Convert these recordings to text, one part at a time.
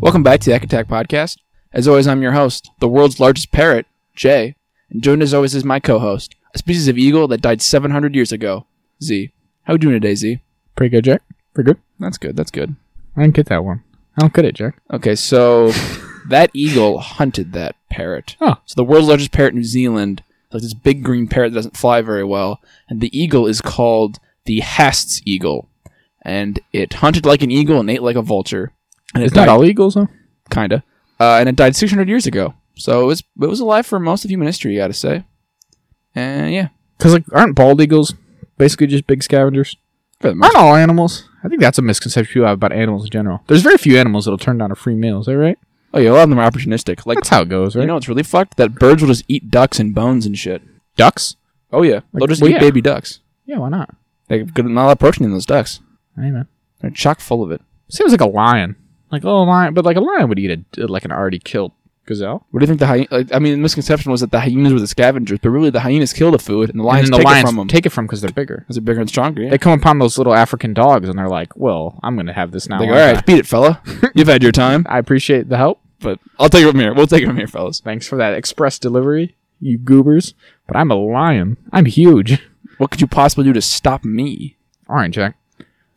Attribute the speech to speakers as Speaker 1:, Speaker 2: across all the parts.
Speaker 1: Welcome back to the Ekatak Podcast. As always, I'm your host, the world's largest parrot, Jay, and joined as always is my co-host, a species of eagle that died 700 years ago, Z. How we doing today, Z?
Speaker 2: Pretty good, Jack. Pretty good.
Speaker 1: That's good. That's good.
Speaker 2: I didn't get that one. I don't get it, Jack.
Speaker 1: Okay, so that eagle hunted that parrot.
Speaker 2: Huh.
Speaker 1: So the world's largest parrot in New Zealand, like this big green parrot that doesn't fly very well, and the eagle is called the Hast's eagle, and it hunted like an eagle and ate like a vulture. And
Speaker 2: It's
Speaker 1: it
Speaker 2: not
Speaker 1: died.
Speaker 2: all eagles, though.
Speaker 1: kinda. Uh, and it died 600 years ago. So it was it was alive for most of human history, you gotta say. And yeah,
Speaker 2: Because like, aren't bald eagles basically just big scavengers?
Speaker 1: for the most
Speaker 2: Aren't all animals? I think that's a misconception people have about animals in general. There's very few animals that'll turn down a free meal. Is that right?
Speaker 1: oh yeah, a lot of them are opportunistic. Like
Speaker 2: That's how it goes, right?
Speaker 1: you know, it's really fucked that birds will just eat ducks and bones and shit.
Speaker 2: ducks.
Speaker 1: Oh yeah, they'll
Speaker 2: Like,
Speaker 1: just
Speaker 2: well,
Speaker 1: eat
Speaker 2: yeah.
Speaker 1: baby ducks.
Speaker 2: Yeah, why not?
Speaker 1: They've got not a lot of protein in those ducks.
Speaker 2: Hey, man.
Speaker 1: They're chock full of it.
Speaker 2: Seems like a lion. Like oh, a lion, but like a lion would eat a like an already killed gazelle.
Speaker 1: What do you think the hyena? Like, I mean, the misconception was that the hyenas were the scavengers, but really the hyenas kill the food and the lions
Speaker 2: and then the
Speaker 1: take
Speaker 2: lions
Speaker 1: it from them.
Speaker 2: take it from because they're bigger.
Speaker 1: Is it bigger and stronger? Yeah.
Speaker 2: They come upon those little African dogs and they're like, "Well, I'm gonna have this now."
Speaker 1: They go, all
Speaker 2: aren't
Speaker 1: right, beat it, fella. You've had your time,
Speaker 2: I I appreciate the help.
Speaker 1: but I'll take it from here. We'll take it from here, fellas.
Speaker 2: Thanks for that express delivery, you goobers. But I'm a lion. I'm huge.
Speaker 1: What could you possibly do to stop me?
Speaker 2: All right, Jack.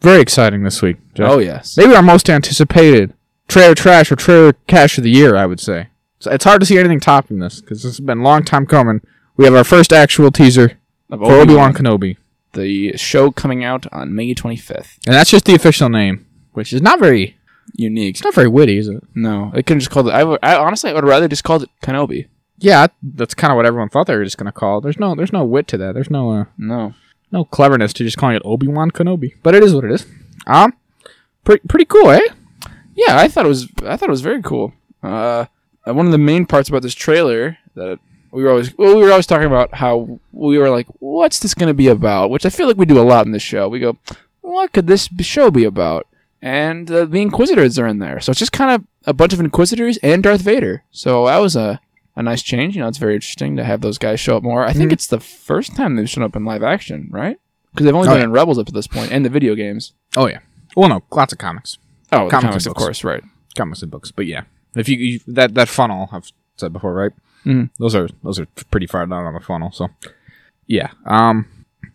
Speaker 2: Very exciting this week, Jack.
Speaker 1: Oh yes.
Speaker 2: Maybe our most anticipated trailer trash or trailer cash of the year, I would say. So it's hard to see anything topping this because this has been a long time coming. We have our first actual teaser
Speaker 1: of
Speaker 2: for Obi
Speaker 1: Obi-Wan,
Speaker 2: Wan Kenobi,
Speaker 1: the show coming out on May 25th.
Speaker 2: and that's just the official name, which is not very
Speaker 1: Unique.
Speaker 2: it's not very witty, is it?
Speaker 1: No, they could have just called it. I, would, I honestly I would rather just called it Kenobi.
Speaker 2: Yeah, that's kind of what everyone thought they were just gonna call. it. There's no there's no wit to that. There's no uh,
Speaker 1: No,
Speaker 2: no cleverness to just calling it Obi Wan Kenobi, but it is what it is. Um, pretty pretty cool, eh?
Speaker 1: yeah, I thought it was. I thought it was very cool. Uh, and one of the main parts about this trailer that we were always well, we were always talking about how we were like, what's this going to be about? Which I feel like we do a lot in this show. We go, what could this b- show be about? And uh, the Inquisitors are in there, so it's just kind of a bunch of Inquisitors and Darth Vader. So that was a a nice change. You know, it's very interesting to have those guys show up more. I
Speaker 2: Mm-hmm.
Speaker 1: think it's the first time they've shown up in live action, right? Because they've only
Speaker 2: Oh,
Speaker 1: been
Speaker 2: yeah.
Speaker 1: in Rebels up to this point and the video games.
Speaker 2: Oh yeah. Well, no, lots of comics,
Speaker 1: Oh, the
Speaker 2: Comics and
Speaker 1: comics, of
Speaker 2: books.
Speaker 1: course, right?
Speaker 2: comics and books. But yeah, if you, you that that funnel I've said before, right?
Speaker 1: Mhm.
Speaker 2: Those are those are pretty far down on the funnel. So yeah, um,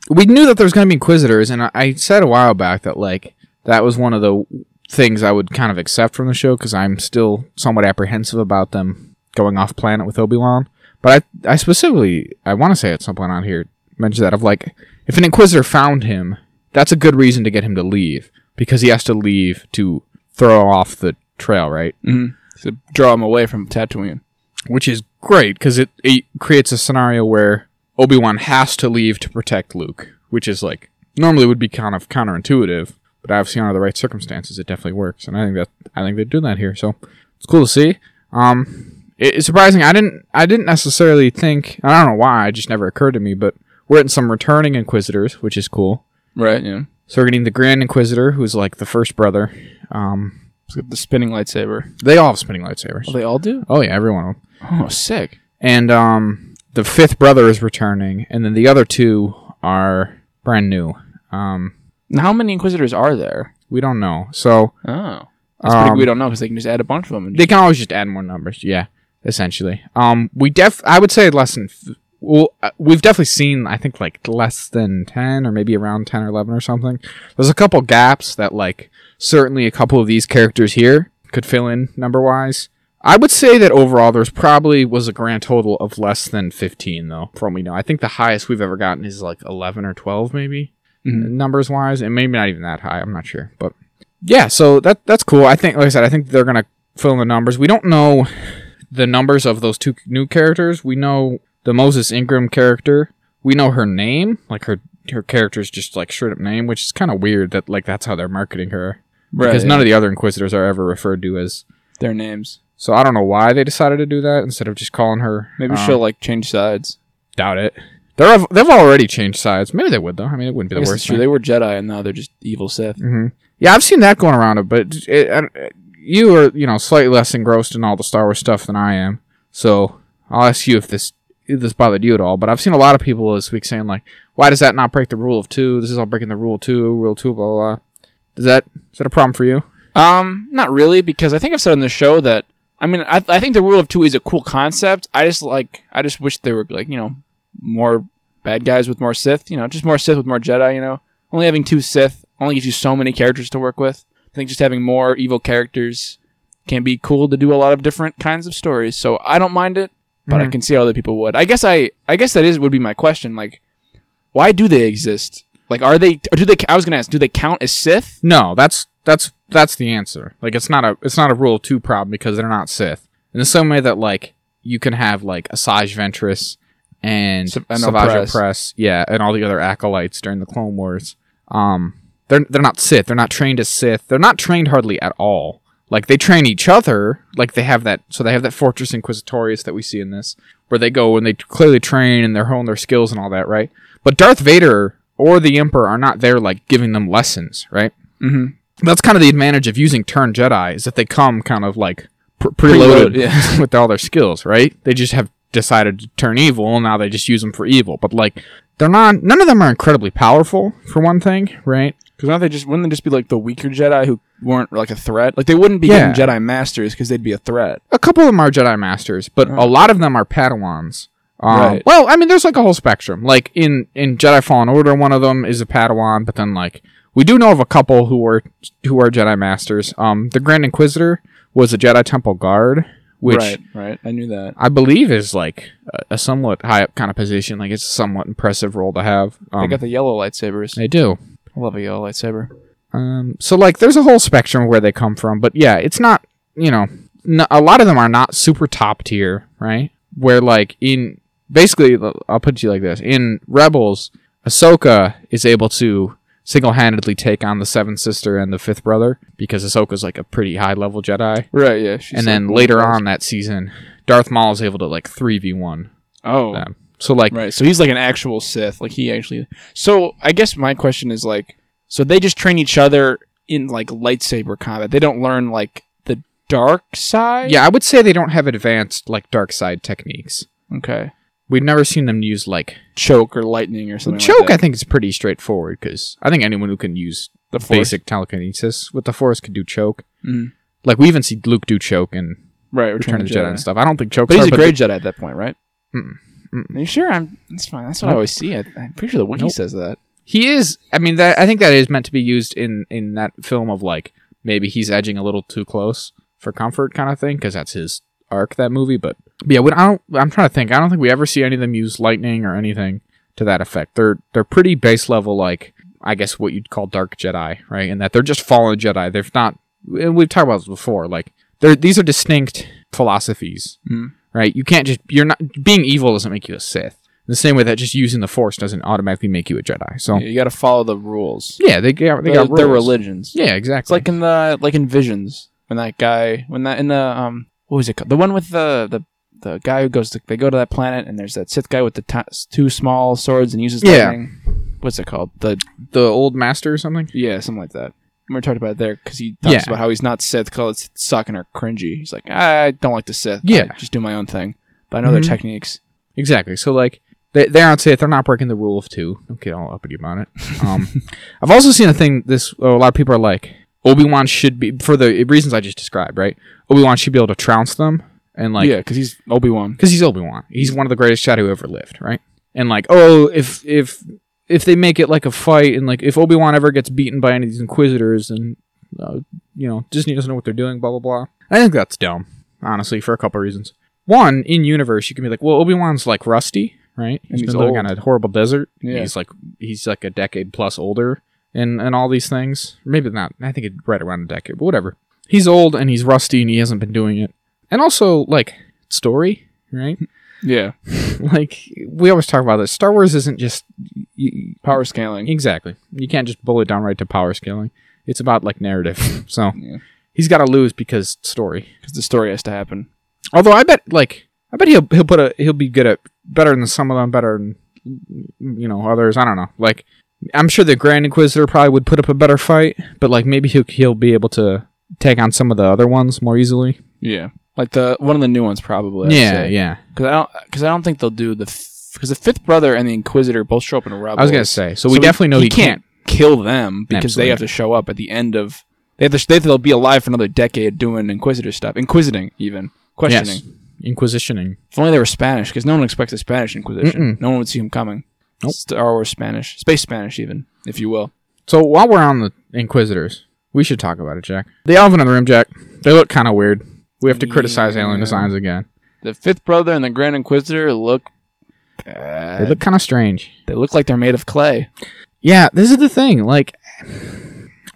Speaker 2: we knew that there was going to be Inquisitors, and I, I said a while back that like that was one of the things I would kind of accept from the show because I'm still somewhat apprehensive about them going off planet with Obi Wan. But I I specifically I want to say at some point on here mentioned that of like if an Inquisitor found him, that's a good reason to get him to leave because he has to leave to throw off the trail, right?
Speaker 1: to draw him away from Tatooine.
Speaker 2: which is great because it, it creates a scenario where Obi Wan has to leave to protect Luke, which is like normally would be kind of counterintuitive, but obviously under the right circumstances, it definitely works. And I think that I think they're doing that here, so it's cool to see. Um, it, it's surprising. I didn't I didn't necessarily think. I don't know why. It just never occurred to me. But we're getting some returning Inquisitors, which is cool.
Speaker 1: Right, yeah.
Speaker 2: So we're getting the Grand Inquisitor, who's like the first brother. Um,
Speaker 1: It's got the spinning lightsaber.
Speaker 2: they all have spinning lightsabers.
Speaker 1: they all do?
Speaker 2: Oh yeah, every one of them.
Speaker 1: Oh, sick.
Speaker 2: and um, the fifth brother is returning, and then the other two are brand new. Um,
Speaker 1: Now, how many Inquisitors are there?
Speaker 2: we don't know, so
Speaker 1: Oh. That's pretty
Speaker 2: Um,
Speaker 1: We don't know because they can just add a bunch of them. And
Speaker 2: they can always just add more numbers. Yeah, essentially. Um, we def I would say less than f- well, uh, we've definitely seen I think like less than ten or maybe around ten or eleven or something. There's a couple gaps that like certainly a couple of these characters here could fill in number wise. I would say that overall there's probably was a grand total of less than 15 though from what we know. I think the highest we've ever gotten is like 11 or 12 maybe
Speaker 1: Mhm.
Speaker 2: numbers wise and maybe not even that high. I'm not sure, but yeah, so that that's cool. I think like I said I think they're going to fill in the numbers. We don't know the numbers of those two new characters. We know the Moses Ingram character. We know her name, like her her character's just like straight up name, which is kind of weird that like that's how they're marketing her because none of the other Inquisitors are ever referred to as.
Speaker 1: their names.
Speaker 2: So I don't know why they decided to do that instead of just calling her.
Speaker 1: Maybe
Speaker 2: um,
Speaker 1: she'll, like, change sides.
Speaker 2: doubt it. They're they've already changed sides. Maybe they would though. I mean, it wouldn't be
Speaker 1: I
Speaker 2: the
Speaker 1: guess
Speaker 2: worst.
Speaker 1: it's true.
Speaker 2: Thing.
Speaker 1: They were Jedi and now they're just evil Sith.
Speaker 2: hmm Yeah, I've seen that going around, but it, I- you are you know slightly less engrossed in all the Star Wars stuff than I am. So I'll ask you if this if this bothered you at all. But I've seen a lot of people this week saying like, "Why does that not break the rule of two? This is all breaking the rule of two, rule two, blah blah." blah. Does that is that a problem for you?
Speaker 1: Um, not really, because I think I've said on the show that I mean I, I think the rule of two is a cool concept. I just like I just wish there were like you know more bad guys with more Sith. You know, just more Sith with more Jedi. You know, only having two Sith only gives you so many characters to work with. I think just having more evil characters can be cool to do a lot of different kinds of stories. So I don't mind it, but I
Speaker 2: Mhm.
Speaker 1: can see how other people would. I guess I I guess that is would be my question. Like, why do they exist? Like, are they? Or do they? I was gonna ask. Do they count as Sith?
Speaker 2: No, that's that's that's the answer. Like it's not a it's not a rule of two problem because they're not Sith. In the same way that like you can have like Asajj Ventress and
Speaker 1: Sa- and
Speaker 2: Savage
Speaker 1: Opress.
Speaker 2: Opress, yeah, and all the other acolytes during the Clone Wars. Um, they're they're not Sith. They're not trained as Sith. They're not trained hardly at all. Like they train each other. Like they have that. So they have that Fortress Inquisitorius that we see in this, where they go and they clearly train and they're honing their skills and all that, right? But Darth Vader or the Emperor are not there like giving them lessons, right?
Speaker 1: Mm-hmm.
Speaker 2: that's kind of the advantage of using turn Jedi is that they come kind of like pre-
Speaker 1: Preloaded,
Speaker 2: preloaded with all their skills, right? They just have decided to turn evil, and now they just use them for evil. But like, they're not. None of them are incredibly powerful, for one thing, right?
Speaker 1: Because not they just wouldn't they just be like the weaker Jedi who weren't like a threat? Like they wouldn't be
Speaker 2: Yeah.
Speaker 1: getting Jedi masters because they'd be a threat.
Speaker 2: A couple of them are Jedi masters, but a lot of them are Padawans. Um,
Speaker 1: Right.
Speaker 2: Well, I mean, there's like a whole spectrum. Like in in Jedi Fallen Order, one of them is a Padawan, but then like we do know of a couple who were who are Jedi masters. Um, the Grand Inquisitor was a Jedi Temple guard, which.
Speaker 1: right, right. I knew that.
Speaker 2: I believe is like a, a somewhat high up kind of position. Like it's a somewhat impressive role to have. Um,
Speaker 1: they got the yellow lightsabers.
Speaker 2: they do.
Speaker 1: I love a yellow lightsaber.
Speaker 2: Um, so like there's a whole spectrum where they come from, but yeah, it's not you know n- a lot of them are not super top tier, right? Where like in basically l- I'll put it to you like this: in Rebels, Ahsoka is able to single handedly take on the Seventh Sister and the Fifth Brother because Ahsoka's like a pretty high level Jedi.
Speaker 1: Right, yeah. She's
Speaker 2: and
Speaker 1: like
Speaker 2: then
Speaker 1: one of
Speaker 2: later
Speaker 1: those.
Speaker 2: on that season, Darth Maul is able to like three v one
Speaker 1: oh,
Speaker 2: them. So uh, like
Speaker 1: right. So he's like an actual Sith. Like he actually. So I guess my question is like, so they just train each other in like lightsaber combat. They don't learn like the dark side.
Speaker 2: Yeah, I would say they don't have advanced like dark side techniques.
Speaker 1: Okay.
Speaker 2: We've never seen them use like
Speaker 1: Choke or lightning or something.
Speaker 2: choke.
Speaker 1: Like
Speaker 2: I
Speaker 1: that.
Speaker 2: think is pretty straightforward because I think anyone who can use
Speaker 1: the Force.
Speaker 2: basic telekinesis with the force could do choke.
Speaker 1: Mhm.
Speaker 2: Like we even see Luke do choke and
Speaker 1: Right.
Speaker 2: Return of the Jedi, and stuff. I don't think choke.
Speaker 1: But he's a great Jedi at that point, right?
Speaker 2: Mm, mm.
Speaker 1: Are you sure? I'm. That's fine. That's what I
Speaker 2: Nope.
Speaker 1: always see. I, I'm pretty sure the wiki
Speaker 2: Nope.
Speaker 1: says that.
Speaker 2: he is. I mean, that I think that is meant to be used in in that film of like maybe he's edging a little too close for comfort kind of thing because that's his arc that movie. But yeah, when I don't, I'm trying to think. I don't think we ever see any of them use lightning or anything to that effect. They're they're pretty base level, like I guess what you'd call dark Jedi, right? And that they're just fallen Jedi. They're not. And we've talked about this before. Like they're these are distinct philosophies,
Speaker 1: Mm.
Speaker 2: right? You can't just you're not being evil doesn't make you a Sith. The same way that just using the Force doesn't automatically make you a Jedi. So
Speaker 1: You got to follow the rules.
Speaker 2: yeah, they got they
Speaker 1: Their-
Speaker 2: got
Speaker 1: their
Speaker 2: rules.
Speaker 1: religions.
Speaker 2: Yeah,
Speaker 1: It's
Speaker 2: exactly.
Speaker 1: like in the like in Visions when that guy when that in the um what was it called the one with the the the guy who goes to they go to that planet and there's that Sith guy with the ti two small swords and uses
Speaker 2: Yeah.
Speaker 1: lightning. What's it called? The
Speaker 2: the old master or something.
Speaker 1: yeah something like that. We were talking about it there because he talks
Speaker 2: Yeah.
Speaker 1: about how he's not Sith because it's sucking or cringy. He's like I don't like the Sith.
Speaker 2: Yeah.
Speaker 1: I just do my own thing. But I know their
Speaker 2: Mhm.
Speaker 1: techniques.
Speaker 2: Exactly. So like they they're not safe. They're not breaking the rule of two. Don't get all uppity about it. Um, I've also seen a thing. This a lot of people are like Obi Wan should be for the reasons I just described. Right? Obi Wan should be able to trounce them and like
Speaker 1: yeah, because he's Obi Wan.
Speaker 2: because he's Obi Wan. He's one of the greatest Jedi who ever lived, right? And like, oh, if if if they make it like a fight, and like if Obi Wan ever gets beaten by any of these Inquisitors, and uh, you know Disney doesn't know what they're doing, blah blah blah. I think that's dumb, honestly, for a couple reasons. One, in universe, you can be like, well, Obi Wan's like rusty, right?
Speaker 1: And he's
Speaker 2: been living
Speaker 1: old.
Speaker 2: on a horrible desert.
Speaker 1: Yeah.
Speaker 2: He's like he's like a decade plus older, and and all these things. Maybe not. I think it's right around a decade, but whatever. He's old and he's rusty and he hasn't been doing it. And also, like story, right?
Speaker 1: Yeah,
Speaker 2: like we always talk about this. Star Wars isn't just y- y-
Speaker 1: power scaling.
Speaker 2: exactly. You can't just bullet down right to power scaling. It's about like narrative. So
Speaker 1: Yeah.
Speaker 2: he's got to lose because story.
Speaker 1: because the story has to happen.
Speaker 2: Although I bet like I bet he'll he'll put a he'll be good at better than some of them, better than you know others. I don't know. Like I'm sure the Grand Inquisitor probably would put up a better fight, but like maybe he'll he'll be able to take on some of the other ones more easily. uh,
Speaker 1: Yeah, like the one of the new ones probably.
Speaker 2: yeah, yeah.
Speaker 1: Because I don't because I don't think they'll do the because the fifth brother and the Inquisitor both show up in a rebel.
Speaker 2: I was gonna say. So, we definitely know he, can't.
Speaker 1: kill them because they
Speaker 2: Absolutely.
Speaker 1: have to show up at the end of They have to, they have to be alive for another decade doing Inquisitor stuff, inquisiting even questioning.
Speaker 2: Yes. Inquisitioning.
Speaker 1: If only they were Spanish, because no one expects a Spanish Inquisition.
Speaker 2: Mm-mm.
Speaker 1: No one would see him coming.
Speaker 2: Nope.
Speaker 1: Star Wars Spanish, space Spanish even, if you will.
Speaker 2: So while we're on the Inquisitors, we should talk about it, Jack. The Elephant in the Room, Jack. They look kind of weird. We have to criticize alien
Speaker 1: Yeah.
Speaker 2: designs again.
Speaker 1: The Fifth Brother and the Grand Inquisitor look. bad.
Speaker 2: They look kind of strange.
Speaker 1: They look like they're made of clay.
Speaker 2: Yeah, this is the thing. Like,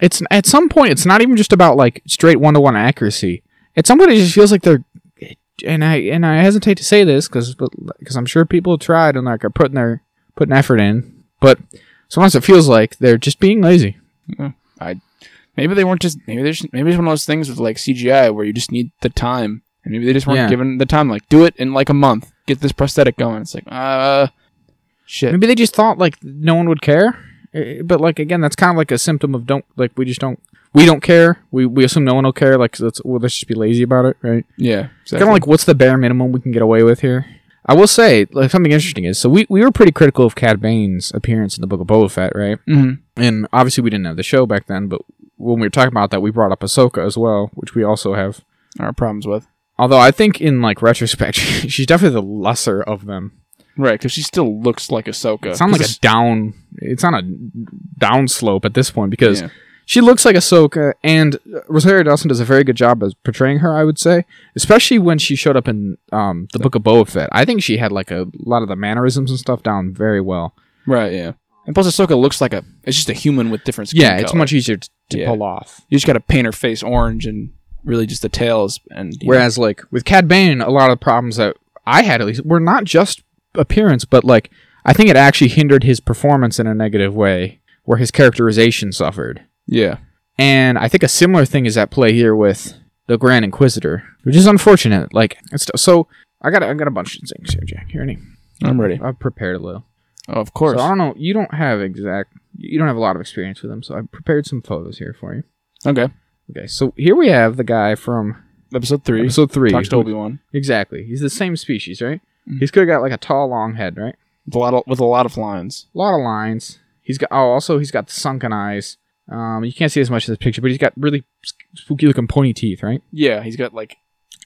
Speaker 2: it's at some point, it's not even just about like straight one to one accuracy. At some point, it just feels like they're, and I and I hesitate to say this because because I'm sure people have tried and like are putting their putting effort in, but sometimes it feels like they're just being lazy.
Speaker 1: Maybe they weren't just maybe there's maybe it's one of those things with like CGI where you just need the time, and maybe they just weren't
Speaker 2: Yeah.
Speaker 1: given the time. Like do it in like a month, get this prosthetic going. It's like uh, shit.
Speaker 2: Maybe they just thought like no one would care. Eh, But like again, that's kind of like a symptom of don't like we just don't we don't care. We we assume no one will care. Like let's well, let's just be lazy about it, right?
Speaker 1: Yeah,
Speaker 2: Kind of like what's the bare minimum we can get away with here. I will say like something interesting is so we we were pretty critical of Cad Bane's appearance in the Book of Boba Fett, right?
Speaker 1: hmm
Speaker 2: And obviously we didn't have the show back then, but when we were talking about that, we brought up Ahsoka as well, which we also have.
Speaker 1: our problems with
Speaker 2: Although I think in like retrospect, she's definitely the lesser of them.
Speaker 1: right because she still looks like Ahsoka.
Speaker 2: It's on like a
Speaker 1: Because-
Speaker 2: down. It's on a down slope at this point because
Speaker 1: Yeah.
Speaker 2: she looks like Ahsoka, and Rosario Dawson does a very good job as portraying her. I would say, especially when she showed up in um, the Book of Boba Fett. I think she had like a lot of the mannerisms and stuff down very well.
Speaker 1: right, yeah. And plus, Ahsoka looks like a it's just a human with different skin.
Speaker 2: yeah, it's
Speaker 1: color.
Speaker 2: much easier to, to
Speaker 1: Yeah.
Speaker 2: pull off.
Speaker 1: You just got to paint her face orange and really just the tails and you
Speaker 2: Whereas like with Cad Bane, a lot of the problems that I had at least were not just appearance, but like I think it actually hindered his performance in a negative way, where his characterization suffered.
Speaker 1: know. yeah,
Speaker 2: And I think a similar thing is at play here with the Grand Inquisitor, which is unfortunate. Like, it's, so I got I got a bunch of things here, Jack. Here, any?
Speaker 1: I'm ready.
Speaker 2: I've prepared a little.
Speaker 1: of course,
Speaker 2: So uh, I don't know. You don't have exact. You don't have a lot of experience with them, so I prepared some photos here for you.
Speaker 1: okay.
Speaker 2: Okay, so here we have the guy from
Speaker 1: Episode three,
Speaker 2: episode three.
Speaker 1: talks to
Speaker 2: who-
Speaker 1: Obi Wan.
Speaker 2: exactly. He's the same species, right?
Speaker 1: Mhm.
Speaker 2: He's could have got like a tall, long head, right?
Speaker 1: with a lot of, with a lot of lines.
Speaker 2: A lot of lines. He's got. Oh, also he's got the sunken eyes. Um, you can't see as much in this picture, but he's got really spooky looking pony teeth, right?
Speaker 1: Yeah, he's got like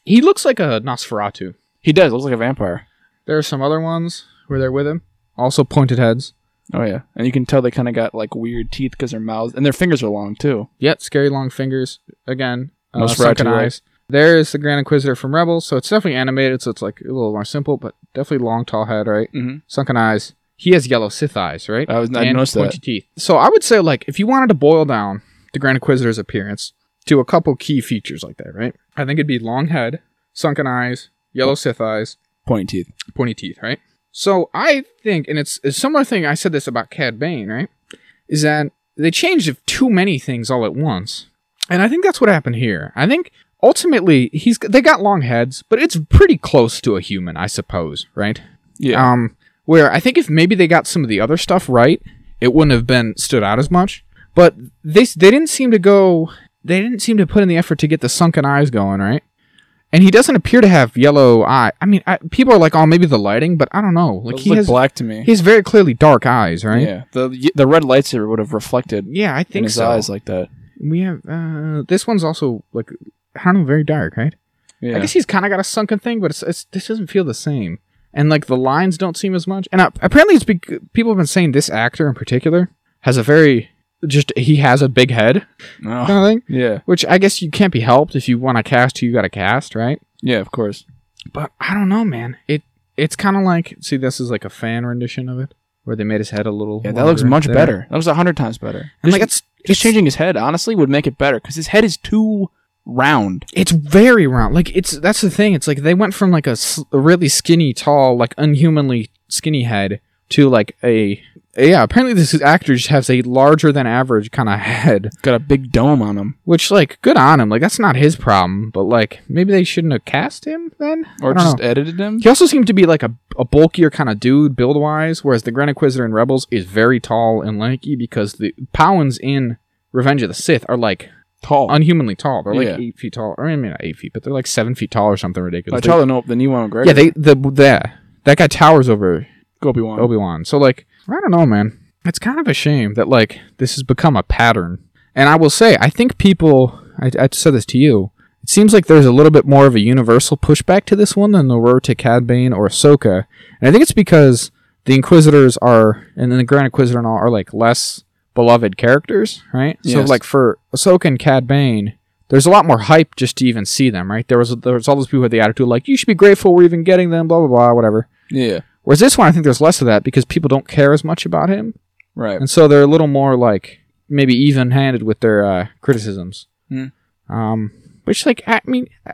Speaker 2: He looks like a Nosferatu.
Speaker 1: he does looks like a vampire.
Speaker 2: There are some other ones where they're with him. Also pointed heads.
Speaker 1: Oh yeah, and you can tell they kind of got like weird teeth because their mouths and their fingers are long too.
Speaker 2: Yet scary long fingers. Again, uh,
Speaker 1: Nosferatu,
Speaker 2: sunken
Speaker 1: right?
Speaker 2: eyes. There is the Grand Inquisitor from Rebels. So it's definitely animated, so it's like a little more simple, but definitely long, tall head, right?
Speaker 1: Mm-hmm.
Speaker 2: Sunken eyes. He has yellow Sith eyes, right?
Speaker 1: I was I
Speaker 2: And
Speaker 1: noticed that.
Speaker 2: pointed teeth. So I would say, like, if you wanted to boil down the Grand Inquisitor's appearance to a couple key features like that, right? I think it'd be long head, sunken eyes, yellow Sith eyes,
Speaker 1: Pointy teeth.
Speaker 2: pointy teeth, right? So I think, and it's a similar thing. I said this about Cad Bane, right? Is that they changed too many things all at once, and I think that's what happened here. I think ultimately he's they got long heads, but it's pretty close to a human, I suppose, right?
Speaker 1: Yeah,
Speaker 2: Um, where I think if maybe they got some of the other stuff right, it wouldn't have been stood out as much. But they they didn't seem to go. They didn't seem to put in the effort to get the sunken eyes going, right? And he doesn't appear to have yellow eye. I mean, I, people are like, "Oh, maybe the lighting," but I don't know. Like
Speaker 1: Those
Speaker 2: he
Speaker 1: look
Speaker 2: has,
Speaker 1: black to me.
Speaker 2: he has very clearly dark eyes, right? Yeah,
Speaker 1: Yeah, the the red lightsaber would have reflected
Speaker 2: I
Speaker 1: in
Speaker 2: think
Speaker 1: his
Speaker 2: so.
Speaker 1: eyes like that.
Speaker 2: We have uh, this one's also like I don't know, very dark, right?
Speaker 1: Yeah,
Speaker 2: I guess he's kind of got a sunken thing, but it's, it's this doesn't feel the same. And like the lines don't seem as much. And uh, apparently, it's bec- people have been saying this actor in particular has a very just he has a big head
Speaker 1: no.
Speaker 2: kind of thing,
Speaker 1: yeah,
Speaker 2: which I guess you can't be helped if you want to cast who you got to cast, right?
Speaker 1: yeah, of course.
Speaker 2: But I don't know, man. It it's kind of like see, this is like a fan rendition of it where they made his head a little.
Speaker 1: Yeah, that looks
Speaker 2: longer
Speaker 1: much
Speaker 2: there.
Speaker 1: better. That looks a hundred times better. Just,
Speaker 2: And like it's
Speaker 1: just
Speaker 2: it's,
Speaker 1: changing his head honestly would make it better because his head is too round.
Speaker 2: it's very round. Like it's that's the thing. It's like they went from like a, s- a really skinny, tall, like unhumanly skinny head to like a yeah. Apparently, this actor just has a larger than average kind of head,
Speaker 1: Got a big dome on him,
Speaker 2: which like good on him. Like that's not his problem, but like maybe they shouldn't have cast him then.
Speaker 1: or
Speaker 2: I don't
Speaker 1: just
Speaker 2: know.
Speaker 1: edited him.
Speaker 2: He also seemed to be like a, a bulkier kind of dude build wise, whereas the Grand Inquisitor in Rebels is very tall and lanky because the Powans in Revenge of the Sith are like
Speaker 1: Tall.
Speaker 2: unhumanly tall. They're like
Speaker 1: Yeah.
Speaker 2: eight feet tall, or I mean not eight feet, but they're like seven feet tall or something
Speaker 1: I
Speaker 2: ridiculous. They-
Speaker 1: tell them no, the new one.
Speaker 2: yeah, they the that that guy towers over
Speaker 1: Obi Wan.
Speaker 2: Obi Wan. So like I don't know, man. It's kind of a shame that like this has become a pattern, And I will say, I think people, I, I said this to you, it seems like there's a little bit more of a universal pushback to this one than there were to Cad Bane or Ahsoka. And I think it's because the Inquisitors are, and then the Grand Inquisitor and all are like less beloved characters, right? So
Speaker 1: Yes.
Speaker 2: like for Ahsoka and Cad Bane, there's a lot more hype just to even see them, right? There was there was all those people with the attitude like you should be grateful we're even getting them, blah blah blah, whatever.
Speaker 1: Yeah.
Speaker 2: Whereas this one, I think there's less of that because people don't care as much about him.
Speaker 1: Right.
Speaker 2: And so they're a little more like maybe even handed with their uh, criticisms.
Speaker 1: Hmm.
Speaker 2: Um, which, like, I mean, I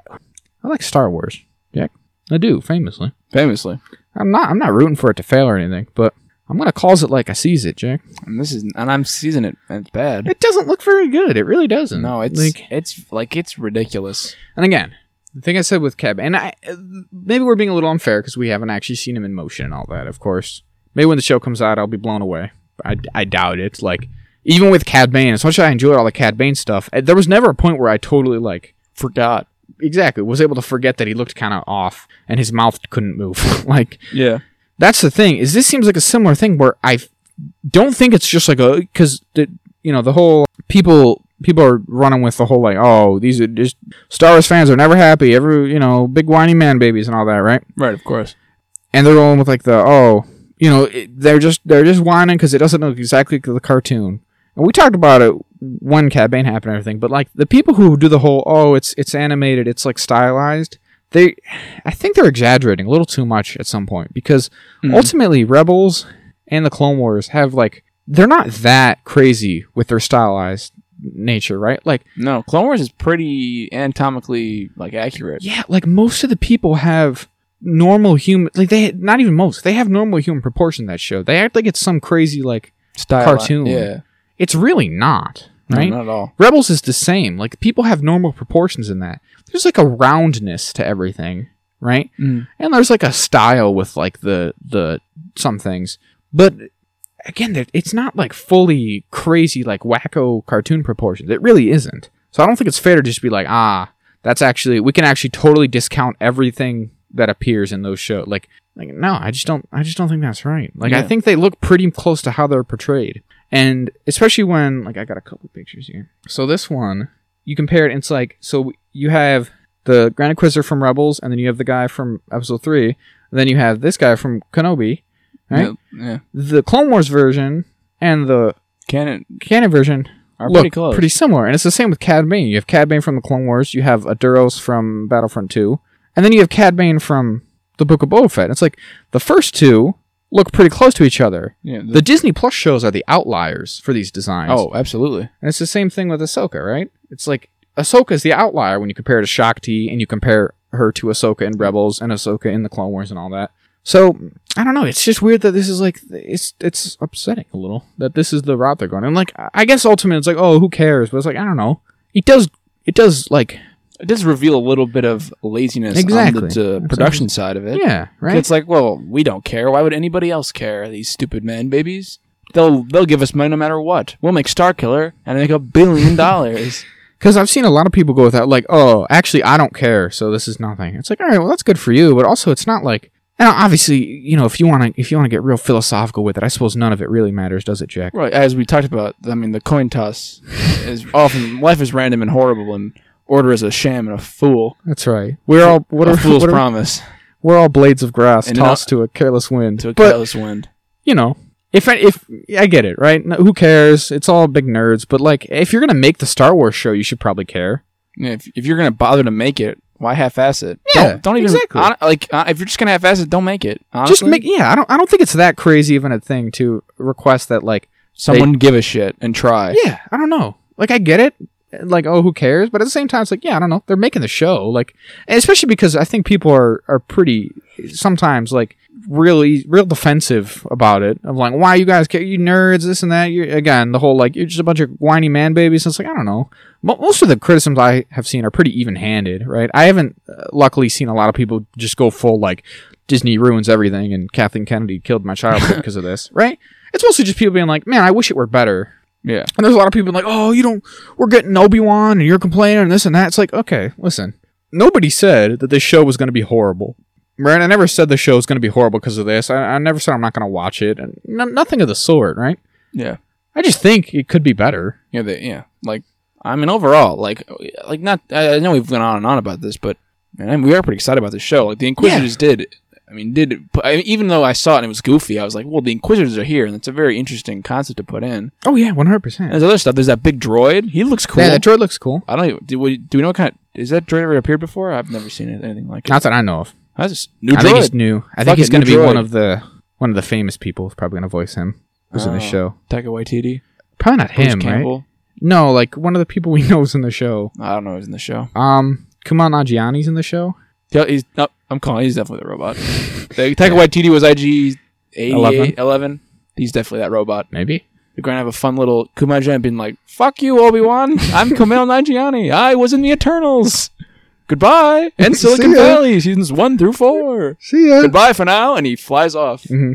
Speaker 2: I like Star Wars, Jack. I do, famously.
Speaker 1: Famously.
Speaker 2: I'm not, I'm not rooting for it to fail or anything, but I'm gonna cause it like I sees it, Jack.
Speaker 1: And this is and I'm seizing it and it's bad.
Speaker 2: It doesn't look very good. It really doesn't.
Speaker 1: No, it's
Speaker 2: like,
Speaker 1: it's like it's ridiculous.
Speaker 2: and again, the thing I said with Keb, and I uh, maybe we're being a little unfair because we haven't actually seen him in motion and all that. Of course, maybe when the show comes out, I'll be blown away. I, I doubt it. Like even with Cad Bane, as much as I enjoyed all the Cad Bane stuff, uh, there was never a point where I totally like
Speaker 1: Forgot.
Speaker 2: exactly was able to forget that he looked kind of off and his mouth couldn't move. like
Speaker 1: Yeah.
Speaker 2: that's the thing is this seems like a similar thing where I f- don't think it's just like a because you know the whole people people are running with the whole like oh these are just Star Wars fans are never happy every you know big whiny man babies and all that right
Speaker 1: Right, of course.
Speaker 2: and they're going with like the oh you know it, they're just they're just whining because it doesn't look exactly like the cartoon and we talked about it when Cad Bane happened and everything but like the people who do the whole oh it's it's animated it's like stylized they I think they're exaggerating a little too much at some point because
Speaker 1: Mhm.
Speaker 2: ultimately Rebels and the Clone Wars have like they're not that crazy with their stylized nature right like
Speaker 1: No, Clone Wars is pretty anatomically like accurate.
Speaker 2: Yeah, like most of the people have normal human like they not even most they have normal human proportion in that show they act like it's some crazy like
Speaker 1: Style
Speaker 2: Cartoon.
Speaker 1: Yeah.
Speaker 2: it's really not
Speaker 1: No,
Speaker 2: right
Speaker 1: not at all.
Speaker 2: rebels is the same like people have normal proportions in that there's like a roundness to everything right
Speaker 1: Mm.
Speaker 2: and there's like a style with like the the some things but again that- it's not like fully crazy like wacko cartoon proportions it really isn't so i don't think it's fair to just be like ah that's actually we can actually totally discount everything that appears in those shows like like no i just don't i just don't think that's right like i
Speaker 1: Yeah.
Speaker 2: think they look pretty close to how they're portrayed and especially when like i got a couple pictures here so this one you compare it and it's like so you have the Grand Inquisitor from Rebels, and then you have the guy from Episode Three, and then you have this guy from Kenobi. Right?
Speaker 1: Yeah. yeah.
Speaker 2: The Clone Wars version and the
Speaker 1: Canon
Speaker 2: canon version
Speaker 1: are
Speaker 2: look
Speaker 1: pretty close.
Speaker 2: pretty similar, and it's the same with Cad Bane. You have Cad Bane from the Clone Wars, you have a Duros from Battlefront Two, and then you have Cad Bane from the Book of Boba Fett. It's like the first two look pretty close to each other.
Speaker 1: yeah. the-
Speaker 2: The Disney Plus shows are the outliers for these designs.
Speaker 1: oh, absolutely.
Speaker 2: And it's the same thing with Ahsoka, right? It's like Ahsoka's the outlier when you compare to Shakti and you compare her to Ahsoka in Rebels and Ahsoka in the Clone Wars and all that. So I don't know. It's just weird that this is like it's it's upsetting a little that this is the route they're going. And like I I guess ultimately it's like oh who cares? But it's like I don't know. It does it does like
Speaker 1: It does reveal a little bit of laziness
Speaker 2: Exactly.
Speaker 1: on the, the production side of it.
Speaker 2: yeah right.
Speaker 1: It's like, well, we don't care. Why would anybody else care? These stupid man babies. They'll they'll give us money no matter what. We'll make Star Killer and make a billion dollars.
Speaker 2: Because I've seen a lot of people go with that, like, oh, actually, I don't care, so this is nothing. It's like, all right, well, that's good for you, but also, it's not like, and obviously, you know, if you want to, if you want to get real philosophical with it, I suppose none of it really matters, does it, Jack?
Speaker 1: Right, as we talked about, I mean, the coin toss is often life is random and horrible, and order is a sham and a fool.
Speaker 2: That's right. We're all
Speaker 1: What
Speaker 2: what
Speaker 1: a
Speaker 2: are,
Speaker 1: fool's
Speaker 2: what are-
Speaker 1: promise
Speaker 2: we're all blades of grass
Speaker 1: And
Speaker 2: tossed to a careless wind.
Speaker 1: to a
Speaker 2: but
Speaker 1: careless wind.
Speaker 2: you know, if I, if I get it right, No- who cares? It's all big nerds. But like, if you're gonna make the Star Wars show, you should probably care.
Speaker 1: Yeah, if, if you're gonna bother to make it, why half-ass it?
Speaker 2: Yeah,
Speaker 1: don't, don't even
Speaker 2: exactly.
Speaker 1: hon- like uh, if you're just gonna half-ass it, don't make it.
Speaker 2: Just make, yeah. I don't, I don't think it's that crazy even a thing to request that like
Speaker 1: someone give a shit and try.
Speaker 2: Yeah, I don't know. Like I get it. Like oh, who cares? But at the same time, it's like yeah, I don't know. They're making the show. Like and especially because I think people are are pretty sometimes like really real defensive about it. Of like why you guys care? You nerds, this and that. You again the whole like you're just a bunch of whiny man babies. It's like I don't know. Mo- most of the criticisms I have seen are pretty even handed, right? I haven't uh, luckily seen a lot of people just go full like Disney ruins everything and Kathleen Kennedy killed my childhood because of this, right? It's mostly just people being like, man, I wish it were better.
Speaker 1: yeah,
Speaker 2: And there's a lot of people like, oh, you don't, we're getting Obi Wan and you're complaining and this and that. It's like, okay, listen, nobody said that this show was going to be horrible. Right? I never said the show was going to be horrible because of this. I, I never said I'm not going to watch it. And no- nothing of the sort, right?
Speaker 1: yeah.
Speaker 2: I just think it could be better.
Speaker 1: Yeah, they, yeah. Like, I mean, overall, like, like not. I, I know we've gone on and on about this, but man, we are pretty excited about this show. Like, the Inquisitors did. I mean, did I, even though I saw it and it was goofy, I was like, well, the Inquisitors are here, and it's a very interesting concept to put in.
Speaker 2: Oh yeah, one hundred percent.
Speaker 1: And there's other stuff. There's that big droid. He looks cool.
Speaker 2: Yeah, that droid looks cool.
Speaker 1: I don't. Even, do we do we know what kind? Of, is that droid ever appeared before? I've never seen it- anything like it.
Speaker 2: Not that I know of.
Speaker 1: That's just new
Speaker 2: I
Speaker 1: droid.
Speaker 2: think he's new. I think
Speaker 1: Fuck
Speaker 2: he's
Speaker 1: it,
Speaker 2: going to be
Speaker 1: new
Speaker 2: one
Speaker 1: droid.
Speaker 2: of the one of the famous people who's probably going to voice him. Who's in the
Speaker 1: Oh.
Speaker 2: show?
Speaker 1: Taika Waititi.
Speaker 2: Probably not
Speaker 1: Bruce
Speaker 2: him, right?
Speaker 1: Campbell.
Speaker 2: No, like one of the people we know is in the show.
Speaker 1: I don't know who's in the show.
Speaker 2: Um, Kumail Nanjiani's in the show.
Speaker 1: Yeah, he's no, I'm calling. He's definitely the robot. the Taika Waititi was IG 88, 11. He's definitely that robot.
Speaker 2: Maybe.
Speaker 1: We're gonna have a fun little Kumai Jan being like, "Fuck you, Obi Wan. I'm Kumail Nanjiani. I was in the Eternals. Goodbye." And
Speaker 2: See
Speaker 1: Silicon
Speaker 2: ya.
Speaker 1: Valley seasons one through four.
Speaker 2: See ya.
Speaker 1: Goodbye for now, and he flies off.
Speaker 2: hmm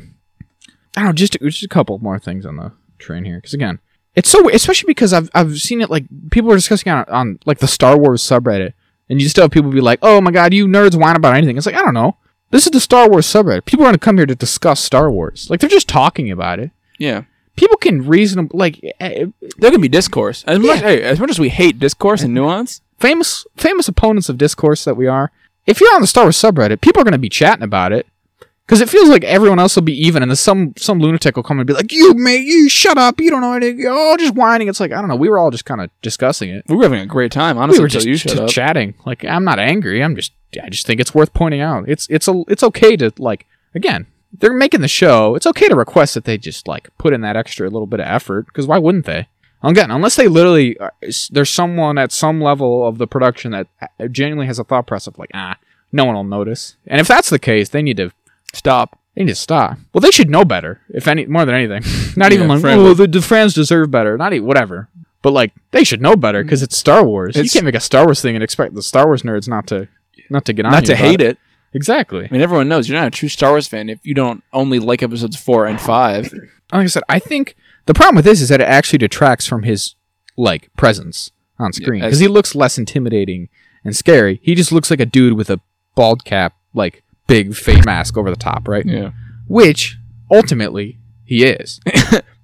Speaker 2: I don't know, just just a couple more things on the train here, because again, it's so weird, especially because I've I've seen it like people are discussing on on like the Star Wars subreddit, and you still have people be like, "Oh my god, you nerds whine about anything." It's like I don't know. This is the Star Wars subreddit. People are going to come here to discuss Star Wars. Like they're just talking about it.
Speaker 1: Yeah,
Speaker 2: People can reasonably like eh,
Speaker 1: there can be discourse. As much hey, as much as we hate discourse and nuance,
Speaker 2: famous famous opponents of discourse that we are. If you're on the Star Wars subreddit, people are going to be chatting about it because it feels like everyone else will be even, and then some some lunatic will come and be like, "You mate, you shut up, you don't know anything, you're all just whining." It's like I don't know. We were all just kind of discussing it.
Speaker 1: we were having a great time. Honestly,
Speaker 2: we were
Speaker 1: until
Speaker 2: just,
Speaker 1: you shut
Speaker 2: just
Speaker 1: up.
Speaker 2: chatting. Like I'm not angry. I'm just I just think it's worth pointing out. It's it's a it's okay to like again. They're making the show. It's okay to request that they just like put in that extra little bit of effort because why wouldn't they? Again, unless they literally are- s- there's someone at some level of the production that uh, genuinely has a thought process of like ah no one will notice. And if that's the case, they need to
Speaker 1: Stop.
Speaker 2: they need to stop. Well, they should know better, if any more than anything. Not even
Speaker 1: Yeah,
Speaker 2: like,
Speaker 1: frankly.
Speaker 2: oh, the, the fans deserve better. Not even whatever. But like, they should know better because it's Star Wars. you
Speaker 1: It's-
Speaker 2: can't make a Star Wars thing and expect the Star Wars nerds not to not to get on.
Speaker 1: Not to hate it.
Speaker 2: Exactly.
Speaker 1: I mean, everyone knows you're not a true Star Wars fan if you don't only like episodes four and five.
Speaker 2: Like I said, I think the problem with this is that it actually detracts from his like presence on screen
Speaker 1: as-
Speaker 2: because he looks less intimidating and scary. He just looks like a dude with a bald cap, like big face mask over the top, right? Which ultimately he is.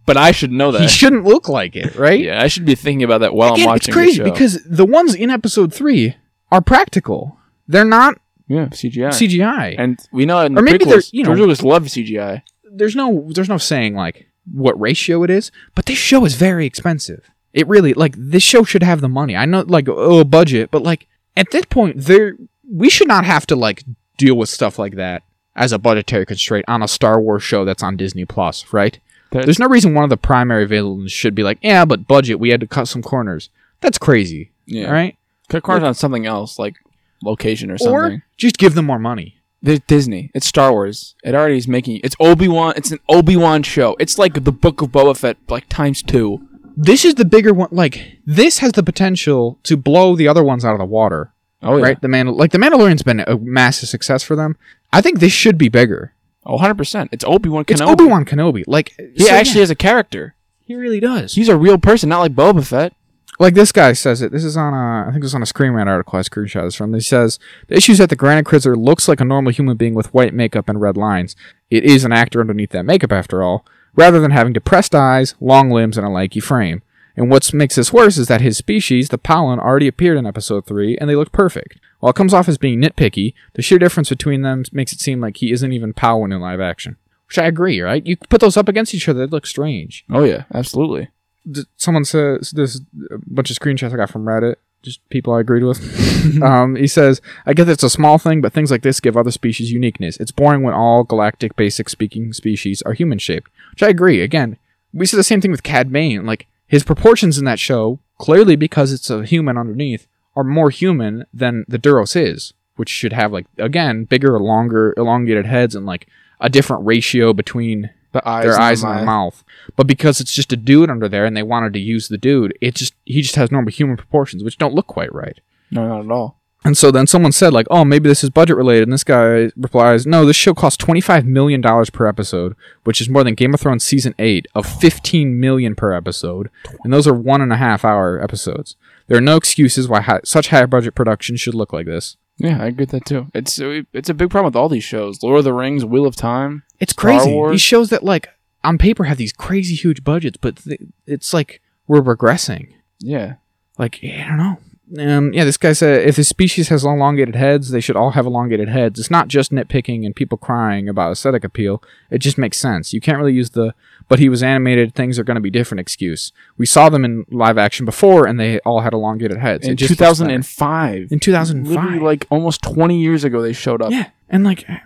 Speaker 1: But I should know
Speaker 2: He
Speaker 1: that.
Speaker 2: shouldn't look like it, right?
Speaker 1: yeah, I should be thinking about that while
Speaker 2: Again,
Speaker 1: I'm
Speaker 2: it's
Speaker 1: watching
Speaker 2: crazy
Speaker 1: the show.
Speaker 2: because the ones in episode three are practical. They're not
Speaker 1: yeah, CGI.
Speaker 2: CGI.
Speaker 1: and we know in
Speaker 2: Or
Speaker 1: the
Speaker 2: maybe they're,
Speaker 1: prequels,
Speaker 2: you know-
Speaker 1: George Lucas loved CGI.
Speaker 2: there's no there's no saying like what ratio it is, but this show is very expensive. It really like this show should have the money. I know like oh budget, but like at this point there we should not have to like deal with stuff like that as a budgetary constraint on a Star Wars show that's on Disney Plus, right?
Speaker 1: That-
Speaker 2: There's no reason one of the primary villains should be like, yeah, but budget, we had to cut some corners. That's crazy.
Speaker 1: Yeah,
Speaker 2: All right?
Speaker 1: Cut corners on something else like location or something.
Speaker 2: Or just give them more money.
Speaker 1: There's Disney. It's Star Wars. It already is making. It's Obi Wan. It's an Obi Wan show. It's like the Book of Boba Fett, like times two.
Speaker 2: This is the bigger one. Like this has the potential to blow the other ones out of the water,
Speaker 1: Oh
Speaker 2: right? The Mandal- like the Mandalorian's been a massive success for them. I think this should be bigger.
Speaker 1: Oh, 100 percent. It's Obi Wan Kenobi.
Speaker 2: It's Obi Wan Kenobi. Like
Speaker 1: He
Speaker 2: so, yeah,
Speaker 1: actually is a character.
Speaker 2: he really does.
Speaker 1: He's a real person, not like Boba Fett.
Speaker 2: like this guy says it. This is on a I think it was on a Screen Rant article I screenshot this from. He says the issue is that the Granite Critter looks like a normal human being with white makeup and red lines. It is an actor underneath that makeup after all, rather than having depressed eyes, long limbs, and a lanky frame. And what makes this worse is that his species, the pollen, already appeared in episode three, and they look perfect. While it comes off as being nitpicky, the sheer difference between them makes it seem like he isn't even pollen in live action. Which I agree, right? You put those up against each other, it looks strange
Speaker 1: Oh yeah, absolutely.
Speaker 2: d- someone says there's a bunch of screenshots I got from Reddit, just people I agreed with. um, he says, "I get that it's a small thing, but things like this give other species uniqueness. It's boring when all galactic basic speaking species are human shaped." Which I agree. Again, we said the same thing with Cad Bane. Like his proportions in that show, clearly because it's a human underneath, are more human than the Duros is, which should have like again bigger, longer, elongated heads and like a different ratio between
Speaker 1: The eyes,
Speaker 2: their eyes and their mouth. But because it's just a dude under there and they wanted to use the dude, it just he just has normal human proportions, which don't look quite right.
Speaker 1: No, not at all.
Speaker 2: And so then someone said like, "Oh, maybe this is budget related." And this guy replies, "No, this show costs 25 million dollars per episode, which is more than Game of Thrones season 8 of 15 million per episode, and those are one and a half hour episodes. There are no excuses why hi- such high budget production should look like this."
Speaker 1: Yeah, I get that too. uh, It's it's a big problem with all these shows. Lord of the Rings, Wheel of Time.
Speaker 2: It's
Speaker 1: Star
Speaker 2: crazy.
Speaker 1: Wars.
Speaker 2: These shows that like on paper have these crazy huge budgets, but th- it's like we're regressing.
Speaker 1: Yeah.
Speaker 2: Like I don't know. Um, yeah, this guy said if the species has elongated heads, they should all have elongated heads. It's not just nitpicking and people crying about aesthetic appeal. It just makes sense. You can't really use the "but he was animated, things are going to be different" excuse. We saw them in live action before, and they all had elongated heads.
Speaker 1: In
Speaker 2: It just
Speaker 1: two
Speaker 2: was
Speaker 1: thousand
Speaker 2: better.
Speaker 1: and five.
Speaker 2: in two thousand
Speaker 1: Literally
Speaker 2: five,
Speaker 1: like uh, almost twenty years ago they showed up.
Speaker 2: yeah, and like I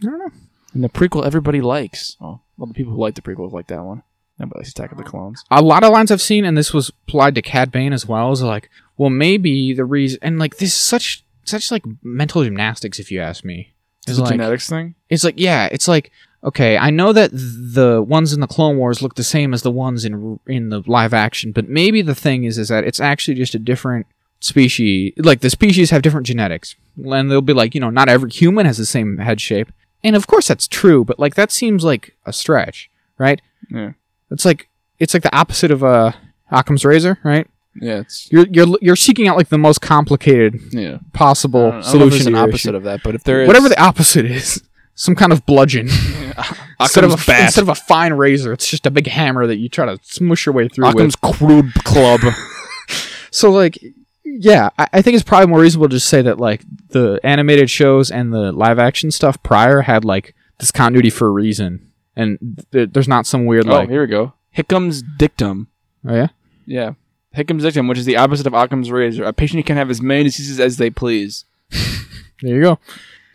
Speaker 2: don't know.
Speaker 1: And the prequel everybody likes. Oh, well the people who like the prequels like that one. Nobody likes Attack of the Clones.
Speaker 2: a lot of lines I've seen, and this was applied to Cad Bane as well, is like, well, maybe the reason, and like this is such such like mental gymnastics, if you ask me. It's
Speaker 1: Is it
Speaker 2: like,
Speaker 1: genetics thing?
Speaker 2: it's like, yeah, it's like, okay, I know that the ones in the Clone Wars look the same as the ones in in the live action, but maybe the thing is, is that it's actually just a different species. Like the species have different genetics, and they'll be like, you know, not every human has the same head shape, and of course that's true, but like that seems like a stretch, right?
Speaker 1: Yeah.
Speaker 2: It's like it's like the opposite of uh, Occam's razor, right?
Speaker 1: Yeah, it's
Speaker 2: You're you're you're seeking out like the most complicated
Speaker 1: yeah. Uh,
Speaker 2: possible
Speaker 1: I don't know if there's
Speaker 2: solution
Speaker 1: an
Speaker 2: to your
Speaker 1: opposite
Speaker 2: issue.
Speaker 1: of that, but if there is
Speaker 2: Whatever the opposite is, some kind of bludgeon. instead of a
Speaker 1: Occam's bat.
Speaker 2: instead of a fine razor, it's just a big hammer that you try to smush your way through
Speaker 1: Occam's crude club.
Speaker 2: with. So like, yeah, I, I think it's probably more reasonable to just say that like the animated shows and the live action stuff prior had like this continuity for a reason, and th- there's not some weird
Speaker 1: oh,
Speaker 2: like,
Speaker 1: here we go. Hickam's dictum.
Speaker 2: oh yeah,
Speaker 1: Yeah. Hickam's dictum, which is the opposite of Occam's razor. A patient can have as many diseases as they please.
Speaker 2: there you go.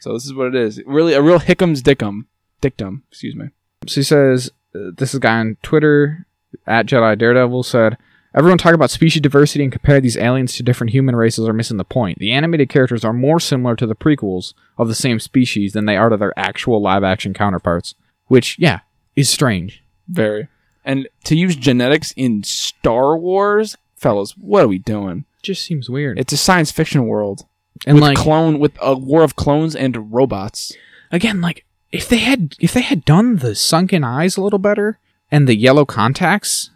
Speaker 1: So this is what it is. Really, a real Hickam's dictum. Dictum, excuse me.
Speaker 2: So he says, uh, this is a guy on Twitter at Jedi Daredevil said, everyone talk about species diversity and compare these aliens to different human races are missing the point. The animated characters are more similar to the prequels of the same species than they are to their actual live action counterparts, which yeah is strange.
Speaker 1: Very. And to use genetics in Star Wars, fellas, what are we doing?
Speaker 2: Just seems weird.
Speaker 1: It's a science fiction world
Speaker 2: and
Speaker 1: with
Speaker 2: like
Speaker 1: clone with a war of clones and robots.
Speaker 2: again, like if they had if they had done the sunken eyes a little better and the yellow contacts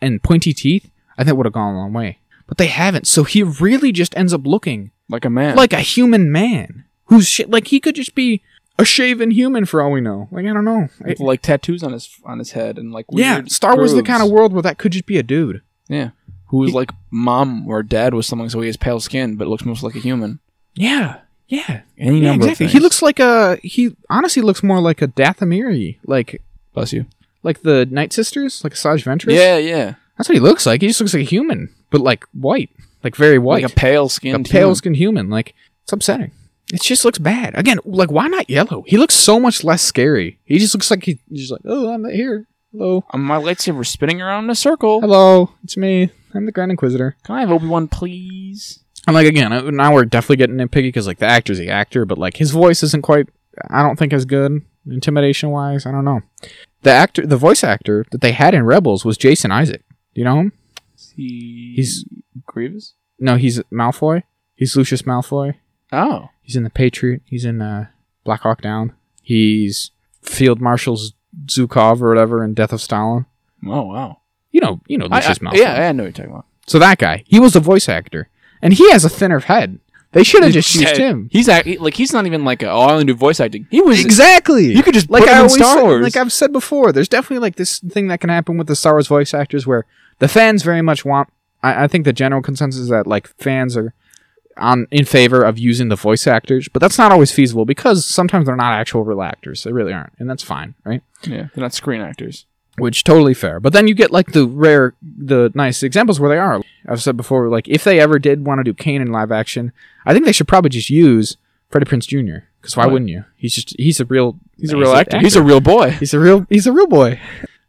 Speaker 2: and pointy teeth, I think would have gone a long way. But they haven't, so he really just ends up looking
Speaker 1: Like a man.
Speaker 2: like a human man who's sh- like he could just be a shaven human for all we know. Like I don't know. I-
Speaker 1: with, like tattoos on his on his head and like weird
Speaker 2: yeah, Star Wars is the kind of world where that could just be a dude.
Speaker 1: yeah who is
Speaker 2: He-
Speaker 1: like mom or dad was someone so he has pale skin but looks most like a human.
Speaker 2: Yeah, yeah,
Speaker 1: Any
Speaker 2: yeah
Speaker 1: number
Speaker 2: exactly.
Speaker 1: of things.
Speaker 2: He looks like a he honestly looks more like a Dathomiri, like
Speaker 1: bless you.
Speaker 2: like the Night Sisters, like Asajj Ventress.
Speaker 1: Yeah, yeah.
Speaker 2: that's what he looks like. He just looks like a human, but like white, like very white,
Speaker 1: Like a pale
Speaker 2: a
Speaker 1: skinned
Speaker 2: pale skinned human. Like it's upsetting. It just looks bad. Again, like why not yellow? He looks so much less scary. He just looks like he- he's just like, oh, I'm here. Hello.
Speaker 1: Um, my lightsaber spinning around in a
Speaker 2: Oh.
Speaker 1: circle.
Speaker 2: Hello, it's me. I'm the Grand Inquisitor.
Speaker 1: Can I have Obi Wan, please?
Speaker 2: And like again, uh, now we're definitely getting nitpicky because like the actor's the actor, but like his voice isn't quite. I don't think as good intimidation wise. I don't know. The actor, the voice actor that they had in Rebels was Jason Isaac. Do you know him?
Speaker 1: He
Speaker 2: He's-
Speaker 1: Grievous.
Speaker 2: No, he's Malfoy. He's Lucius Malfoy.
Speaker 1: Oh,
Speaker 2: He's in the Patriot. He's in uh, Black Hawk Down. He's Field Marshal Zukov or whatever in Death of Stalin.
Speaker 1: oh wow.
Speaker 2: You know, you know
Speaker 1: I,
Speaker 2: Lucius
Speaker 1: I-
Speaker 2: Malfoy.
Speaker 1: yeah, I know what you're talking about.
Speaker 2: So that guy, he was a voice actor, and he has a thinner head. They should have just used
Speaker 1: Hey,
Speaker 2: him.
Speaker 1: He's act- he- like he's not even like a, oh, I only do voice acting. He was
Speaker 2: Exactly.
Speaker 1: You could just
Speaker 2: like
Speaker 1: put
Speaker 2: I
Speaker 1: him in
Speaker 2: always
Speaker 1: Star
Speaker 2: said-
Speaker 1: Wars.
Speaker 2: like I've said before. There's definitely like this thing that can happen with the Star Wars voice actors, where the fans very much want. I, I think the general consensus is that like fans are on in favor of using the voice actors, but that's not always feasible because sometimes they're not actual real actors. They really aren't, and that's fine, right?
Speaker 1: yeah, they're not screen actors.
Speaker 2: which totally fair. But then you get like the rare, the nice examples where they are. I've said before, like if they ever did want to do Kane in live action, I think they should probably just use Freddie Prince Jr. Because why
Speaker 1: Right.
Speaker 2: wouldn't you? He's just he's a real
Speaker 1: He's a real actor. He's a real boy.
Speaker 2: he's a real he's a real boy.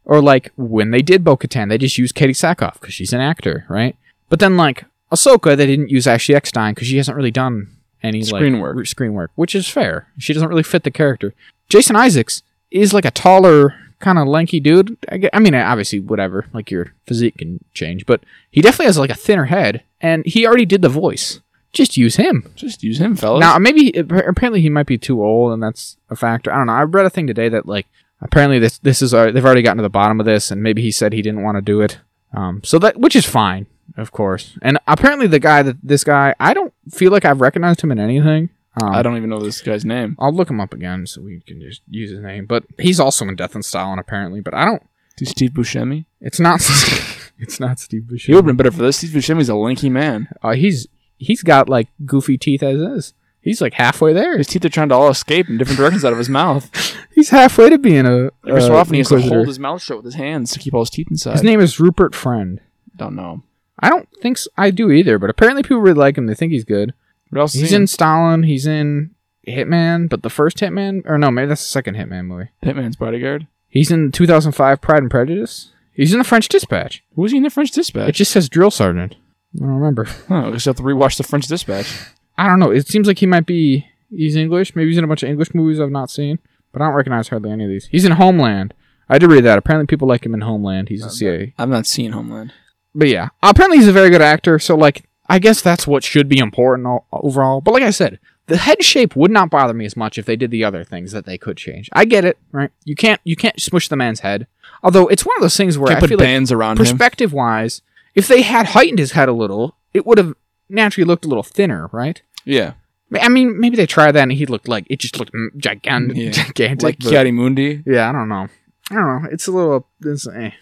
Speaker 2: Or like when they did Bo-Katan, they just used Katie Sackhoff because she's an actor, right? But then like Ahsoka, they didn't use Ashley Eckstein because she hasn't really done any like,
Speaker 1: Screen work.
Speaker 2: re- screen work, which is fair. She doesn't really fit the character. Jason Isaacs is like a taller, kind of lanky dude. I, gue- I mean, obviously, whatever. Like your physique can change, but he definitely has like a thinner head, and he already did the voice. Just use him.
Speaker 1: Just use him, fellas.
Speaker 2: Now, maybe apparently he might be too old, and that's a factor. I don't know. I read a thing today that like apparently this this is uh, they've already gotten to the bottom of this, and maybe he said he didn't want to do it. Um, so that which is fine, of course. And apparently the guy that this guy, I don't feel like I've recognized him in anything. Um,
Speaker 1: I don't even know this guy's name.
Speaker 2: I'll look him up again so we can just use his name. But he's also in Death and Stalin apparently. But I don't.
Speaker 1: Dude, Steve Buscemi.
Speaker 2: It's not. it's not Steve
Speaker 1: He would have
Speaker 2: Buscemi.
Speaker 1: been better for this. Steve Buscemi's a lanky man.
Speaker 2: Uh, he's he's got like goofy teeth as is. He's like halfway there.
Speaker 1: His teeth are trying to all escape in different directions out of his mouth.
Speaker 2: He's halfway to being a.
Speaker 1: Every so
Speaker 2: uh,
Speaker 1: often, he has to
Speaker 2: Inquisitor.
Speaker 1: hold his mouth shut with his hands to keep all his teeth inside.
Speaker 2: His name is Rupert Friend.
Speaker 1: Don't know.
Speaker 2: I don't think s I I do either, but apparently people really like him. They think he's good.
Speaker 1: What else?
Speaker 2: He's
Speaker 1: is he
Speaker 2: in Stalin. He's in Hitman, but the first Hitman, or no, maybe that's the second Hitman movie.
Speaker 1: Hitman's bodyguard.
Speaker 2: He's in 2005 Pride and Prejudice. He's in The French Dispatch.
Speaker 1: Who was he in the French
Speaker 2: It
Speaker 1: Dispatch?
Speaker 2: just says drill sergeant. I don't remember.
Speaker 1: Huh, I guess you have to rewatch the French Dispatch.
Speaker 2: I don't know. It seems like he might be. He's English. Maybe he's in a bunch of English movies I've not seen, but I don't recognize hardly any of these. He's in Homeland. I did read that. Apparently, people like him in Homeland. He's a CIA.
Speaker 1: I've not seen Homeland.
Speaker 2: But yeah, apparently he's a very good actor. So like, I guess that's what should be important o- overall. But like I said, the head shape would not bother me as much if they did the other things that they could change. I get it, right? You can't you can't smush the man's head. Although it's one of those things where
Speaker 1: Can't
Speaker 2: I
Speaker 1: put
Speaker 2: feel like
Speaker 1: bands around him.
Speaker 2: perspective wise, if they had heightened his head a little, it would have naturally looked a little thinner, right?
Speaker 1: Yeah,
Speaker 2: Ma- I mean, maybe they tried that and he looked like it just looked mm, gigan-
Speaker 1: Yeah.
Speaker 2: gigantic.
Speaker 1: like
Speaker 2: but-
Speaker 1: Kiadi Mundi.
Speaker 2: yeah, I don't know. I don't know. It's a little. It's, eh.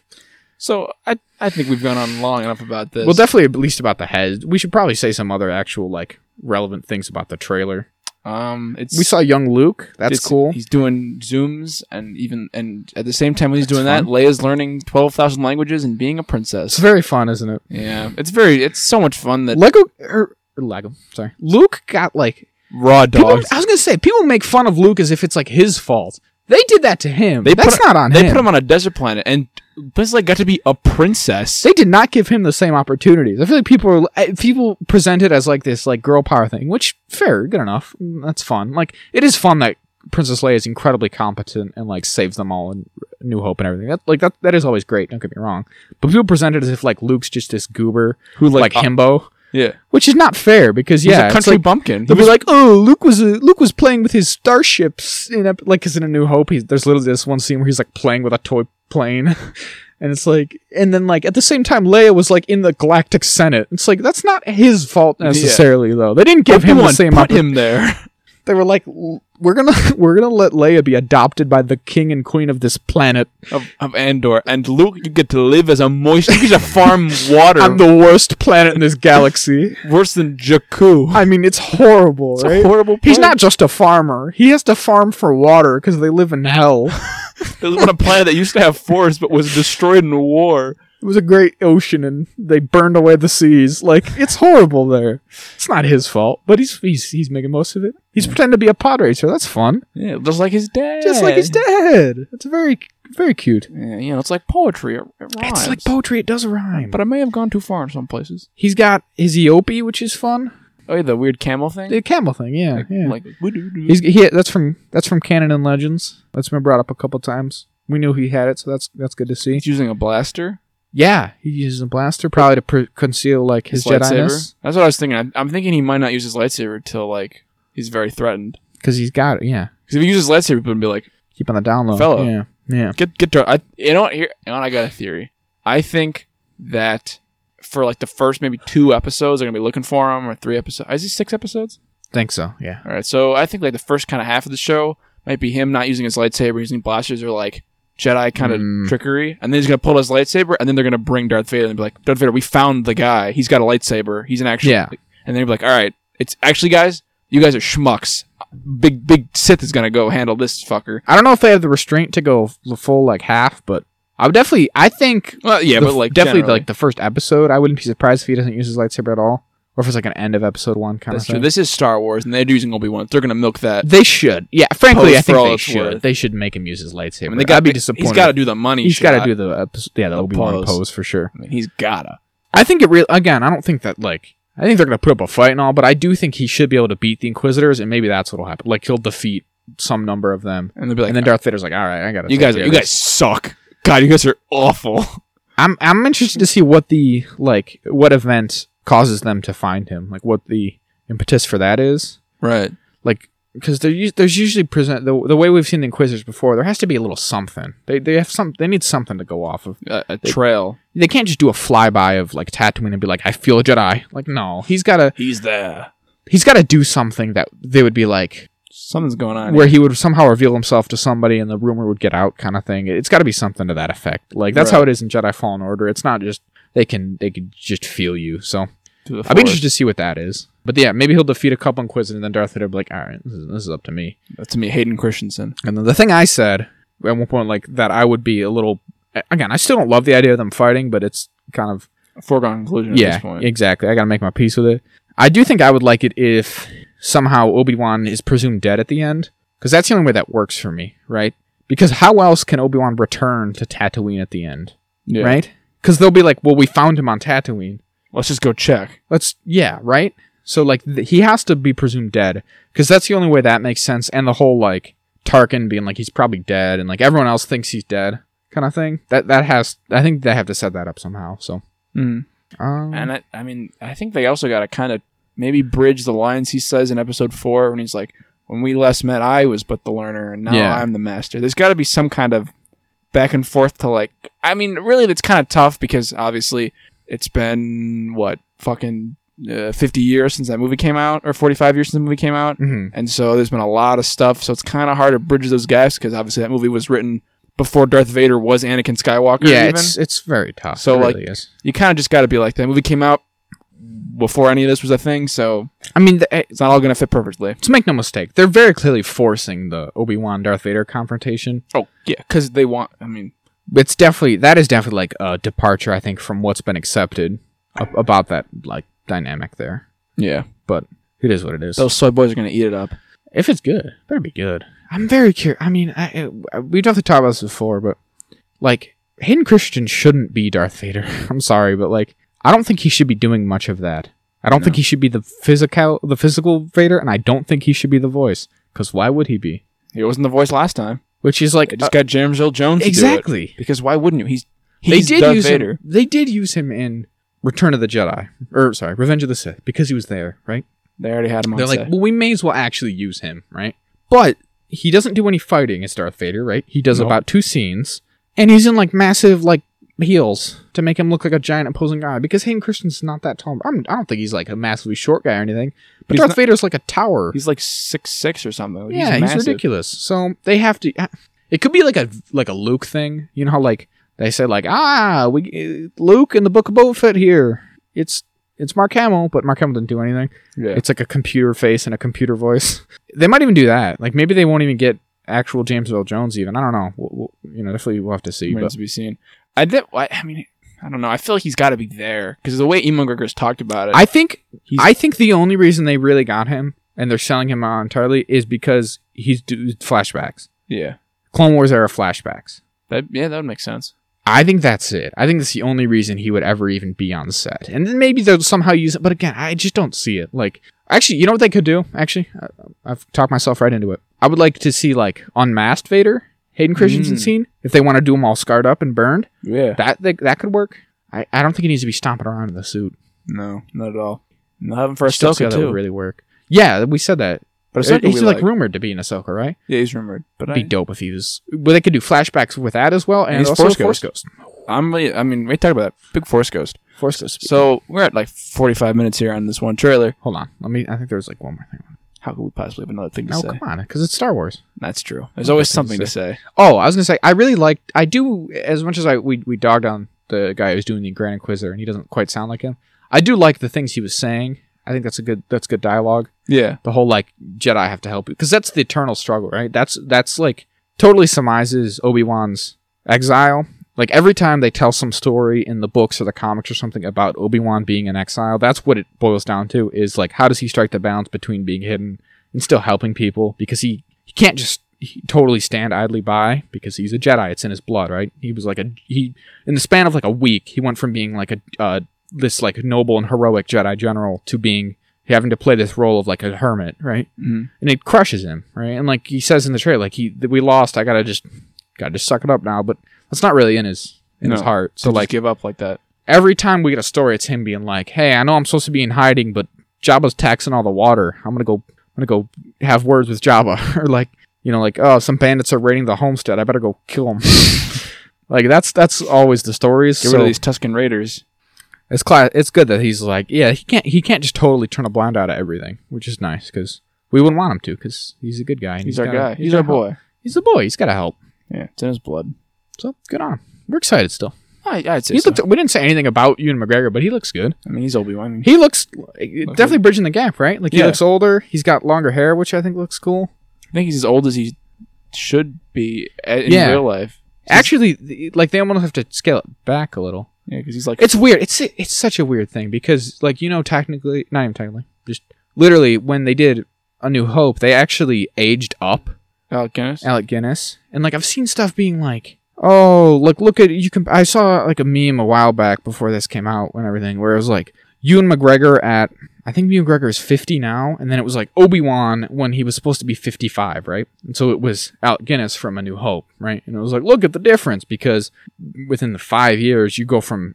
Speaker 1: So I, I think we've gone on long enough about this.
Speaker 2: Well, definitely at least about the head. We should probably say some other actual like relevant things about the trailer.
Speaker 1: um, it's
Speaker 2: We saw young Luke. That's
Speaker 1: it's-
Speaker 2: cool.
Speaker 1: He's doing zooms and even and at the same time when he's
Speaker 2: That's
Speaker 1: doing that, Leia's learning twelve thousand languages and being a
Speaker 2: It's
Speaker 1: princess.
Speaker 2: very fun, isn't it?
Speaker 1: Yeah, it's very it's so much fun that
Speaker 2: Lego or, or Lego. Sorry, Luke got like.
Speaker 1: raw
Speaker 2: People,
Speaker 1: dogs.
Speaker 2: I was gonna say people make fun of Luke as if it's like his fault. They did that to him.
Speaker 1: They put
Speaker 2: That's
Speaker 1: him-
Speaker 2: not on
Speaker 1: They
Speaker 2: him.
Speaker 1: put him on a desert planet, and Blizzard got to be a princess.
Speaker 2: they did not give him the same opportunities. I feel like people are, I- people present it as like this like girl power thing, which fair, good enough. Mm, That's fun. Like it is fun that Princess Leia is incredibly competent and like saves them all in New Hope and everything. That like that that is always great. Don't get me wrong, but people present it as if like Luke's just this goober
Speaker 1: Who
Speaker 2: like, himbo,
Speaker 1: Yeah,
Speaker 2: which is not fair because
Speaker 1: uh, he's
Speaker 2: yeah,
Speaker 1: a
Speaker 2: it's
Speaker 1: country
Speaker 2: like,
Speaker 1: bumpkin.
Speaker 2: They'll be like, "Oh, Luke was uh, Luke was playing with his starships in ep- like, cause in A New Hope, he's, there's literally this one scene where he's like playing with a toy plane, and it's like, and then like at the same time, Leia was like in the Galactic Senate. It's like that's not his fault necessarily, though. They didn't give him the
Speaker 1: Obi-Wan
Speaker 2: same.
Speaker 1: put
Speaker 2: oppor-
Speaker 1: him there.
Speaker 2: They were like, "L- we're gonna we're gonna let Leia be adopted by the king and queen of this planet.
Speaker 1: of, of Andor, and Luke, you get to live as a moist. You get to farm water
Speaker 2: I'm the worst planet in this galaxy.
Speaker 1: worse than Jakku.
Speaker 2: I mean, it's horrible,
Speaker 1: It's
Speaker 2: right?
Speaker 1: a horrible.
Speaker 2: He's not just a farmer. He has to farm for water because they live in hell.
Speaker 1: This is on a planet that used to have forests but was destroyed in war.
Speaker 2: It was a great ocean, and they burned away the seas. Like it's horrible there. It's not his fault, but he's he's he's making most of it. He's pretending to be a pod racer. That's fun,
Speaker 1: Yeah, just like his dad.
Speaker 2: just like his dad. It's very very cute.
Speaker 1: Yeah, you know, it's like poetry. It, it rhymes.
Speaker 2: It's like poetry. It does rhyme.
Speaker 1: but
Speaker 2: But
Speaker 1: I may have gone too far in some places.
Speaker 2: he's got his Eopie, which is fun.
Speaker 1: Oh, yeah, the weird camel thing.
Speaker 2: The camel thing, yeah, yeah.
Speaker 1: Like, woo-doo-doo.
Speaker 2: he's he. That's from that's from Canon and Legends. That's been brought up a couple times. We knew he had it, so that's that's good to see.
Speaker 1: he's using a blaster.
Speaker 2: Yeah, he uses a blaster probably to pre- conceal like his, Jedi Jedi
Speaker 1: lightsaber. That's what I was thinking. I'm, I'm thinking he might not use his lightsaber till like he's very threatened.
Speaker 2: because he's got it. Yeah,
Speaker 1: Because if he uses lightsaber, people would be like,
Speaker 2: keep on the down low.
Speaker 1: Fellow.
Speaker 2: Yeah, yeah.
Speaker 1: get get to. I you know what? Here, you know what, I got a theory. I think that for like the first maybe two episodes, they're gonna be looking for him, or three episodes. Is he six episodes?
Speaker 2: Think so. Yeah.
Speaker 1: All right. So I think like the first kind of half of the show might be him not using his lightsaber, using blasters or like Jedi kind of
Speaker 2: Mm.
Speaker 1: trickery, and then he's gonna pull his lightsaber, and then they're gonna bring Darth Vader and be like, Darth Vader, we found the guy. He's got a lightsaber. He's an actual.
Speaker 2: Yeah.
Speaker 1: And then he'll be like, all right, it's actually guys, you guys are schmucks. Big big Sith is gonna go handle this fucker.
Speaker 2: I don't know if they have the restraint to go f- the full like half, but I would definitely. I think.
Speaker 1: Well, yeah,
Speaker 2: the
Speaker 1: but
Speaker 2: f-
Speaker 1: like
Speaker 2: definitely
Speaker 1: generally.
Speaker 2: like the first episode. I wouldn't be surprised if he doesn't use his lightsaber at all, or if it's like an end of episode one kind
Speaker 1: That's
Speaker 2: of
Speaker 1: true.
Speaker 2: thing.
Speaker 1: This is Star Wars, and they're using Obi Wan. They're gonna milk that.
Speaker 2: they should. Yeah. Frankly,
Speaker 1: Pose
Speaker 2: I
Speaker 1: for
Speaker 2: think
Speaker 1: all
Speaker 2: they
Speaker 1: it's
Speaker 2: should.
Speaker 1: worth.
Speaker 2: They should make him use his lightsaber.
Speaker 1: I mean, they
Speaker 2: I'd
Speaker 1: got
Speaker 2: be disappointed.
Speaker 1: He's got to do the money.
Speaker 2: He's got to
Speaker 1: shot.
Speaker 2: do the episode. Yeah, the,
Speaker 1: The
Speaker 2: Obi Wan
Speaker 1: pose.
Speaker 2: pose for sure.
Speaker 1: I mean, he's gotta.
Speaker 2: I think it really again. I don't think that like I think they're gonna put up a fight and all, but I do think he should be able to beat the Inquisitors, and maybe that's what'll happen. Like he'll defeat some number of them,
Speaker 1: And they'll be like,
Speaker 2: and then Darth Vader's like, "All right, I gotta."
Speaker 1: "You
Speaker 2: take
Speaker 1: guys,
Speaker 2: care
Speaker 1: you
Speaker 2: of
Speaker 1: guys suck. God, you guys are awful."
Speaker 2: I'm I'm interested to see what the like what event causes them to find him, like what the impetus for that is,
Speaker 1: Right.
Speaker 2: like because there's usually present the, the way we've seen the Inquisitors before. There has to be a little something. They they have some they need something to go off of.
Speaker 1: A, a trail.
Speaker 2: They can't just do a flyby of like Tatooine and be like, I feel a Jedi. Like no, he's got to
Speaker 1: He's there.
Speaker 2: he's got to do something that they would be like
Speaker 1: Something's going on.
Speaker 2: where he would somehow reveal himself to somebody and the rumor would get out kind of thing it's got to be something to that effect like that's how
Speaker 1: Right.
Speaker 2: it is in jedi fallen order it's not just they can they can just feel you so
Speaker 1: to the
Speaker 2: i'd be
Speaker 1: Force.
Speaker 2: interested to see what that is but yeah maybe he'll defeat a couple inquisitors and then darth vader will be like all right this is, this is up to me
Speaker 1: to me Hayden Christensen.
Speaker 2: and then the thing I said at one point, like that, I would be a little. Again, I still don't love the idea of them fighting, but it's kind of
Speaker 1: A foregone conclusion at
Speaker 2: yeah,
Speaker 1: this point.
Speaker 2: exactly. I gotta make my peace with it. I do think I would like it if somehow Obi Wan is presumed dead at the end, because that's the only way that works for me, right? Because how else can Obi Wan return to Tatooine at the end,
Speaker 1: Yeah.
Speaker 2: right? Because they'll be like, well, we found him on Tatooine.
Speaker 1: Let's just go check.
Speaker 2: Let's yeah, right. So like th- he has to be presumed dead because that's the only way that makes sense. And the whole like Tarkin being like he's probably dead, and like everyone else thinks he's dead, kind of thing. That that has I think they have to set that up somehow. So
Speaker 1: Mm.
Speaker 2: um,
Speaker 1: And I, I mean, I think they also got to kind of maybe bridge the lines he says in episode four when he's like, "When we last met, I was but the learner, and now
Speaker 2: Yeah.
Speaker 1: I'm the master." There's got to be some kind of back and forth to like. I mean, really, that's kind of tough because obviously it's been what fucking uh, 50 years since that movie came out, or 45 years since the movie came out.
Speaker 2: mhm.
Speaker 1: And so there's been a lot of stuff. So it's kind of hard to bridge those gaps because obviously that movie was written before Darth Vader was Anakin Skywalker.
Speaker 2: yeah,
Speaker 1: even.
Speaker 2: it's it's very tough.
Speaker 1: So,
Speaker 2: So
Speaker 1: like-
Speaker 2: like, is.
Speaker 1: you kind of just got to be like that movie came out before any of this was a thing, so
Speaker 2: I mean, the, eh,
Speaker 1: it's not all gonna fit perfectly.
Speaker 2: to make no mistake, they're very clearly forcing the Obi Wan Darth Vader confrontation.
Speaker 1: Oh yeah, because they want. I mean,
Speaker 2: It's definitely that is definitely like a departure, I think, from what's been accepted a- about that like dynamic there.
Speaker 1: yeah,
Speaker 2: It is what it is.
Speaker 1: those soy boys are gonna eat it up.
Speaker 2: If it's good, it better be good. I'm very curious. I mean, I, I, we've definitely talked about this before, but like Hayden Christian shouldn't be Darth Vader. I'm sorry, but like I don't think he should be doing much of that. I don't think he should be the physical, the physical Vader, and I don't think he should be the voice. Because why would he be?
Speaker 1: He wasn't the voice last time.
Speaker 2: Which is like
Speaker 1: They just got James Earl Jones. to
Speaker 2: uh,
Speaker 1: do it.
Speaker 2: exactly.
Speaker 1: because why wouldn't you? He's
Speaker 2: They
Speaker 1: he's
Speaker 2: did
Speaker 1: Darth
Speaker 2: use
Speaker 1: Vader.
Speaker 2: him. They did use him in Return of the Jedi, or sorry, Revenge of the Sith, because he was there, right?
Speaker 1: They already had him on
Speaker 2: They're like,
Speaker 1: set.
Speaker 2: well, we may as well actually use him, right? But he doesn't do any fighting as Darth Vader, right? He does
Speaker 1: Nope.
Speaker 2: about two scenes, and he's in like massive like heels to make him look like a giant opposing guy because Hayden Christensen's not that tall. I'm, I don't think he's like a massively short guy or anything. But
Speaker 1: He's
Speaker 2: Darth
Speaker 1: not-
Speaker 2: Vader's like a tower.
Speaker 1: he's like six six or something. Like,
Speaker 2: yeah, he's,
Speaker 1: massive.
Speaker 2: ridiculous. So they have to. uh, It could be like a like a Luke thing, you know how like they said like ah we Luke in the Book of Boba Fett here. It's it's Mark Hamill, but Mark Hamill didn't do anything.
Speaker 1: Yeah,
Speaker 2: It's like a computer face and a computer voice. They might even do that. Like maybe they won't even get actual James Earl Jones. Even I don't know. We'll, we'll- you know, definitely we'll have to see.
Speaker 1: remains
Speaker 2: But
Speaker 1: to be seen. I did. I, I mean, I don't know. I feel like he's got to be there because the way Ewan McGregor's talked about it.
Speaker 2: I think
Speaker 1: He's-
Speaker 2: I think the only reason they really got him and they're selling him out entirely is because he's do flashbacks,
Speaker 1: yeah,
Speaker 2: Clone Wars era flashbacks.
Speaker 1: that yeah, that would make sense.
Speaker 2: I think that's it. I think that's the only reason he would ever even be on set. And then maybe they'll somehow use it. But again, I just don't see it. Like, actually, you know what they could do? Actually, I, I've talked myself right into it. I would like to see, like, Unmasked Vader, Hayden Christensen
Speaker 1: Mm.
Speaker 2: scene, if they want to do him all scarred up and burned.
Speaker 1: Yeah,
Speaker 2: That they, that could work. I, I don't think he needs to be stomping around in the suit.
Speaker 1: No, not at all. Not having for
Speaker 2: Still
Speaker 1: Ahsoka
Speaker 2: see how that
Speaker 1: too.
Speaker 2: would really work. Yeah, we said that.
Speaker 1: but
Speaker 2: He's,
Speaker 1: Ahsoka we
Speaker 2: like,
Speaker 1: like.
Speaker 2: rumored to be in Ahsoka, right?
Speaker 1: yeah, he's rumored. But
Speaker 2: It'd be
Speaker 1: I,
Speaker 2: dope if he was. Well, they could do flashbacks with that as well, and,
Speaker 1: he's
Speaker 2: also
Speaker 1: Force
Speaker 2: Force Ghost. Ghost.
Speaker 1: I'm really. I mean, we talked about that big Force Ghost.
Speaker 2: Force Ghost.
Speaker 1: So we're at like 45 minutes here on this one trailer.
Speaker 2: Hold on. Let me. I think there's like one more thing.
Speaker 1: How could we possibly have another thing to
Speaker 2: No,
Speaker 1: say?
Speaker 2: Oh, come on, because it's Star Wars.
Speaker 1: That's true. There's always
Speaker 2: Nothing to
Speaker 1: something to say.
Speaker 2: Oh, I was gonna say, I really like. I do as much as I we we dogged on the guy who's doing the Grand Inquisitor, and he doesn't quite sound like him. I do like the things he was saying. I think that's a good that's good dialogue.
Speaker 1: Yeah,
Speaker 2: The whole like Jedi have to help you because that's the eternal struggle, right? That's that's like totally surmises Obi Wan's exile. Like every time they tell some story in the books or the comics or something about Obi Wan being in exile, that's what it boils down to. Is like how does he strike the balance between being hidden and still helping people because he, he can't just he totally stand idly by because he's a Jedi. It's in his blood, right? He was like a he in the span of like a week, he went from being like a uh, this like noble and heroic Jedi general to being having to play this role of like a hermit, right?
Speaker 1: Mhm.
Speaker 2: And it crushes him, right? And like he says in the trailer, like he that we lost. I gotta just gotta just suck it up now. But that's not really in his in his
Speaker 1: No.
Speaker 2: heart. So
Speaker 1: to like
Speaker 2: like
Speaker 1: give up like that.
Speaker 2: every time we get a story, it's him being like, "Hey, I know I'm supposed to be in hiding, but Jabba's taxing all the water. I'm gonna go. I'm gonna go have words with Jabba, or like, you know, like, oh, some bandits are raiding the homestead. I better go kill them. like that's that's always the stories.
Speaker 1: Get
Speaker 2: so
Speaker 1: rid of these Tuscan Raiders.
Speaker 2: It's cla- It's good that he's like, yeah, he can't. He can't just totally turn a blind eye to everything, which is nice because we wouldn't want him to because he's a good guy. and
Speaker 1: He's, our
Speaker 2: gotta-
Speaker 1: guy. He's, our
Speaker 2: gotta help.
Speaker 1: boy.
Speaker 2: He's the boy. He's got to help.
Speaker 1: Yeah, it's in his blood.
Speaker 2: So good on. him. We're excited still.
Speaker 1: I, I'd say
Speaker 2: He
Speaker 1: so.
Speaker 2: looked, we didn't say anything about Ewan McGregor, but he looks good.
Speaker 1: I mean, he's Obi Wan.
Speaker 2: He looks definitely bridging the gap, right? Like he
Speaker 1: Yeah.
Speaker 2: looks older. He's got longer hair, which I think looks cool.
Speaker 1: I think he's as old as he should be a- in
Speaker 2: Yeah.
Speaker 1: real life. He's-
Speaker 2: Actually, th- like they almost have to scale it back a little.
Speaker 1: Yeah, because he's like
Speaker 2: It's weird. It's it's such a weird thing because like you know technically not even technically just literally when they did A New Hope they actually aged up
Speaker 1: Alec Guinness.
Speaker 2: Alec Guinness and like I've seen stuff being like oh like look at you can I saw like a meme a while back before this came out and everything where it was like Ewan McGregor at I think Ewan McGregor is 50 now and then it was like Obi Wan when he was supposed to be 55 right and so it was Alec Guinness from A New Hope right and it was like look at the difference because within the five years you go from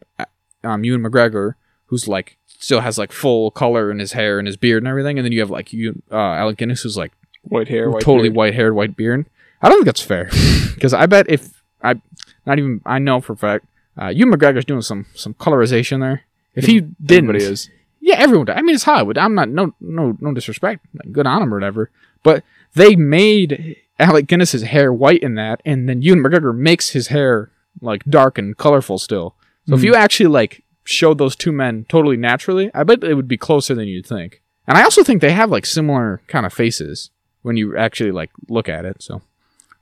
Speaker 2: um, Ewan McGregor, who's like still has like full color in his hair and his beard and everything, and then you have like you uh, Alec Guinness, who's like
Speaker 1: White hair, white
Speaker 2: totally
Speaker 1: beard.
Speaker 2: white haired, white beard. I don't think that's fair because I bet if I not even I know for a fact uh, Ewan McGregor's doing some some colorization there. If he didn't,
Speaker 1: Everybody is.
Speaker 2: yeah, everyone. Did. I mean, it's Hollywood. I'm not no no no disrespect. Like, good on him or whatever. But they made Alec Guinness's hair white in that, and then Ewan McGregor makes his hair like dark and colorful still. So if
Speaker 1: Mhm.
Speaker 2: you actually like showed those two men totally naturally, I bet it would be closer than you'd think. And I also think they have like similar kind of faces when you actually like look at it. So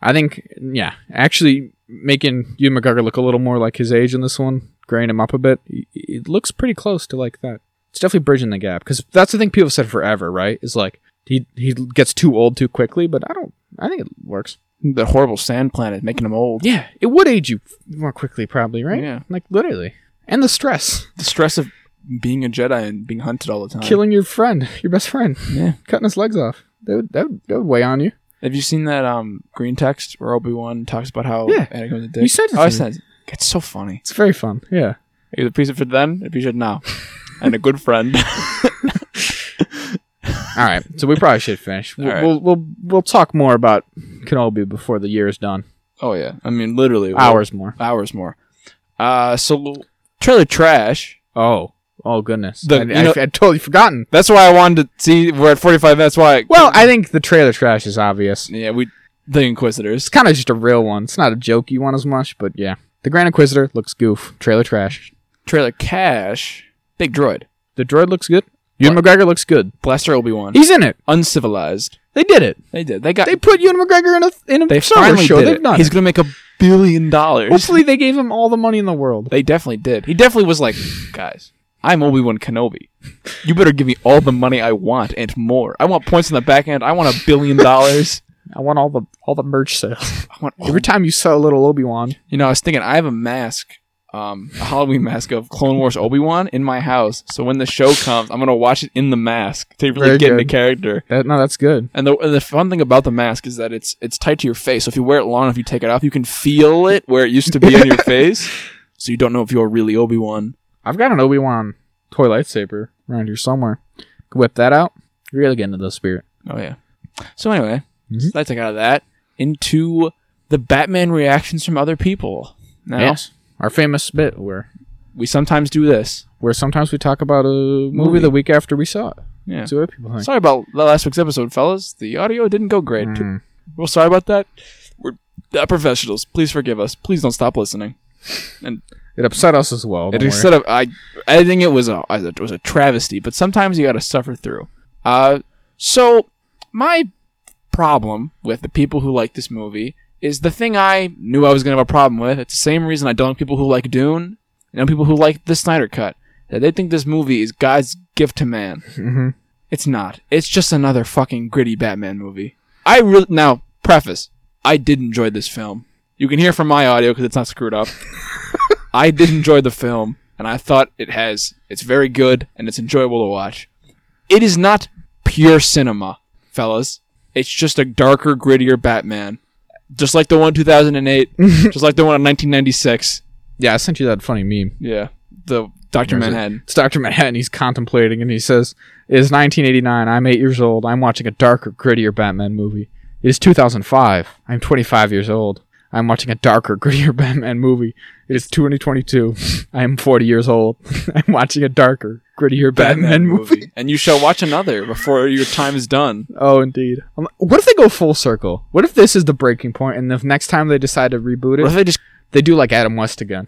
Speaker 2: I think yeah, actually making Ewan McGregor look a little more like his age in this one, graying him up a bit, it- it looks pretty close to like that it's definitely bridging the gap because that's the thing people have said forever, right? Is like he he gets too old too quickly, but I don't. I think it works.
Speaker 1: The horrible sand planet making him old.
Speaker 2: Yeah, it would age you more quickly, probably, right?
Speaker 1: Yeah.
Speaker 2: like literally, and the stress,
Speaker 1: The stress of being a Jedi and being hunted all the time.
Speaker 2: killing your friend, your best friend,
Speaker 1: Yeah.
Speaker 2: cutting his legs off. That would, that would, that would weigh on you.
Speaker 1: Have you seen that um green text where Obi Wan talks about how
Speaker 2: Yeah.
Speaker 1: Anakin's a dick?
Speaker 2: You sent it
Speaker 1: oh,
Speaker 2: to
Speaker 1: I
Speaker 2: me.
Speaker 1: sent. it. It's so funny.
Speaker 2: It's very fun. Yeah,
Speaker 1: Are you the piece of it then? If you should now, and a good friend.
Speaker 2: All right, so we probably should finish. We'll,
Speaker 1: All right.
Speaker 2: we'll we'll we'll talk more about Kenobi before the year is done.
Speaker 1: oh yeah, I mean literally
Speaker 2: Hours more.
Speaker 1: hours more. Uh, so trailer trash.
Speaker 2: Oh, oh goodness.
Speaker 1: The-
Speaker 2: I,
Speaker 1: you
Speaker 2: I-
Speaker 1: know-
Speaker 2: I'd totally forgotten.
Speaker 1: That's why I wanted to see. We're at forty five. That's why.
Speaker 2: Well, I think the trailer trash is obvious.
Speaker 1: yeah, we the Inquisitors.
Speaker 2: It's kind of just a real one. It's not a jokey one as much, but yeah. The Grand Inquisitor looks goof. Trailer trash.
Speaker 1: Trailer cash. Big droid.
Speaker 2: The droid looks good. Ewan McGregor looks good.
Speaker 1: Blaster Obi Wan.
Speaker 2: He's in it.
Speaker 1: Uncivilized.
Speaker 2: They did it.
Speaker 1: They did. They got.
Speaker 2: They put Ewan McGregor in a in a
Speaker 1: They
Speaker 2: Star Wars
Speaker 1: finally
Speaker 2: show.
Speaker 1: did
Speaker 2: They've
Speaker 1: it.
Speaker 2: done
Speaker 1: He's
Speaker 2: it.
Speaker 1: gonna make a billion dollars.
Speaker 2: Hopefully, they gave him all the money in the world.
Speaker 1: They definitely did. He definitely was like, guys, I'm Obi Wan Kenobi. You better give me all the money I want and more. I want points in the back end. I want a billion dollars.
Speaker 2: I want all the all the merch sales.
Speaker 1: I want.
Speaker 2: Every time you sell a little Obi Wan,
Speaker 1: You know, I was thinking I have a mask, um, a Halloween mask of Clone Wars Obi Wan in my house. So when the show comes, I'm gonna watch it in the mask to really
Speaker 2: Very
Speaker 1: get into
Speaker 2: good.
Speaker 1: character.
Speaker 2: that, no, that's good.
Speaker 1: And the, and the fun thing about the mask is that it's it's tight to your face. So if you wear it long, if you take it off, you can feel it where it used to be on your face. So you don't know if you're really Obi Wan.
Speaker 2: I've got an Obi Wan toy lightsaber around here somewhere. Whip that out. Really get into the spirit.
Speaker 1: Oh yeah. So anyway,
Speaker 2: Mhm.
Speaker 1: so that's like out of that into the Batman reactions from other people. Now
Speaker 2: Yes. Our famous bit where
Speaker 1: we sometimes do this.
Speaker 2: where sometimes we talk about a movie,
Speaker 1: Movie.
Speaker 2: the week after we saw it.
Speaker 1: Yeah.
Speaker 2: See what people think.
Speaker 1: Sorry about the last week's episode, fellas. The audio didn't go great.
Speaker 2: Mm.
Speaker 1: Well, sorry about that. We're not professionals. Please forgive us. Please don't stop listening.
Speaker 2: It upset us as well.
Speaker 1: It
Speaker 2: don't
Speaker 1: instead of I editing it was a it was a travesty, but sometimes you got to suffer through. Uh, so my problem with the people who like this movie is the thing I knew I was gonna have a problem with. It's the same reason I don't like people who like Dune and people who like the Snyder Cut. That they think this movie is God's gift to man.
Speaker 2: worry. Mhm.
Speaker 1: It's not. It's just another fucking gritty Batman movie. I really now preface. I did enjoy this film. You can hear from my audio because it's not screwed up. I did enjoy the film, and I thought it has. It's very good and it's enjoyable to watch. It is not pure cinema, fellas. It's just a darker, grittier Batman, just like the one in 2008, just like the one in 1996.
Speaker 2: Yeah, I sent you that funny meme.
Speaker 1: Yeah, the Doctor
Speaker 2: There's a-
Speaker 1: Manhattan.
Speaker 2: It's Dr. Manhattan. He's contemplating and he says, It is 1989. I'm eight years old. I'm watching a darker, grittier Batman movie. It is 2005. I'm 25 years old. I I'm watching a darker, grittier Batman movie. It is 2022. I am 40 years old. I'm watching a darker, grittier Batman, movie.
Speaker 1: and you shall watch another before your time is done.
Speaker 2: Oh, indeed. I'm like, What if they go full circle? What if this is the breaking point, and the next time they decide to reboot
Speaker 1: What if
Speaker 2: it,
Speaker 1: they just
Speaker 2: they do like Adam West again?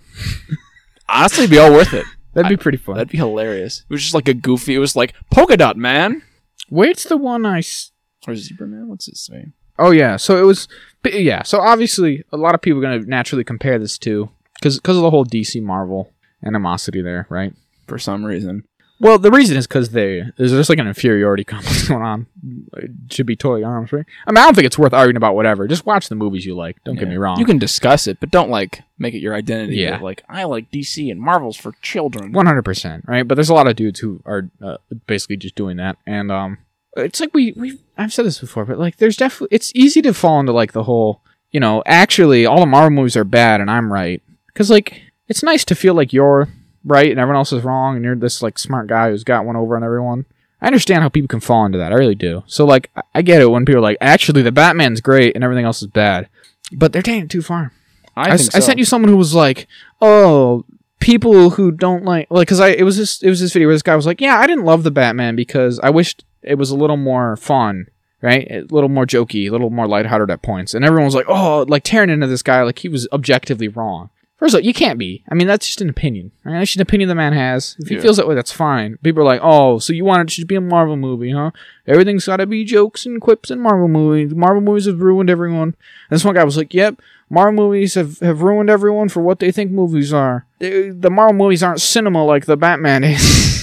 Speaker 1: honestly it'd be all worth it?
Speaker 2: That'd be pretty fun.
Speaker 1: That'd be hilarious. It was just like a goofy. It was like polka dot man
Speaker 2: Where's the one I? S-
Speaker 1: or zebra man. What's his name?
Speaker 2: oh yeah. So it was. but Yeah. So obviously, a lot of people are gonna naturally compare this to because because of the whole DC Marvel animosity there, right?
Speaker 1: For some reason,
Speaker 2: Well, the reason is because they there's just like an inferiority complex going on. It should be totally honest, right? I mean, I don't think it's worth arguing about whatever. Just watch the movies you like. Don't get
Speaker 1: Yeah.
Speaker 2: me wrong.
Speaker 1: You can discuss it, but don't like make it your identity.
Speaker 2: Yeah.
Speaker 1: of, like I like DC and Marvels for children.
Speaker 2: One hundred percent, right? But there's a lot of dudes who are uh, basically just doing that, and um, it's like we we I've said this before, but like there's definitely it's easy to fall into like the whole you know actually all the Marvel movies are bad and I'm right because like it's nice to feel like you're right and everyone else is wrong and you're this like smart guy who's got one over on everyone. I understand how people can fall into that. I really do. So like I- I get it when people are like actually the Batman's great and everything else is bad, but they're taking it too far. I,
Speaker 1: think
Speaker 2: s- I
Speaker 1: so.
Speaker 2: sent you someone who was like, oh, people who don't like like because I it was this it was this video where this guy was like, yeah, I didn't love the Batman because I wished it was a little more fun, right? A little more jokey, a little more lighthearted at points, and everyone was like, oh, like tearing into this guy like he was objectively wrong. First of all, you can't be. I mean, that's just an opinion. Right? That's just an opinion the man has. If he
Speaker 1: Yeah.
Speaker 2: feels that way, that's fine. People are like, oh, so you want it to just be a Marvel movie, huh? Everything's got to be jokes and quips and Marvel movies. Marvel movies have ruined everyone. And this one guy was like, yep, Marvel movies have, have ruined everyone for what they think movies are. They, the Marvel movies aren't cinema like the Batman is.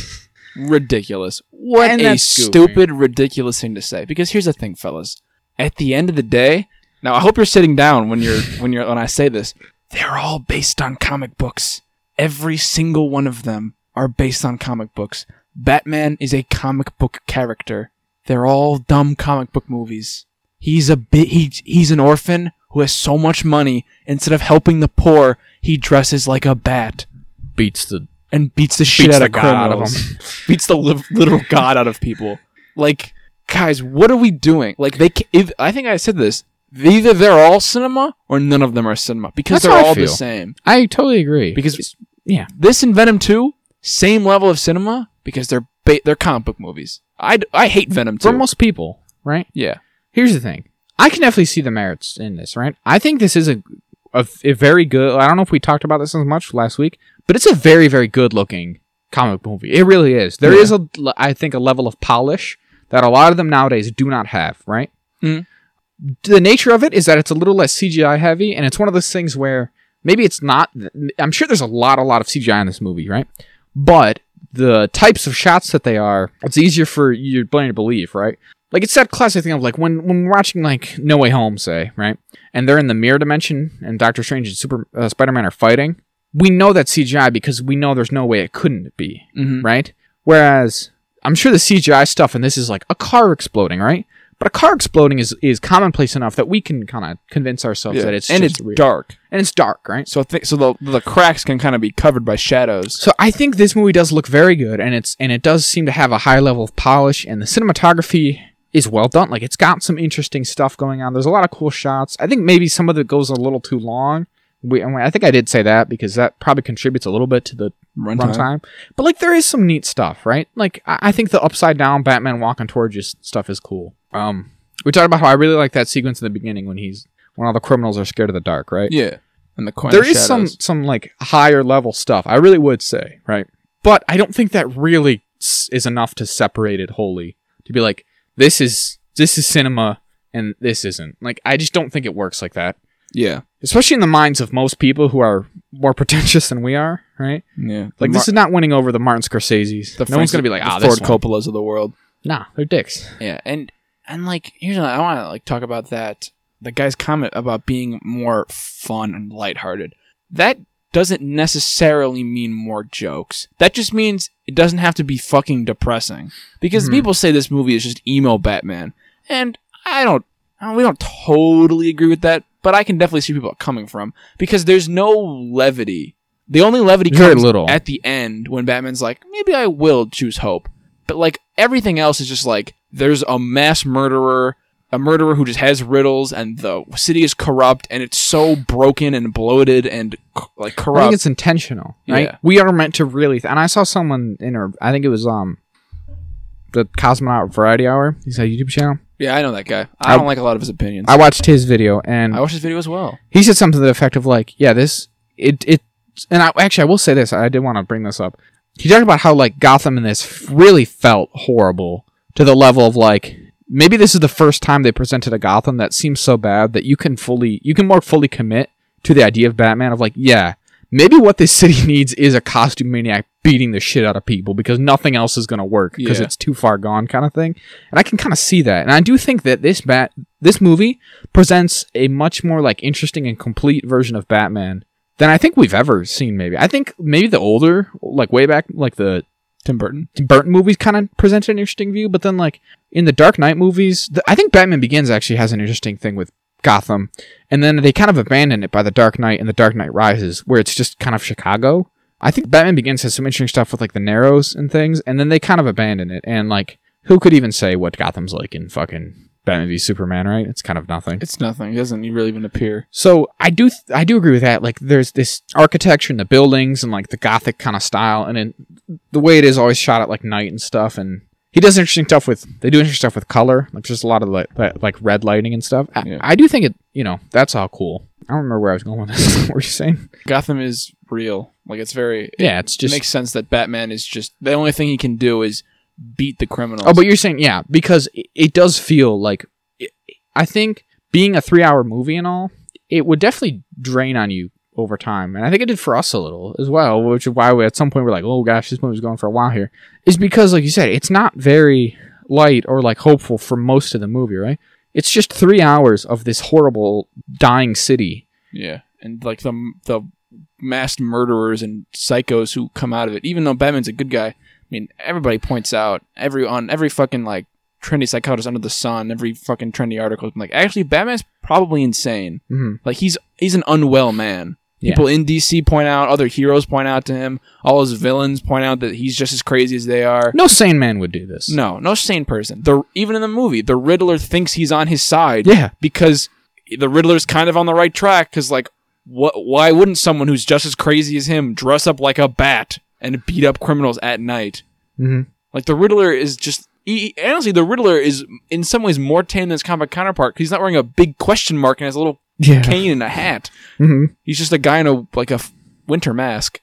Speaker 1: ridiculous. What
Speaker 2: And
Speaker 1: a
Speaker 2: that's goofy.
Speaker 1: stupid, ridiculous thing to say. Because here's the thing, fellas. At the end of the day, now I hope you're sitting down when you're when you're when I say this. They're all based on comic books. Every single one of them are based on comic books. Batman is a comic book character. They're all dumb comic book movies. He's a bit he, he's an orphan who has so much money instead of helping the poor, he dresses like a bat
Speaker 2: Beats the
Speaker 1: and beats the shit
Speaker 2: beats
Speaker 1: out,
Speaker 2: the
Speaker 1: of
Speaker 2: god out of
Speaker 1: criminals
Speaker 2: them.
Speaker 1: beats the li- literal god out of people. Like, guys, what are we doing? Like, they. ca- If, I think I said this. Either they're all cinema or none of them are cinema because
Speaker 2: That's
Speaker 1: they're
Speaker 2: how I
Speaker 1: all the
Speaker 2: feel.
Speaker 1: same.
Speaker 2: I totally agree.
Speaker 1: Because
Speaker 2: yeah.
Speaker 1: this and Venom Two, same level of cinema because they're ba- they're comic book movies. I, d- I hate Venom Two.
Speaker 2: for most people, right?
Speaker 1: yeah,
Speaker 2: here's the thing i can definitely see the merits in this right i think this is a, a, a very good i don't know if we talked about this as much last week but it's a very very good looking comic book movie it really is There
Speaker 1: Yeah.
Speaker 2: is a l I think a level of polish that a lot of them nowadays do not have right
Speaker 1: Mm.
Speaker 2: the nature of it is that it's a little less cgi heavy and it's one of those things where maybe it's not i'm sure there's a lot a lot of cgi in this movie right but the types of shots that they are, it's easier for your brain to believe, right? Like it's that classic thing of like when when we're watching like No Way Home, say, right, and they're in the mirror dimension, and Doctor Strange and Super uh, Spider Man are fighting. We know that's CGI because we know there's no way it couldn't be,
Speaker 1: Mhm.
Speaker 2: right? Whereas I'm sure the CGI stuff and this is like a car exploding, right? But a car exploding is is commonplace enough that we can kind of convince ourselves
Speaker 1: yeah.
Speaker 2: that it's
Speaker 1: and
Speaker 2: just
Speaker 1: it's
Speaker 2: real.
Speaker 1: dark,
Speaker 2: and it's dark, right?
Speaker 1: so th- so the the cracks can kind of be covered by shadows.
Speaker 2: So I think this movie does look very good, and it's and it does seem to have a high level of polish, and the cinematography is well done. Like it's got some interesting stuff going on. There's a lot of cool shots. I think maybe some of it goes a little too long. We, I mean, I think I did say that because that probably contributes a little bit to the
Speaker 1: Runtime.
Speaker 2: runtime. But like there is some neat stuff, right? Like I, I think the upside down Batman walking towards you s- stuff is cool. Um, we talked about how I really like that sequence in the beginning when he's when all the criminals are scared of the dark, right?
Speaker 1: Yeah, and the corner
Speaker 2: there is some
Speaker 1: shadows.
Speaker 2: some like higher level stuff i really would say right but i don't think that really s- is enough to separate it wholly to be like this is this is cinema and this isn't like i just don't think it works like that
Speaker 1: yeah
Speaker 2: especially in the minds of most people who are more pretentious than we are right
Speaker 1: yeah
Speaker 2: like this is not winning over the martin scorsese's
Speaker 1: the
Speaker 2: no one's
Speaker 1: Francis-
Speaker 2: gonna be like
Speaker 1: the
Speaker 2: ah this
Speaker 1: Ford
Speaker 2: one.
Speaker 1: Coppola's of the world.
Speaker 2: nah they're dicks
Speaker 1: Yeah, and and like here's another, I want to like talk about that the guy's comment about being more fun and lighthearted. That doesn't necessarily mean more jokes. That just means it doesn't have to be fucking depressing. Because
Speaker 2: Mhm.
Speaker 1: people say this movie is just emo Batman, and I don't. I don't- We don't totally agree with that, but I can definitely see people coming from because there's no levity. The only levity
Speaker 2: Very
Speaker 1: comes
Speaker 2: little.
Speaker 1: at the end when Batman's like, maybe I will choose hope. But like everything else is just like there's a mass murderer, a a murderer who just has riddles, and the city is corrupt, and it's so broken and bloated and c- like
Speaker 2: I think
Speaker 1: corrupt.
Speaker 2: it's intentional, right?
Speaker 1: Yeah.
Speaker 2: We are meant to really. Th- and I saw someone in her. I think it was um, the Cosmonaut Variety Hour. He's a YouTube channel.
Speaker 1: yeah, I know that guy. I,
Speaker 2: I-
Speaker 1: don't like a lot of his opinions.
Speaker 2: I watched his video, and
Speaker 1: I watched his video as well.
Speaker 2: he said something to the effect of like, "Yeah, this it it." And I actually, I will say this. I did want to bring this up. He talked about how like Gotham in this f- really felt horrible to the level of like maybe this is the first time they presented a Gotham that seems so bad that you can fully you can more fully commit to the idea of Batman of like yeah maybe what this city needs is a costume maniac beating the shit out of people because nothing else is going to work because
Speaker 1: Yeah.
Speaker 2: it's too far gone kind of thing and I can kind of see that and I do think that this bat this movie presents a much more like interesting and complete version of Batman than I think we've ever seen. Maybe I think maybe the older, like way back, like the
Speaker 1: Tim Burton.
Speaker 2: Burton movies, kind of presented an interesting view. But then like in the Dark Knight movies, the, I think Batman Begins actually has an interesting thing with Gotham, and then they kind of abandon it by the Dark Knight and the Dark Knight Rises, where it's just kind of Chicago. I think Batman Begins has some interesting stuff with like the Narrows and things, and then they kind of abandon it. And like, who could even say what Gotham's like in fucking Batman v Superman? Right? It's kind of nothing.
Speaker 1: It's nothing. He doesn't really even appear.
Speaker 2: So I do th- I do agree with that. Like there's this architecture and the buildings and like the gothic kind of style and then the way it is always shot at like night and stuff and he does interesting stuff with they do interesting stuff with color like just a lot of like that, like red lighting and stuff. I,
Speaker 1: Yeah.
Speaker 2: I do think it you know that's all cool. I don't remember where I was going with this. what were you saying?
Speaker 1: Gotham is real. Like it's very. It
Speaker 2: Yeah, it's just
Speaker 1: makes sense that Batman is just the only thing he can do is beat the criminals.
Speaker 2: Oh, but you're saying yeah because it, it does feel like it, I think being a three hour movie and all it would definitely drain on you over time, and I think it did for us a little as well, which is why we at some point we're like, oh gosh, this movie's going for a while here. Is because like you said, it's not very light or like hopeful for most of the movie, right? It's just three hours of this horrible dying city
Speaker 1: Yeah, and like the the masked murderers and psychos who come out of it. Even though Batman's a good guy, I mean, everybody points out every on every fucking like trendy psychiatrist under the sun, every fucking trendy article. I'm like, actually, Batman's probably insane.
Speaker 2: Mhm.
Speaker 1: Like he's he's an unwell man.
Speaker 2: Yeah.
Speaker 1: People in DC point out, other heroes point out to him, all his villains point out that he's just as crazy as they are.
Speaker 2: No sane man would do this.
Speaker 1: No, no sane person. The even in the movie, the Riddler thinks he's on his side
Speaker 2: Yeah.
Speaker 1: because the Riddler's kind of on the right track. Because like, what? Why wouldn't someone who's just as crazy as him dress up like a bat and beat up criminals at night?
Speaker 2: hmm
Speaker 1: Like the Riddler is just. He, he- honestly, the Riddler is in some ways more tame than his comic counterpart because he's not wearing a big question mark and has a little
Speaker 2: Yeah.
Speaker 1: cane and a hat.
Speaker 2: hmm
Speaker 1: He's just a guy in a like a f- winter mask.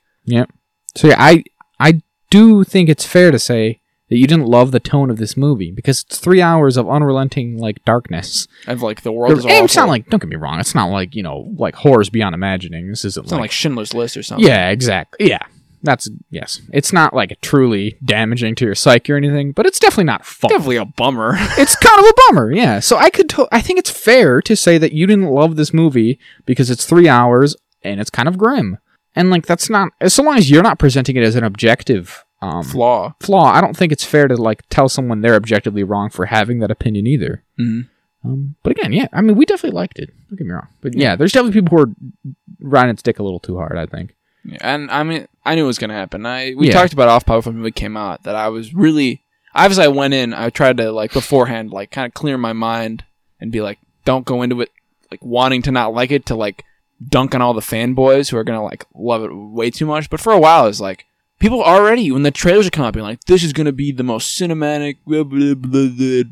Speaker 2: So yeah, I I do think it's fair to say that you didn't love the tone of this movie because it's three hours of unrelenting like darkness.
Speaker 1: And like the world is
Speaker 2: And it's not
Speaker 1: awful.
Speaker 2: like don't get me wrong, it's not like you know like horrors beyond imagining. This isn't
Speaker 1: it's not
Speaker 2: like,
Speaker 1: like Schindler's List or something.
Speaker 2: yeah, exactly, yeah. That's yes. It's not like truly damaging to your psyche or anything, but it's definitely not fun.
Speaker 1: definitely a bummer.
Speaker 2: it's kind of a bummer, yeah. So I could, to- I think it's fair to say that you didn't love this movie because it's three hours and it's kind of grim, and like that's not so long as you're not presenting it as an objective um,
Speaker 1: Flaw.
Speaker 2: flaw. I don't think it's fair to like tell someone they're objectively wrong for having that opinion either.
Speaker 1: Mm-hmm.
Speaker 2: Um, but again, yeah, I mean, we definitely liked it. Don't get me wrong, but yeah, there's definitely people who are riding its dick a little too hard. I think.
Speaker 1: Yeah, and I mean, I knew it was gonna happen. I we
Speaker 2: Yeah.
Speaker 1: talked about off pop when we came out that I was really obviously I went in. I tried to like beforehand, like kind of clear my mind and be like, don't go into it like wanting to not like it to like dunk on all the fanboys who are gonna like love it way too much. But for a while, it's like people already when the trailers are coming out, being like, this is gonna be the most cinematic blah, blah, blah, blah,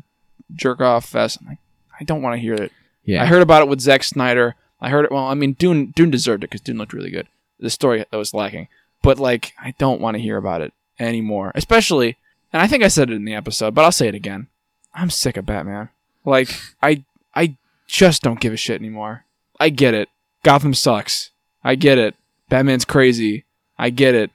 Speaker 1: jerk off fest. I'm like, I don't want to hear it.
Speaker 2: Yeah,
Speaker 1: I heard about it with Zack Snyder. I heard it. Well, I mean, Dune Dune deserved it because Dune looked really good. The story that was lacking, but like, I don't want to hear about it anymore. Especially, and I think I said it in the episode, but I'll say it again. I'm sick of Batman. Like, I I just don't give a shit anymore. I get it. Gotham sucks. I get it. Batman's crazy. I get it.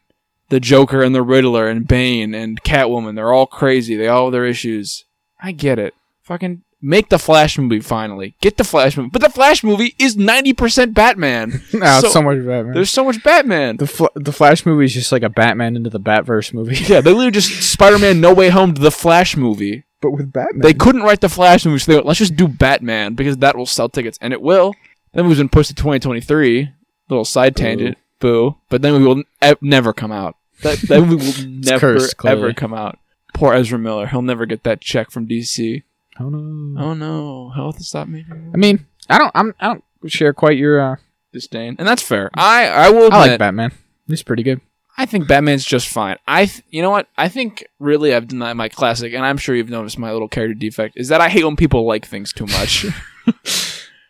Speaker 1: The Joker and the Riddler and Bane and Catwoman—they're all crazy. They all have their issues. I get it. Fucking make the Flash movie finally. Get the Flash movie. But the Flash movie is 90% Batman.
Speaker 2: no,
Speaker 1: so-
Speaker 2: it's so much Batman.
Speaker 1: There's so much Batman.
Speaker 2: the fl- the Flash movie is just like a Batman into the Batverse movie,
Speaker 1: Yeah, they literally just Spider Man No Way Home to the Flash movie.
Speaker 2: but with Batman.
Speaker 1: They couldn't write the Flash movie, so they went, let's just do Batman because that will sell tickets. And it will. That movie's been pushed to 2023. Little side tangent. Boo. But then we will e- never come out. That, that movie will never,
Speaker 2: cursed, clearly.
Speaker 1: ever come out. Poor Ezra Miller. He'll never get that check from DC.
Speaker 2: Oh no.
Speaker 1: Oh no, health has stopped me. from
Speaker 2: I mean, I don't. I'm. I don't share quite your. Uh,
Speaker 1: Disdain, and that's fair. I I will.
Speaker 2: I like
Speaker 1: admit-
Speaker 2: Batman. He's pretty good.
Speaker 1: I think Batman's just fine. I th- you know what? I think really I've denied my classic, and I'm sure you've noticed my little character defect is that I hate when people like things too much.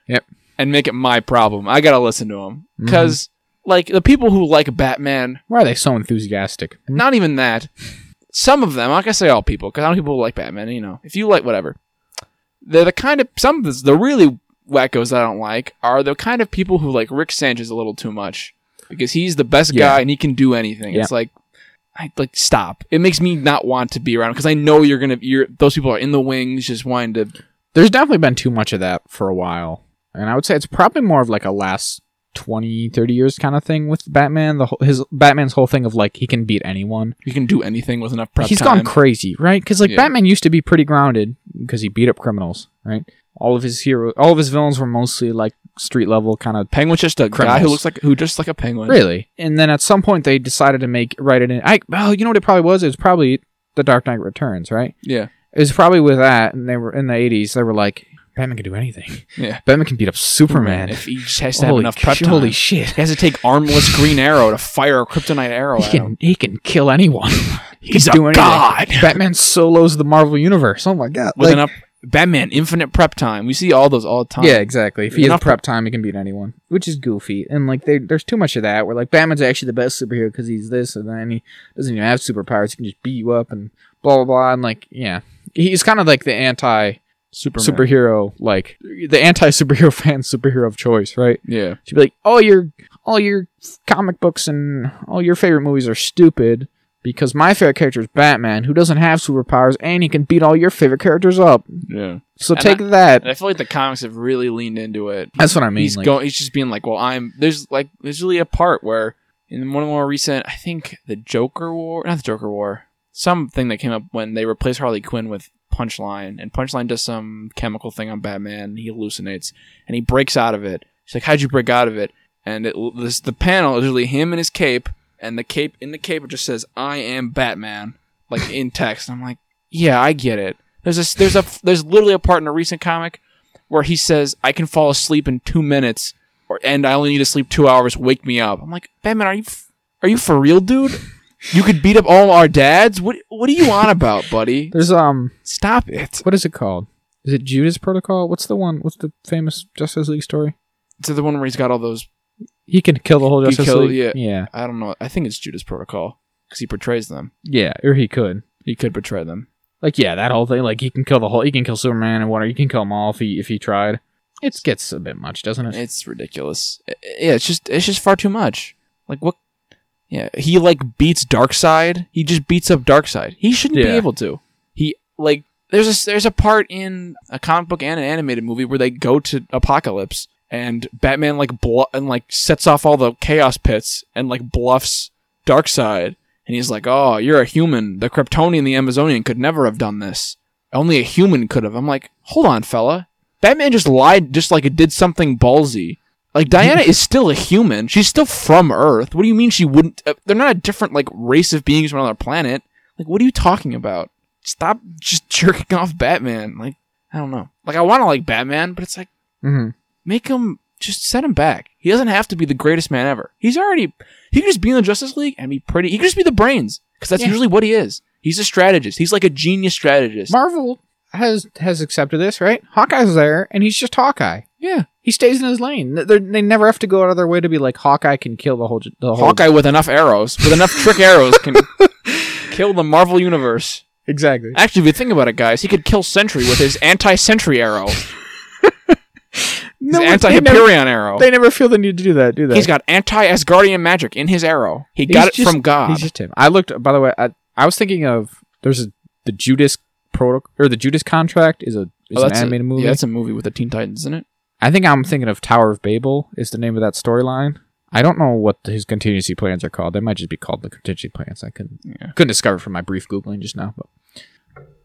Speaker 2: Yep.
Speaker 1: And make it my problem. I gotta listen to them because like the people who like Batman,
Speaker 2: Why are they so enthusiastic? Hmm?
Speaker 1: not even that. Some of them, I'm not gonna say all people, because I know people who like Batman. You know, if you like whatever, they're the kind of some of the, the really wackos I don't like are the kind of people who like Rick Sanchez a little too much because he's the best
Speaker 2: Yeah.
Speaker 1: guy and he can do anything. It's like. I like stop. It makes me not want to be around because I know you're gonna. You're those people are in the wings, just wanting to.
Speaker 2: There's definitely been too much of that for a while, and I would say it's probably more of like a last 20, 30 years kind of thing with Batman. The whole, his Batman's whole thing of like he can beat anyone.
Speaker 1: You can do anything with enough prep
Speaker 2: He's
Speaker 1: time.
Speaker 2: gone crazy, right? Because like
Speaker 1: Yeah.
Speaker 2: Batman used to be pretty grounded because he beat up criminals, right? All of his hero, all of his villains were mostly like street level kind of
Speaker 1: Penguin's just a guy who
Speaker 2: Criminals.
Speaker 1: looks like who just like a penguin.
Speaker 2: Really? And then at some point they decided to make write it in. I well, you know what it probably was. It was probably The Dark Knight Returns, right?
Speaker 1: Yeah.
Speaker 2: It was probably with that, and they were in the eighties. They were like, Batman can do anything.
Speaker 1: Yeah.
Speaker 2: Batman can beat up Superman.
Speaker 1: If he just has to have
Speaker 2: holy,
Speaker 1: enough prep
Speaker 2: sh-
Speaker 1: time.
Speaker 2: holy shit!
Speaker 1: He has to take armless Green Arrow to fire a kryptonite arrow
Speaker 2: He
Speaker 1: at him.
Speaker 2: can, he can kill anyone. he
Speaker 1: He's
Speaker 2: can
Speaker 1: a
Speaker 2: do anything.
Speaker 1: god.
Speaker 2: Batman solos the Marvel universe. Oh my god!
Speaker 1: With
Speaker 2: Like-
Speaker 1: enough Batman infinite prep time. We see all those all the time.
Speaker 2: Yeah, exactly. If he has
Speaker 1: Enough-
Speaker 2: prep time, he can beat anyone, which is goofy. And like, there, there's too much of that. Where like Batman's actually the best superhero because he's this, and then he doesn't even have superpowers. He can just beat you up and blah blah blah. And like, yeah, he's kind of like the anti
Speaker 1: Superman.
Speaker 2: superhero, like the anti superhero fan superhero of choice, right?
Speaker 1: yeah.
Speaker 2: She'd be like, all your all your comic books and all your favorite movies are stupid because my favorite character is Batman, who doesn't have superpowers and he can beat all your favorite characters up.
Speaker 1: Yeah.
Speaker 2: So
Speaker 1: And
Speaker 2: take that.
Speaker 1: And I feel like the comics have really leaned into it.
Speaker 2: That's what I mean.
Speaker 1: he's
Speaker 2: like-
Speaker 1: going. He's just being like, "Well, I'm." There's like there's really a part where in one of the more recent, I think the Joker War, not the Joker War, something that came up when they replaced Harley Quinn with Punchline, and Punchline does some chemical thing on Batman. And he hallucinates and he breaks out of it. She's like, "How'd you break out of it?" And it, this the panel is really him in his cape, and the cape in the cape it just says, "I am Batman," like in text. And I'm like, "Yeah, I get it." There's a there's a there's literally a part in a recent comic where he says, "I can fall asleep in two minutes, or and I only need to sleep two hours. Wake me up." I'm like, Batman, are you f- are you for real, dude? You could beat up all our dads. What what are you on about, buddy?
Speaker 2: there's um
Speaker 1: Stop it.
Speaker 2: What is it called? Is it Judas Protocol? What's the one? What's the famous Justice League story?
Speaker 1: To the one where he's got all those.
Speaker 2: He can kill the whole
Speaker 1: He
Speaker 2: Justice
Speaker 1: kill-
Speaker 2: League.
Speaker 1: yeah.
Speaker 2: yeah,
Speaker 1: I don't know. I think it's Judas Protocol because he portrays them.
Speaker 2: yeah, or he could.
Speaker 1: He could portray them.
Speaker 2: Like, yeah, that whole thing. Like, he can kill the whole. He can kill Superman and whatnot. He can kill them all if he if he tried. It gets a bit much, doesn't it?
Speaker 1: It's ridiculous. I- I- Yeah, it's just it's just far too much. Like what? Yeah, he like beats Darkseid. He just beats up Darkseid. He shouldn't be
Speaker 2: Yeah.
Speaker 1: able to. He like there's a there's a part in a comic book and an animated movie where they go to Apocalypse and Batman like blu- and like sets off all the chaos pits and like bluffs Darkseid and he's like, "Oh, you're a human. The Kryptonian, the Amazonian could never have done this. Only a human could have." I'm like, "Hold on, fella. Batman just lied, just like it did something ballsy." Like Diana is still a human. She's still from Earth. What do you mean she wouldn't? Uh, they're not a different like race of beings from another planet. Like, what are you talking about? Stop just jerking off Batman. Like, I don't know. Like, I want to like Batman, but it's like
Speaker 2: Mm-hmm.
Speaker 1: make him just set him back. He doesn't have to be the greatest man ever. He's already he could just be in the Justice League and be pretty. He could just be the brains because that's
Speaker 2: Yeah.
Speaker 1: usually what he is. He's a strategist. He's like a genius strategist.
Speaker 2: Marvel has has accepted this, right? Hawkeye's there, and he's just Hawkeye.
Speaker 1: yeah,
Speaker 2: He stays in his lane. Th- They're, they never have to go out of their way to be like Hawkeye can kill the whole ju- the whole
Speaker 1: Hawkeye with enough arrows, with enough trick arrows, can kill the Marvel universe.
Speaker 2: exactly.
Speaker 1: Actually, if you think about it, guys, he could kill Sentry with his anti-Sentry arrow, his
Speaker 2: No, they, never,
Speaker 1: anti-Hyperion arrow.
Speaker 2: they never feel the need to do that, do they?
Speaker 1: He's got anti-Asgardian magic in his arrow. He
Speaker 2: He's
Speaker 1: got it
Speaker 2: just-
Speaker 1: from God.
Speaker 2: He's just him. I looked. By the way, I, I was thinking of there's a, the Judas protocol or the Judas contract is a is
Speaker 1: Oh,
Speaker 2: an
Speaker 1: that's
Speaker 2: animated
Speaker 1: a,
Speaker 2: movie.
Speaker 1: Yeah, that's a movie with the Teen Titans in it.
Speaker 2: I think I'm thinking of Tower of Babel is the name of that storyline. I don't know what his contingency plans are called. They might just be called the contingency plans. I couldn't
Speaker 1: Yeah.
Speaker 2: couldn't discover from my brief googling just now. But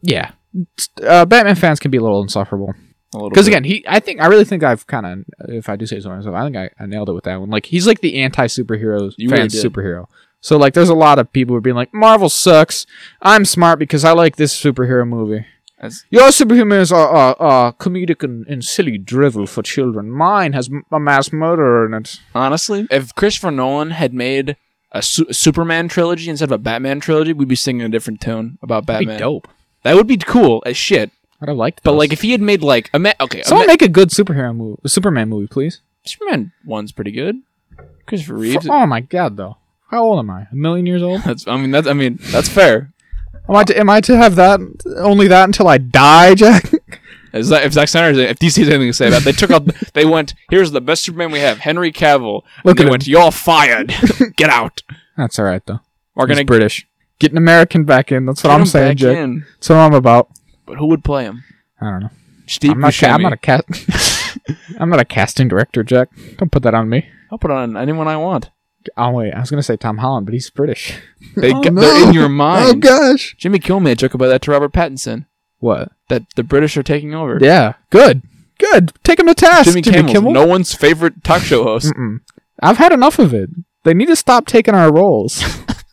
Speaker 2: yeah, It's- uh, Batman fans can be a little insufferable
Speaker 1: A little
Speaker 2: because
Speaker 1: bit.
Speaker 2: again, he I think I really think I've kind of if I do say so myself, I think I, I nailed it with that one. Like he's like the anti superhero
Speaker 1: You
Speaker 2: fan
Speaker 1: really did.
Speaker 2: superhero. So like, there's a lot of people who are being like, Marvel sucks. I'm smart because I like this superhero movie.
Speaker 1: That's-
Speaker 2: Your superhumans are, are, are comedic and, and silly drivel for children. Mine has m- a mass murderer in it.
Speaker 1: Honestly, if Christopher Nolan had made a su- Superman trilogy instead of a Batman trilogy, we'd be singing a different tune about
Speaker 2: That'd
Speaker 1: Batman.
Speaker 2: be dope.
Speaker 1: That would be cool as shit.
Speaker 2: I'd have liked
Speaker 1: But
Speaker 2: those.
Speaker 1: like, if he had made like a ma- okay, a
Speaker 2: Someone
Speaker 1: ma-
Speaker 2: make a good superhero movie, Superman movie, please.
Speaker 1: Superman one's pretty good. Christopher
Speaker 2: For-
Speaker 1: Reeves.
Speaker 2: oh my god, though. How old am I? A million years old?
Speaker 1: That's I mean that's I mean that's fair.
Speaker 2: Am I to, am I to have that only that until I die, Jack?
Speaker 1: If Zack if Zack Snyder's if DC has anything to say about, it, they took out they went here's the best Superman we have Henry Cavill. and
Speaker 2: Look
Speaker 1: they
Speaker 2: at
Speaker 1: went y'all fired. Get out.
Speaker 2: That's all right though.
Speaker 1: We're
Speaker 2: He's
Speaker 1: gonna
Speaker 2: British. Get an American back in. That's what
Speaker 1: get
Speaker 2: I'm
Speaker 1: him
Speaker 2: saying,
Speaker 1: back
Speaker 2: Jack.
Speaker 1: in.
Speaker 2: That's what I'm about.
Speaker 1: But who would play him?
Speaker 2: I don't know.
Speaker 1: Steve
Speaker 2: I'm not. ca-
Speaker 1: Buscemi.
Speaker 2: I'm not a cast. I'm not a casting director, Jack. Don't put that on me.
Speaker 1: I'll put on anyone I want.
Speaker 2: Oh wait, I was gonna say Tom Holland, but he's British.
Speaker 1: They
Speaker 2: Oh,
Speaker 1: got-
Speaker 2: no. Oh,
Speaker 1: They're in your mind.
Speaker 2: gosh.
Speaker 1: Jimmy Kimmel made a joke about that to Robert Pattinson
Speaker 2: What?
Speaker 1: that the British are taking over.
Speaker 2: Yeah. Good. Good. Take him to task,
Speaker 1: Jimmy,
Speaker 2: Jimmy,
Speaker 1: Kimmel's
Speaker 2: Kimmel.
Speaker 1: no one's favorite talk show host,
Speaker 2: Mm-mm. I've had enough of it. They need to stop taking our roles.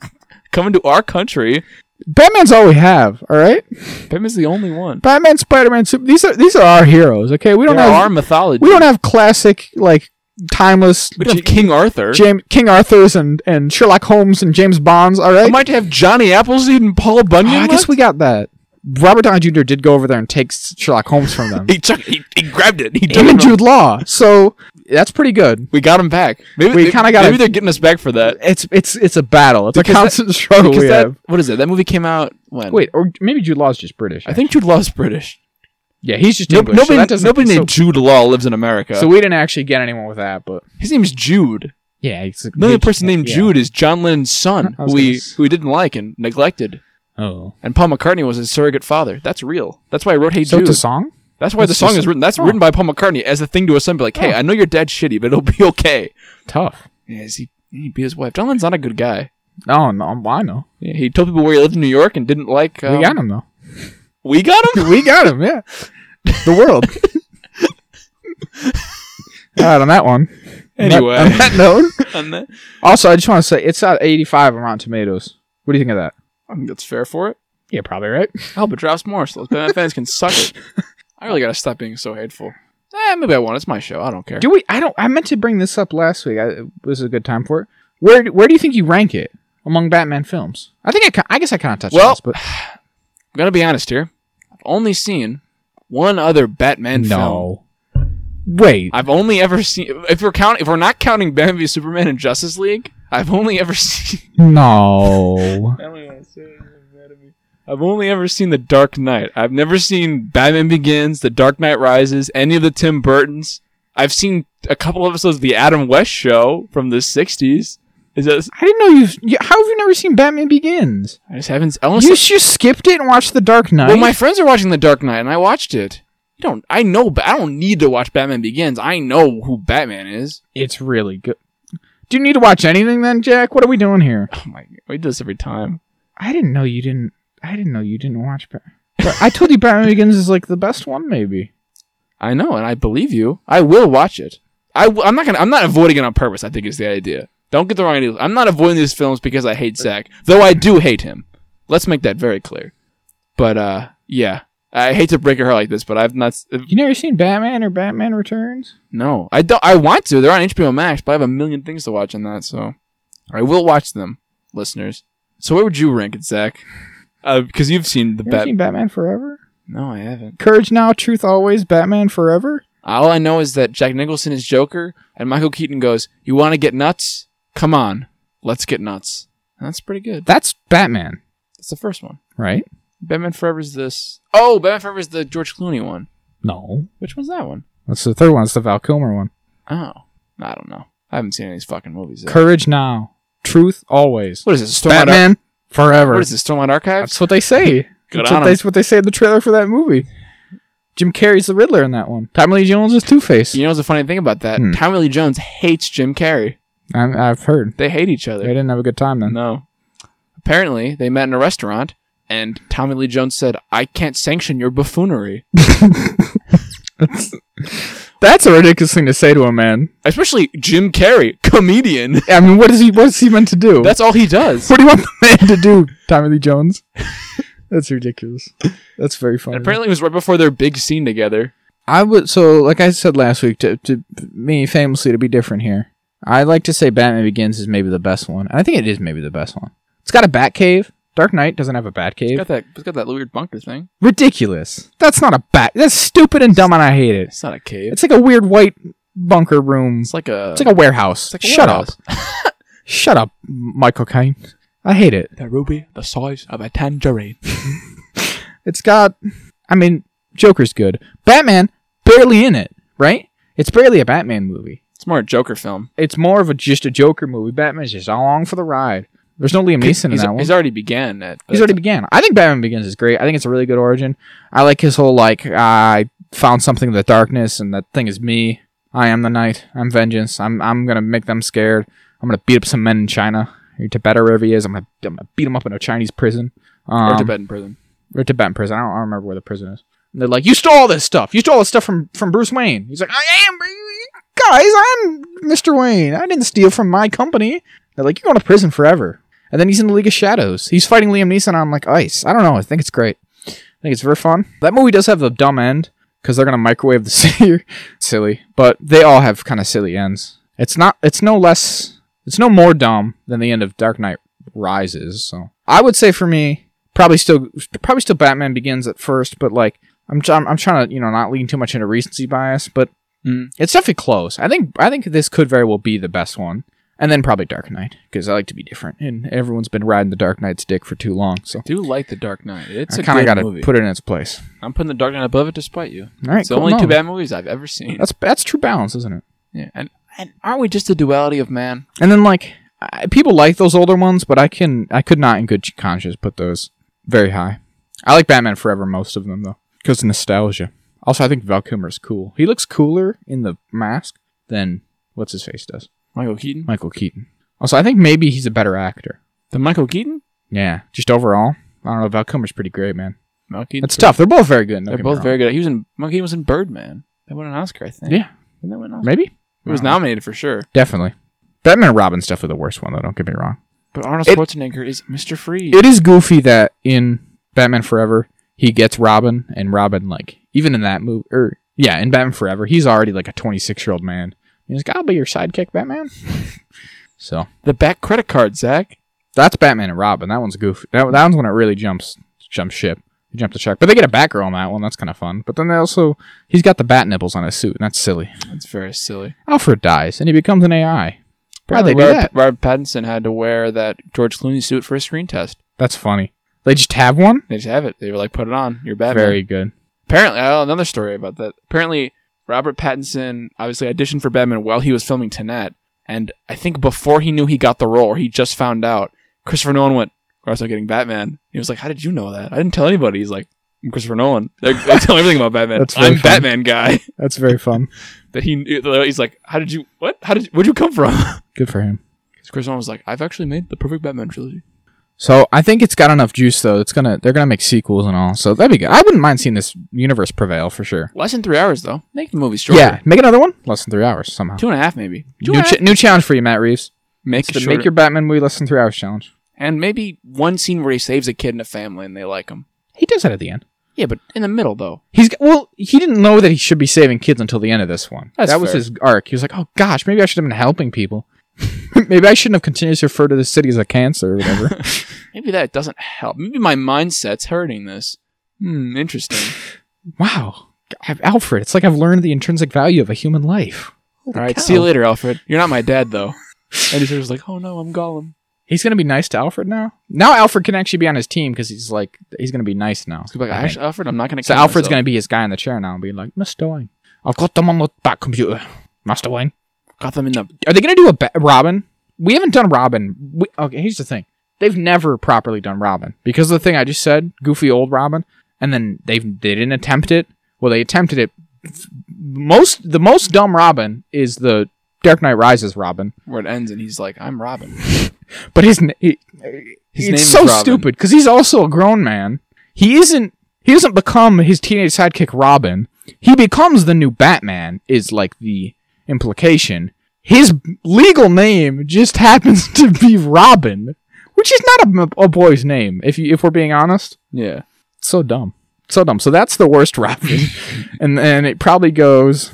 Speaker 1: coming to our country.
Speaker 2: Batman's all we have. All right.
Speaker 1: Batman's the only one.
Speaker 2: Batman, Spider Man, Super. These are these are our heroes. Okay. We don't
Speaker 1: There
Speaker 2: have
Speaker 1: are mythology.
Speaker 2: we don't have classic like timeless
Speaker 1: We don't have King Arthur.
Speaker 2: James, King Arthur's and, and Sherlock Holmes and James Bonds. All right.
Speaker 1: I might have Johnny Appleseed and Paul Bunyan.
Speaker 2: Oh, I guess
Speaker 1: left?
Speaker 2: we got that. Robert Downey Jr. did go over there and take S- Sherlock Holmes from them.
Speaker 1: He, took, he, he grabbed it. He took
Speaker 2: Him
Speaker 1: it.
Speaker 2: and Jude Law. So that's pretty good.
Speaker 1: We got him back. Maybe
Speaker 2: We
Speaker 1: they-
Speaker 2: kinda gotta-
Speaker 1: Maybe they're getting us back for that.
Speaker 2: It's it's it's a battle. It's
Speaker 1: Uh, Because
Speaker 2: a
Speaker 1: that-
Speaker 2: constant struggle
Speaker 1: Because
Speaker 2: we
Speaker 1: that,
Speaker 2: have.
Speaker 1: Oh, what is it? That movie came out when?
Speaker 2: Wait, or maybe Jude Law's just British.
Speaker 1: I think Jude Law's British.
Speaker 2: yeah, he's just
Speaker 1: No,
Speaker 2: English. so that
Speaker 1: nobody
Speaker 2: doesn't-
Speaker 1: nobody
Speaker 2: so-
Speaker 1: named Jude Law lives in America.
Speaker 2: So we didn't actually get anyone with that, but
Speaker 1: his name's Jude.
Speaker 2: yeah, it's
Speaker 1: The only person named
Speaker 2: yeah.
Speaker 1: Jude is John Lennon's son,
Speaker 2: I was
Speaker 1: who we
Speaker 2: gonna s-
Speaker 1: who we didn't like and neglected.
Speaker 2: Oh,
Speaker 1: And Paul McCartney was his surrogate father. That's real. That's why I wrote "Hey
Speaker 2: so
Speaker 1: Jude."
Speaker 2: it's a song.
Speaker 1: That's why the
Speaker 2: it's just
Speaker 1: song is
Speaker 2: a-
Speaker 1: written. That's
Speaker 2: Oh.
Speaker 1: written by Paul McCartney as a thing to his son, be like, "Hey,
Speaker 2: Oh.
Speaker 1: I know your dad's shitty, but it'll be okay."
Speaker 2: Tough.
Speaker 1: Yeah, is he he beat his wife. John Lennon's not a good guy.
Speaker 2: No, no, I know.
Speaker 1: Yeah, he told people where he lived in New York and didn't like. Um,
Speaker 2: we got him though.
Speaker 1: We got him.
Speaker 2: we got him. Yeah, the world. All right, on that one. On that-
Speaker 1: Anyway.
Speaker 2: on that note.
Speaker 1: And that-
Speaker 2: Also, I just want to say it's at 85 on Rotten Tomatoes. What do you think of that?
Speaker 1: I think that's fair for it.
Speaker 2: Yeah, probably right.
Speaker 1: I hope it drops more so those Batman fans can suck it. I really gotta stop being so hateful. Eh, maybe I won't. It's my show. I don't care.
Speaker 2: Do we? I don't. I meant to bring this up last week. I, this is a good time for it. Where Where do you think you rank it among Batman films? I think I. ki- I guess I kind of touched on
Speaker 1: Well,
Speaker 2: this, but
Speaker 1: I'm gonna be honest here. I've only seen one other Batman film.
Speaker 2: Wait.
Speaker 1: I've only ever seen if we're count if we're not counting Batman v Superman and Justice League. I've only ever seen.
Speaker 2: No.
Speaker 1: I don't even want to say it, it's mad at me. I've only ever seen The Dark Knight. I've never seen Batman Begins, The Dark Knight Rises, any of the Tim Burtons. I've seen a couple episodes of the Adam West show from the '60s. Is that
Speaker 2: I didn't know you've. You, how have you never seen Batman Begins?
Speaker 1: I just haven't. I only
Speaker 2: You
Speaker 1: saw-
Speaker 2: just skipped it and watched The Dark Knight.
Speaker 1: well, my friends are watching The Dark Knight, and I watched it. You don't. I know, but I don't need to watch Batman Begins. I know who Batman is.
Speaker 2: it's really good. Do you need to watch anything then, Jack? What are we doing here?
Speaker 1: Oh my! God, We do this every time.
Speaker 2: I didn't know you didn't. I didn't know you didn't watch Batman. I told you Batman Begins is like the best one, maybe.
Speaker 1: I know, and I believe you. I will watch it. I w- I'm not gonna. I'm not avoiding it on purpose. I think is the idea. Don't get the wrong idea. I'm not avoiding these films because I hate Zach, though I do hate him. Let's make that very clear. But uh, yeah, I hate to break your heart like this, but I've not. s- uh,
Speaker 2: You never seen Batman or Batman Returns?
Speaker 1: No, I don't. I want to. They're on HBO Max, but I have a million things to watch on that, so I will watch them, listeners. So where would you rank it, Zach? Uh, because you've seen the
Speaker 2: You ever
Speaker 1: Bat.
Speaker 2: seen Batman Forever?
Speaker 1: No, I haven't.
Speaker 2: Courage Now, Truth Always, Batman Forever.
Speaker 1: All I know is that Jack Nicholson is Joker, and Michael Keaton goes, "You want to get nuts? Come on, let's get nuts." And that's pretty good.
Speaker 2: That's Batman,
Speaker 1: That's the first one.
Speaker 2: right?
Speaker 1: Batman Forever is this. Oh, Batman Forever is the George Clooney one.
Speaker 2: No,
Speaker 1: Which one's that one?
Speaker 2: that's the third one. It's the Val Kilmer one.
Speaker 1: Oh, I don't know. I haven't seen any of these fucking movies. yet.
Speaker 2: Courage Now, Truth Always,
Speaker 1: What is this? Stormlight Ar-
Speaker 2: Batman Forever.
Speaker 1: what is this? Stormlight Archives?
Speaker 2: That's what they say.
Speaker 1: Good
Speaker 2: that's,
Speaker 1: on
Speaker 2: what
Speaker 1: 'em.
Speaker 2: that's what they say in the trailer for that movie. Jim Carrey's the Riddler in that one. Tommy Lee Jones is Two Face.
Speaker 1: You know what's the funny thing about that?
Speaker 2: Hmm.
Speaker 1: Tommy Lee Jones hates Jim Carrey.
Speaker 2: I've heard
Speaker 1: They hate each
Speaker 2: they
Speaker 1: other.
Speaker 2: didn't have a good time then.
Speaker 1: No. Apparently, they met in a restaurant, and Tommy Lee Jones said, I can't sanction your buffoonery.
Speaker 2: That's a ridiculous thing to say to a man.
Speaker 1: Especially Jim Carrey, comedian.
Speaker 2: I mean, what is he? What is he meant to do?
Speaker 1: That's all he does.
Speaker 2: what do you want the man to do, Tommy Lee Jones? That's ridiculous. That's very funny.
Speaker 1: And apparently, it was right before their big scene together.
Speaker 2: I would so like I said last week to to me famously to be different here. I like to say Batman Begins is maybe the best one, and I think it is maybe the best one. It's got a bat cave. Dark Knight doesn't have a bat
Speaker 1: It's
Speaker 2: cave.
Speaker 1: got that. It's got that weird bunker thing.
Speaker 2: Ridiculous. That's not a bat. That's stupid and dumb, and I hate it.
Speaker 1: It's not a cave.
Speaker 2: It's like a weird white bunker room.
Speaker 1: It's like a.
Speaker 2: It's like a warehouse.
Speaker 1: it's like a
Speaker 2: Shut
Speaker 1: warehouse.
Speaker 2: up. Shut up, Michael Caine. I hate it.
Speaker 1: The ruby, the size of a tangerine.
Speaker 2: It's got. I mean, Joker's good. Batman barely in it, right? It's barely a Batman movie.
Speaker 1: It's more a Joker film.
Speaker 2: It's more of a just a Joker movie. Batman's just along for the ride. There's no Liam Neeson in
Speaker 1: he's,
Speaker 2: that one.
Speaker 1: he's already began at.
Speaker 2: He's already began. I think Batman Begins is great. I think it's a really good origin. I like his whole like I found something in the darkness and that thing is me. I am the night. I'm vengeance. I'm I'm gonna make them scared. I'm gonna beat up some men in China or Tibet or wherever he is. I'm gonna I'm gonna beat him up in a Chinese prison. Um,
Speaker 1: or to bed in prison.
Speaker 2: or Tibetan prison. I don't, I don't remember where the prison is. And they're like, "You stole all this stuff. You stole all this stuff from from Bruce Wayne." He's like, "I am, guys. I'm Mr. Wayne. I didn't steal from my company." They're like, "You're going to prison forever." And then he's in the League of Shadows. He's fighting Liam Neeson on like ice. I don't know. I think it's great. I think it's very fun. That movie does have a dumb end because they're gonna microwave the city. silly, but they all have kind of silly ends. It's not. It's no less. It's no more dumb than the end of Dark Knight Rises. So I would say for me, probably still probably still Batman Begins at first, but like I'm try- I'm trying to you know not lean too much into recency bias, but
Speaker 1: Mm.
Speaker 2: it's definitely close. I think I think this could very well be the best one, and then probably Dark Knight because I like to be different, and everyone's been riding the Dark Knight's dick for too long, so.
Speaker 1: Do like the Dark Knight. It's
Speaker 2: I
Speaker 1: a
Speaker 2: kind of
Speaker 1: good
Speaker 2: got to
Speaker 1: movie.
Speaker 2: put it in its place.
Speaker 1: I'm putting the Dark Knight above it, despite you.
Speaker 2: All right,
Speaker 1: It's
Speaker 2: cool.
Speaker 1: the only
Speaker 2: No,
Speaker 1: two bad movies I've ever seen.
Speaker 2: That's that's true balance, isn't it?
Speaker 1: Yeah. And and aren't we just a duality of man?
Speaker 2: And then like I, people like those older ones, but I can I could not in good conscience put those very high. I like Batman Forever most of them though because nostalgia. Also, I think Val Kilmer's cool. He looks cooler in the mask than what's his face does.
Speaker 1: Michael Keaton.
Speaker 2: Michael Keaton. Also, I think maybe he's a better actor.
Speaker 1: The Michael Keaton.
Speaker 2: Yeah, just overall, I don't know. Val Kilmer's pretty great, man.
Speaker 1: Michael Keaton.
Speaker 2: It's tough. They're both very good.
Speaker 1: They're both very good. He was in. Michael Keaton was in Birdman. They won an Oscar, I think.
Speaker 2: Yeah.
Speaker 1: Didn't they win an Oscar?
Speaker 2: maybe.
Speaker 1: It was
Speaker 2: I don't know.
Speaker 1: nominated for sure.
Speaker 2: definitely. Batman and Robin's definitely the worst one though. Don't get me wrong.
Speaker 1: But Arnold
Speaker 2: It-
Speaker 1: Schwarzenegger is Mr. Freeze.
Speaker 2: it is goofy that in Batman Forever he gets Robin, and Robin like even in that movie, or yeah, in Batman Forever he's already like a 26 year old man. He's like, I'll be your sidekick, Batman. so
Speaker 1: the back credit card, Zach.
Speaker 2: that's Batman and Robin. That one's goofy. That, that one's when it really jumps jumps ship. You jump the shark, but they get a Batgirl on that one. That's kind of fun. But then they also he's got the bat nipples on his suit, and that's silly.
Speaker 1: That's very silly.
Speaker 2: Alfred dies, and he becomes an AI. Why'd they do
Speaker 1: Robert,
Speaker 2: that?
Speaker 1: Robert Pattinson had to wear that George Clooney suit for a screen test.
Speaker 2: That's funny. They just have one.
Speaker 1: They just have it. They were like, put it on. You're Batman.
Speaker 2: Very good.
Speaker 1: Apparently, I another story about that. Apparently, Robert Pattinson obviously auditioned for Batman while he was filming Tenet, and I think before he knew he got the role, or he just found out, Christopher Nolan went, "We're also getting Batman." He was like, "How did you know that? I didn't tell anybody." He's like, "I'm Christopher Nolan. They they tell everything about Batman.
Speaker 2: That's very
Speaker 1: I'm
Speaker 2: fun.
Speaker 1: Batman guy."
Speaker 2: That's very fun.
Speaker 1: That he knew- he's like, "How did you? What? How did? You, where'd you come from?"
Speaker 2: Good for him.
Speaker 1: Because Chris Nolan was like, "I've actually made the perfect Batman trilogy."
Speaker 2: So I think it's got enough juice though. It's gonna they're gonna make sequels and all. So that'd be good. I wouldn't mind seeing this universe prevail for sure.
Speaker 1: Less than three hours though. Make the movie shorter.
Speaker 2: Yeah, make another one less than three hours somehow.
Speaker 1: two and a half maybe. Two
Speaker 2: New,
Speaker 1: and a half.
Speaker 2: ch- new challenge for you, Matt Reeves.
Speaker 1: make
Speaker 2: It's
Speaker 1: it
Speaker 2: the
Speaker 1: shorter.
Speaker 2: make your Batman movie less than three hours challenge.
Speaker 1: And maybe one scene where he saves a kid and a family and they like him.
Speaker 2: He does that at the end.
Speaker 1: Yeah, but in the middle though.
Speaker 2: He's g- well, he didn't know that he should be saving kids until the end of this one.
Speaker 1: That's
Speaker 2: that was
Speaker 1: fair.
Speaker 2: his arc. He was like, oh gosh, maybe I should have been helping people. maybe I shouldn't have continued to refer to the city as a cancer or whatever.
Speaker 1: Maybe that doesn't help. Maybe my mindset's hurting this. Hmm, interesting.
Speaker 2: wow, I've- Alfred, it's like I've learned the intrinsic value of a human life. Holy
Speaker 1: All right,
Speaker 2: cow.
Speaker 1: see you later, Alfred. You're not my dad though. And he's just like, oh no, I'm Gollum.
Speaker 2: He's gonna be nice to Alfred now. Now Alfred can actually be on his team because he's like he's gonna be nice now.
Speaker 1: He's like,
Speaker 2: I think.
Speaker 1: actually, Alfred, I'm not gonna.
Speaker 2: so
Speaker 1: kill
Speaker 2: Alfred's
Speaker 1: myself.
Speaker 2: gonna be his guy in the chair now and be like, Mister Wayne, I've got them on the back computer, Master Wayne.
Speaker 1: got them in the.
Speaker 2: Are they gonna do a ba- Robin? We haven't done Robin. We- okay, here's the thing: they've never properly done Robin because of the thing I just said, goofy old Robin, and then they they didn't attempt it. Well, they attempted it. Most the most dumb Robin is the Dark Knight Rises Robin,
Speaker 1: Where it ends, and he's like, "I'm Robin."
Speaker 2: but his na- he,
Speaker 1: His
Speaker 2: it's
Speaker 1: name
Speaker 2: so
Speaker 1: is Robin.
Speaker 2: stupid because he's also a grown man. He isn't. He doesn't become his teenage sidekick Robin. He becomes the new Batman. Is like the implication. His legal name just happens to be Robin, which is not a, a boy's name. If you, if we're being honest,
Speaker 1: Yeah.
Speaker 2: so dumb, so dumb. So that's the worst Robin, and then it probably goes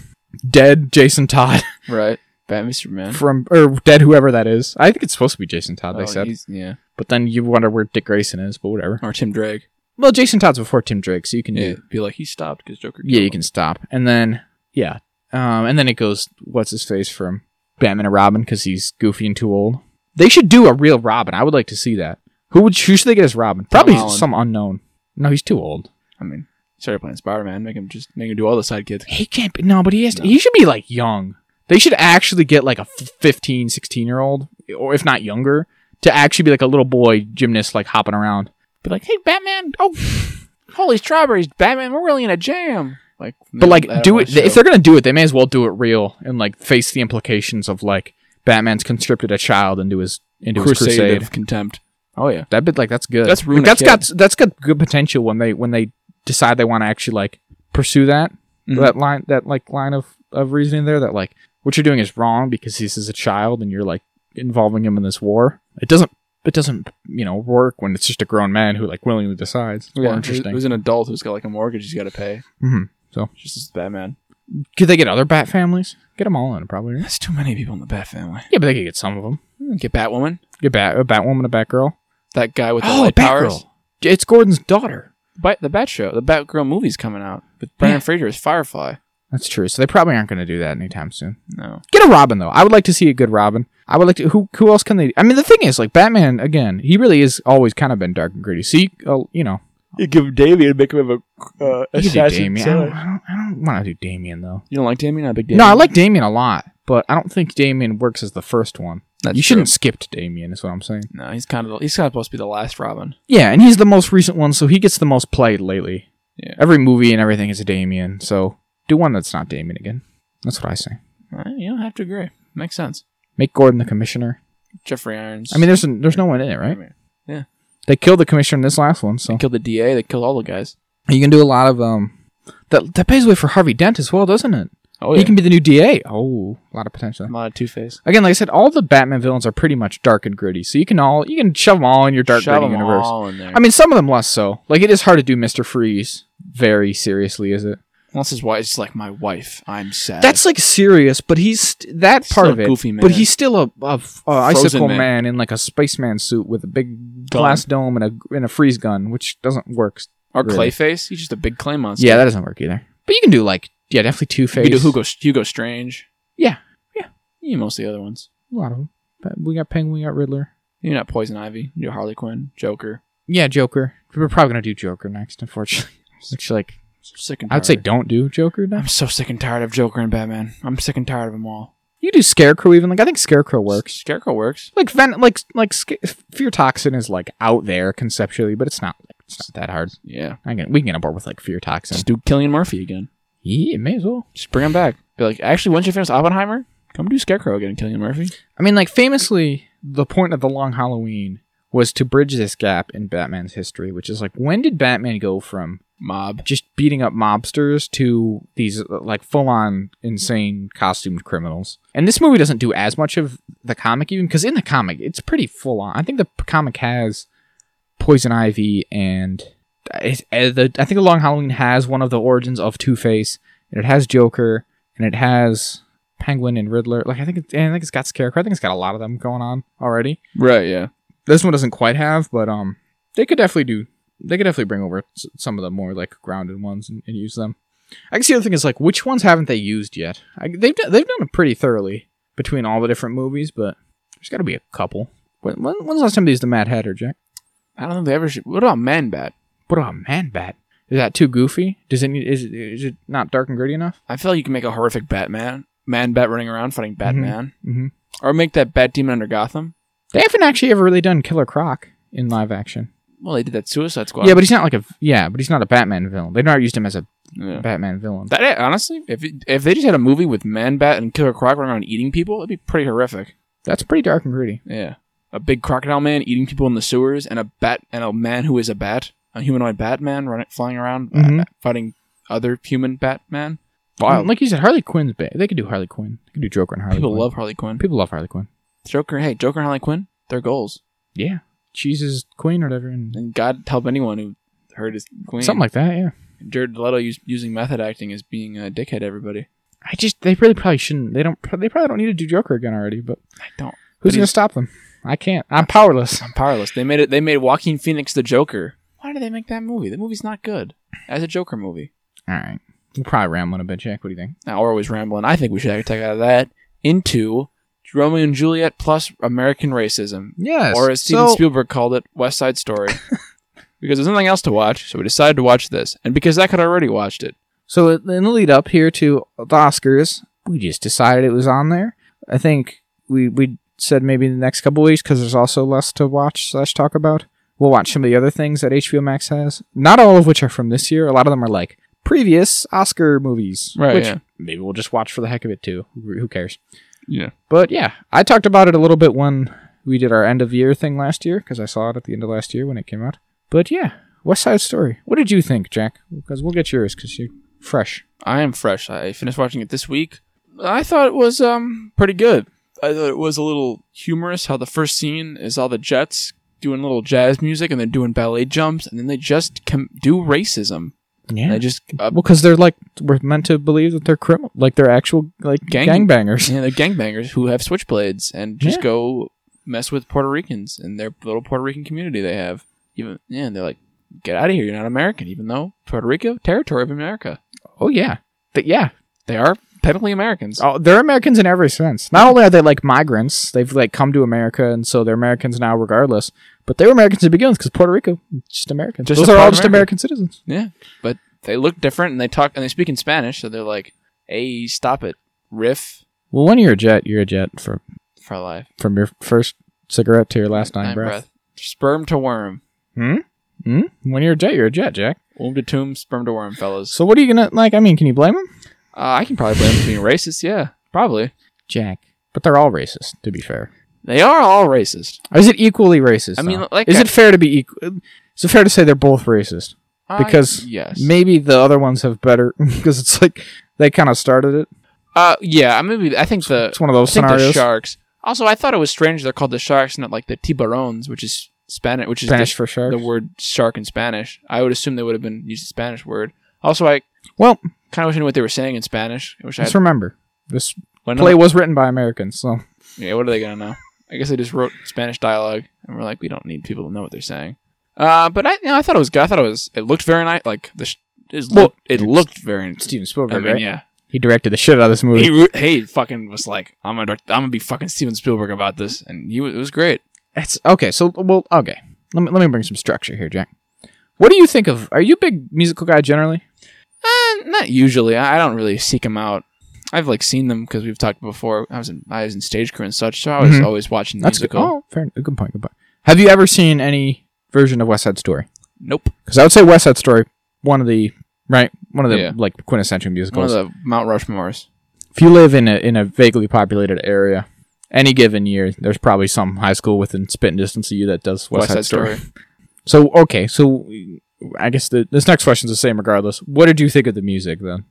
Speaker 2: dead Jason Todd
Speaker 1: Right. Batman Superman.
Speaker 2: from or dead whoever that is. I think it's supposed to be Jason Todd.
Speaker 1: Oh,
Speaker 2: they said,
Speaker 1: he's- Yeah.
Speaker 2: but then you wonder where Dick Grayson is. But whatever.
Speaker 1: Or Tim Drake.
Speaker 2: Well, Jason Todd's before Tim Drake, so you can do
Speaker 1: Yeah. Be like he stopped because Joker.
Speaker 2: yeah, you
Speaker 1: killed him.
Speaker 2: can stop. And then yeah, um, and then it goes what's his face from Batman and Robin because he's goofy and too old. They should do a real Robin. I would like to see that. Who would who should they get as Robin? Probably
Speaker 1: Holland.
Speaker 2: some unknown. No, he's too old.
Speaker 1: I mean, started playing Spider Man. Make him just make him do all the sidekicks.
Speaker 2: He can't be. No, but he has to,
Speaker 1: No.
Speaker 2: he should be like young. They should actually get like a f- 15, 16 year old or if not younger to actually be like a little boy gymnast like hopping around.
Speaker 1: Be like, hey Batman. Oh, holy strawberries, Batman. We're really in a jam. Like,
Speaker 2: But like, do it. If they're gonna do it, they may as well do it real and like face the implications of like Batman's conscripted a child into his into
Speaker 1: crusade,
Speaker 2: his crusade.
Speaker 1: of contempt. Oh yeah.
Speaker 2: That bit like that's good.
Speaker 1: That's ruin
Speaker 2: like,
Speaker 1: a
Speaker 2: that's got that's got good potential when they when they decide they want to actually like pursue that
Speaker 1: Mhm.
Speaker 2: that line that like line of of reasoning there that like what you're doing is wrong because this is a child and you're like involving him in this war. It doesn't it doesn't you know work when it's just a grown man who like willingly decides. It's more
Speaker 1: Yeah,
Speaker 2: interesting.
Speaker 1: Who's, who's an adult who's got like a mortgage he's got to pay?
Speaker 2: Mhm.
Speaker 1: Just as Batman.
Speaker 2: Could they get other Bat families? Get them all in probably. right?
Speaker 1: That's too many people in the Bat family.
Speaker 2: Yeah, but they could get some of them.
Speaker 1: Get Batwoman.
Speaker 2: Get bat, a Batwoman, a Batgirl.
Speaker 1: That guy with the
Speaker 2: Oh,
Speaker 1: light powers.
Speaker 2: It's Gordon's daughter.
Speaker 1: Bat, the Bat Show. The Batgirl movie's coming out with Brandon Fraser as Firefly.
Speaker 2: That's true. So they probably aren't going to do that anytime soon.
Speaker 1: No.
Speaker 2: Get a Robin though. I would like to see a good Robin. I would like to. Who who else can they? I mean, the thing is, like Batman again. He really is always kind of been dark and gritty. So you, uh, you know,
Speaker 1: You give Damien and make him have a uh,
Speaker 2: you can do Damien. I don't, I don't, I don't want to do Damien though.
Speaker 1: You don't like Damien? Not a big
Speaker 2: No, I like Damien a lot, but I don't think Damien works as the first one. you shouldn't skip to Damien. Is what I'm saying.
Speaker 1: No, he's kind of he's kind of supposed to be the last Robin.
Speaker 2: Yeah, and he's the most recent one, so he gets the most played lately.
Speaker 1: Yeah.
Speaker 2: Every movie and everything is a Damien, so do one that's not Damien again. That's what I say.
Speaker 1: Uh, you don't have to agree. Makes sense.
Speaker 2: Make Gordon the commissioner.
Speaker 1: Jeffrey Irons.
Speaker 2: I mean, there's there's no one in it, right?
Speaker 1: Yeah.
Speaker 2: They killed the commissioner in this last one, so
Speaker 1: they killed the DA. They killed all the guys.
Speaker 2: you can do a lot of um. That that pays way for Harvey Dent as well, doesn't it?
Speaker 1: Oh
Speaker 2: He can be the new DA. Oh, a lot of potential.
Speaker 1: I'm not a Two Face.
Speaker 2: Again, like I said, all the Batman villains are pretty much dark and gritty, so you can all you can shove them all in your dark gritty universe.
Speaker 1: all in there.
Speaker 2: I mean, some of them less so. Like it is hard to do Mister Freeze very seriously, is it?
Speaker 1: Unless his wife, it's like my wife. I'm sad.
Speaker 2: That's like serious, but he's st- that
Speaker 1: Still
Speaker 2: part
Speaker 1: a
Speaker 2: of it.
Speaker 1: goofy man.
Speaker 2: But he's still a, a, f- a icicle man.
Speaker 1: man.
Speaker 2: in like a spaceman suit with a big
Speaker 1: Gun.
Speaker 2: glass dome and a and a freeze gun, which doesn't work.
Speaker 1: or
Speaker 2: really.
Speaker 1: Clayface. He's just a big clay monster.
Speaker 2: Yeah, that doesn't work either. But you can do like yeah, definitely Two
Speaker 1: You
Speaker 2: Face.
Speaker 1: could do Hugo Hugo Strange.
Speaker 2: Yeah. Yeah.
Speaker 1: You most of the other ones.
Speaker 2: A lot of them. But we got Penguin, we got Riddler.
Speaker 1: You're not Poison Ivy. You do Harley Quinn, Joker.
Speaker 2: Yeah, Joker. We're probably gonna do Joker next, unfortunately. Which like
Speaker 1: I'm sick and tired.
Speaker 2: I'd say don't do Joker now.
Speaker 1: I'm so sick and tired of Joker and Batman. I'm sick and tired of them all.
Speaker 2: You do Scarecrow even like I think Scarecrow works.
Speaker 1: Scarecrow works.
Speaker 2: Like Ven- like like Sca- Fear Toxin is like out there conceptually, but it's not like it's not that hard.
Speaker 1: Yeah.
Speaker 2: I can we can get on board with like Fear Toxin.
Speaker 1: Just do Killian Murphy again.
Speaker 2: Yeah, may as well.
Speaker 1: Just bring him back. Be like, actually, once you finish Oppenheimer, come do Scarecrow again, Killian Murphy.
Speaker 2: I mean, like famously, the point of the Long Halloween was to bridge this gap in Batman's history, which is like when did Batman go from
Speaker 1: Mob.
Speaker 2: just beating up mobsters to these uh, like full-on insane costumed criminals. And this movie doesn't do as much of the comic even because in the comic it's pretty full on. I think the p- comic has Poison Ivy and it's, uh, the, I think the Long Halloween has one of the origins of Two Face and it has Joker and it has Penguin and Riddler. Like I think it, and I think it's got Scarecrow. I think it's got a lot of them going on already.
Speaker 1: Right, yeah.
Speaker 2: This one doesn't quite have, but um, they could definitely do. They could definitely bring over s- some of the more like grounded ones and, and use them. I guess the other thing is like which ones haven't they used yet? I, they've done, they've done it pretty thoroughly between all the different movies, but there's got to be a couple. When, when when's the last time they used the Mad Hatter, Jack?
Speaker 1: I don't think they ever should. What about Man Bat?
Speaker 2: What about Man Bat? Is that too goofy? Does it need, is it, is it not dark and gritty enough?
Speaker 1: I feel like you can make a horrific Batman. Man Bat running around fighting Batman.
Speaker 2: Mm-hmm.
Speaker 1: Or make that Bat Demon under Gotham.
Speaker 2: They haven't actually ever really done Killer Croc in live action.
Speaker 1: Well, they did that Suicide Squad.
Speaker 2: Yeah, but he's not like a yeah, but he's not a Batman villain. They've not used him as a
Speaker 1: Yeah.
Speaker 2: Batman villain.
Speaker 1: That eh, honestly, if it- if they just had a movie with Man Bat and Killer Croc running around eating people, it'd be pretty horrific.
Speaker 2: That's pretty dark and gritty.
Speaker 1: Yeah, a big crocodile man eating people in the sewers, and a bat and a man who is a bat, a humanoid Batman running flying around uh,
Speaker 2: Mhm.
Speaker 1: fighting other human Batman.
Speaker 2: Mm, Like you said, Harley Quinn's bad. They could do Harley Quinn. They could do Joker and Harley
Speaker 1: People
Speaker 2: Quinn.
Speaker 1: love Harley Quinn.
Speaker 2: People love Harley Quinn.
Speaker 1: Joker, hey, Joker and Harley Quinn, they're goals.
Speaker 2: Yeah. Cheese's queen or whatever, and
Speaker 1: And God help anyone who heard his queen.
Speaker 2: something like that. Yeah,
Speaker 1: Jared Leto us- using method acting as being a dickhead. Everybody.
Speaker 2: I just they really probably shouldn't. They don't. They probably don't need to do Joker again already. But
Speaker 1: I don't. But
Speaker 2: who's gonna
Speaker 1: he's-
Speaker 2: stop them? I can't. I'm powerless.
Speaker 1: I'm powerless. They made it. They made Joaquin Phoenix the Joker. Why did they make that movie? The movie's not good as a Joker movie.
Speaker 2: All right, we're probably rambling a bit, Jack. What do you think?
Speaker 1: Now we're always rambling. I think we should take out of that into Romeo and Juliet plus American racism,
Speaker 2: Yes.
Speaker 1: or as Steven Spielberg called it, West Side Story. because there's nothing else to watch, so we decided to watch this, and because I could already watched it.
Speaker 2: So in the lead up here to the Oscars, we just decided it was on there. I think we we said maybe the next couple weeks because there's also less to watch slash talk about. We'll watch some of the other things that HBO Max has. Not all of which are from this year. A lot of them are like previous Oscar movies,
Speaker 1: Right,
Speaker 2: Which
Speaker 1: yeah.
Speaker 2: maybe we'll just watch for the heck of it too. Who who cares?
Speaker 1: Yeah.
Speaker 2: But yeah, I talked about it a little bit when we did our end of year thing last year because I saw it at the end of last year when it came out. But yeah, West Side Story. What did you think, Jack? Because we'll get yours because you're fresh.
Speaker 1: I am fresh. I finished watching it this week. I thought it was um pretty good. I thought it was a little humorous how the first scene is all the Jets doing little jazz music and they're doing ballet jumps and then they just com- do racism.
Speaker 2: Yeah.
Speaker 1: And they just uh,
Speaker 2: well, because they're like we're meant to believe that they're criminal, like they're actual like
Speaker 1: Gang-
Speaker 2: gangbangers.
Speaker 1: you know, they're gangbangers who have switchblades and just
Speaker 2: Yeah.
Speaker 1: go mess with Puerto Ricans and their little Puerto Rican community they have. Even yeah, and they're like, get out of here, you're not American, even though Puerto Rico territory of America.
Speaker 2: Oh yeah, Th- yeah.
Speaker 1: They are technically Americans.
Speaker 2: Oh, they're Americans in every sense. Not only are they like migrants, they've like come to America, and so they're Americans now, regardless. But they were Americans to begin with because Puerto Rico, just Americans.
Speaker 1: Just
Speaker 2: Those
Speaker 1: a
Speaker 2: are all
Speaker 1: proud
Speaker 2: just American
Speaker 1: American.
Speaker 2: citizens.
Speaker 1: Yeah, but they look different and they talk and they speak in Spanish, so they're like, "Hey, stop it, riff
Speaker 2: Well, when you're a jet, you're a jet from
Speaker 1: for life,
Speaker 2: from your first cigarette to your last nine,
Speaker 1: Nine
Speaker 2: breath.
Speaker 1: sperm to worm,
Speaker 2: Hmm? When you're a jet, you're a jet, Jack.
Speaker 1: womb to tomb, sperm to worm, fellas."
Speaker 2: So what are you gonna like? I mean, can you blame them,
Speaker 1: Uh, I can probably blame them for being racist. Yeah, probably.
Speaker 2: Jack? But they're all racist, to be fair.
Speaker 1: They are all racist.
Speaker 2: Is it equally racist?
Speaker 1: I mean,
Speaker 2: though?
Speaker 1: like
Speaker 2: is
Speaker 1: I-
Speaker 2: it fair to be equal? Is it fair to say they're both racist?
Speaker 1: I-
Speaker 2: Because
Speaker 1: yes,
Speaker 2: Maybe the other ones have better because it's like they kind of started it.
Speaker 1: uh, yeah, I maybe I think the
Speaker 2: It's one of those
Speaker 1: I think the
Speaker 2: scenarios.
Speaker 1: sharks. Also, I thought it was strange they're called the sharks, not like the tiburones, which is Spanish, which is the-
Speaker 2: Spanish for shark.
Speaker 1: the word shark in Spanish. I would assume they would have been used a Spanish word. Also, I
Speaker 2: Well-
Speaker 1: kind of wish I knew what they were saying in Spanish. I wish I
Speaker 2: Just
Speaker 1: had,
Speaker 2: remember, this
Speaker 1: when
Speaker 2: play was written by Americans, so
Speaker 1: yeah, what are they gonna know? I guess they just wrote Spanish dialogue, and we're like, we don't need people to know what they're saying. Uh, but I, you know, I thought it was good. I thought it was. It looked very nice. Like the, sh- it,
Speaker 2: Well-
Speaker 1: looked, it looked very.
Speaker 2: Steven
Speaker 1: I
Speaker 2: Spielberg,
Speaker 1: mean,
Speaker 2: right?
Speaker 1: yeah.
Speaker 2: He directed the shit out of this movie.
Speaker 1: He, re- he fucking was like, I'm gonna, direct, I'm gonna be fucking Steven Spielberg about this, and he was, it was great.
Speaker 2: It's okay. So well, okay. Let me let me bring some structure here, Jack. What do you think of? Are you a big musical guy generally?
Speaker 1: Eh, not usually. I I don't really seek them out. I've like seen them because we've talked before. I was in I was in stage crew and such, so I was
Speaker 2: Mhm.
Speaker 1: always watching
Speaker 2: That's
Speaker 1: musical.
Speaker 2: good. Oh, fair. Good point. Good point. Have you ever seen any version of West Side Story?
Speaker 1: Nope.
Speaker 2: Because I would say West Side Story, one of the right, one of the
Speaker 1: Yeah.
Speaker 2: like quintessential
Speaker 1: One
Speaker 2: musicals.
Speaker 1: of the Mount Rushmores.
Speaker 2: if you live in a in a vaguely populated area, any given year, there's probably some high school within spitting distance of you that does West, Side, Story. So okay, so I guess the, this next question's the same regardless. What did you think of the music then,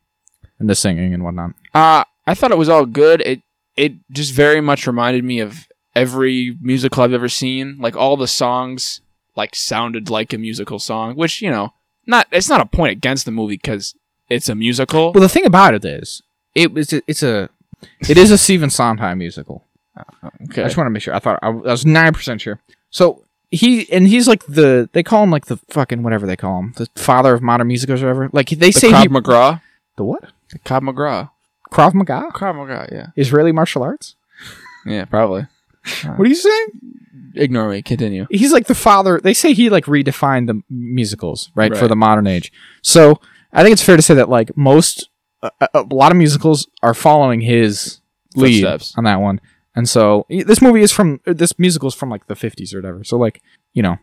Speaker 2: and the singing and whatnot?
Speaker 1: Uh, I thought it was all good. It it just very much reminded me of every musical I've ever seen. Like all the songs like sounded like a musical song, which you know, not it's not a point against the movie because it's a musical.
Speaker 2: Well, the thing about it is, it was it's a it is a Stephen Sondheim musical. I
Speaker 1: okay.
Speaker 2: just want to make sure. I thought I, w- I was nine percent sure. So he and he's like the they call him like the fucking whatever they call him, the father of modern music or whatever. Like they
Speaker 1: The
Speaker 2: say
Speaker 1: Krav
Speaker 2: he,
Speaker 1: McGraw.
Speaker 2: the what
Speaker 1: The Krav McGraw.
Speaker 2: Krav Maga,
Speaker 1: Krav McGraw. Yeah.
Speaker 2: Israeli martial arts.
Speaker 1: Yeah. Probably.
Speaker 2: What are you saying?
Speaker 1: Ignore me. Continue.
Speaker 2: He's like the father. They say he like redefined the musicals right, for
Speaker 1: Right.
Speaker 2: the modern age. So I think it's fair to say that like most a, a- a lot of musicals are following his lead
Speaker 1: Footsteps.
Speaker 2: on that one. And so y- this movie is from uh, this musical is from like the 50s or whatever. So like, you know,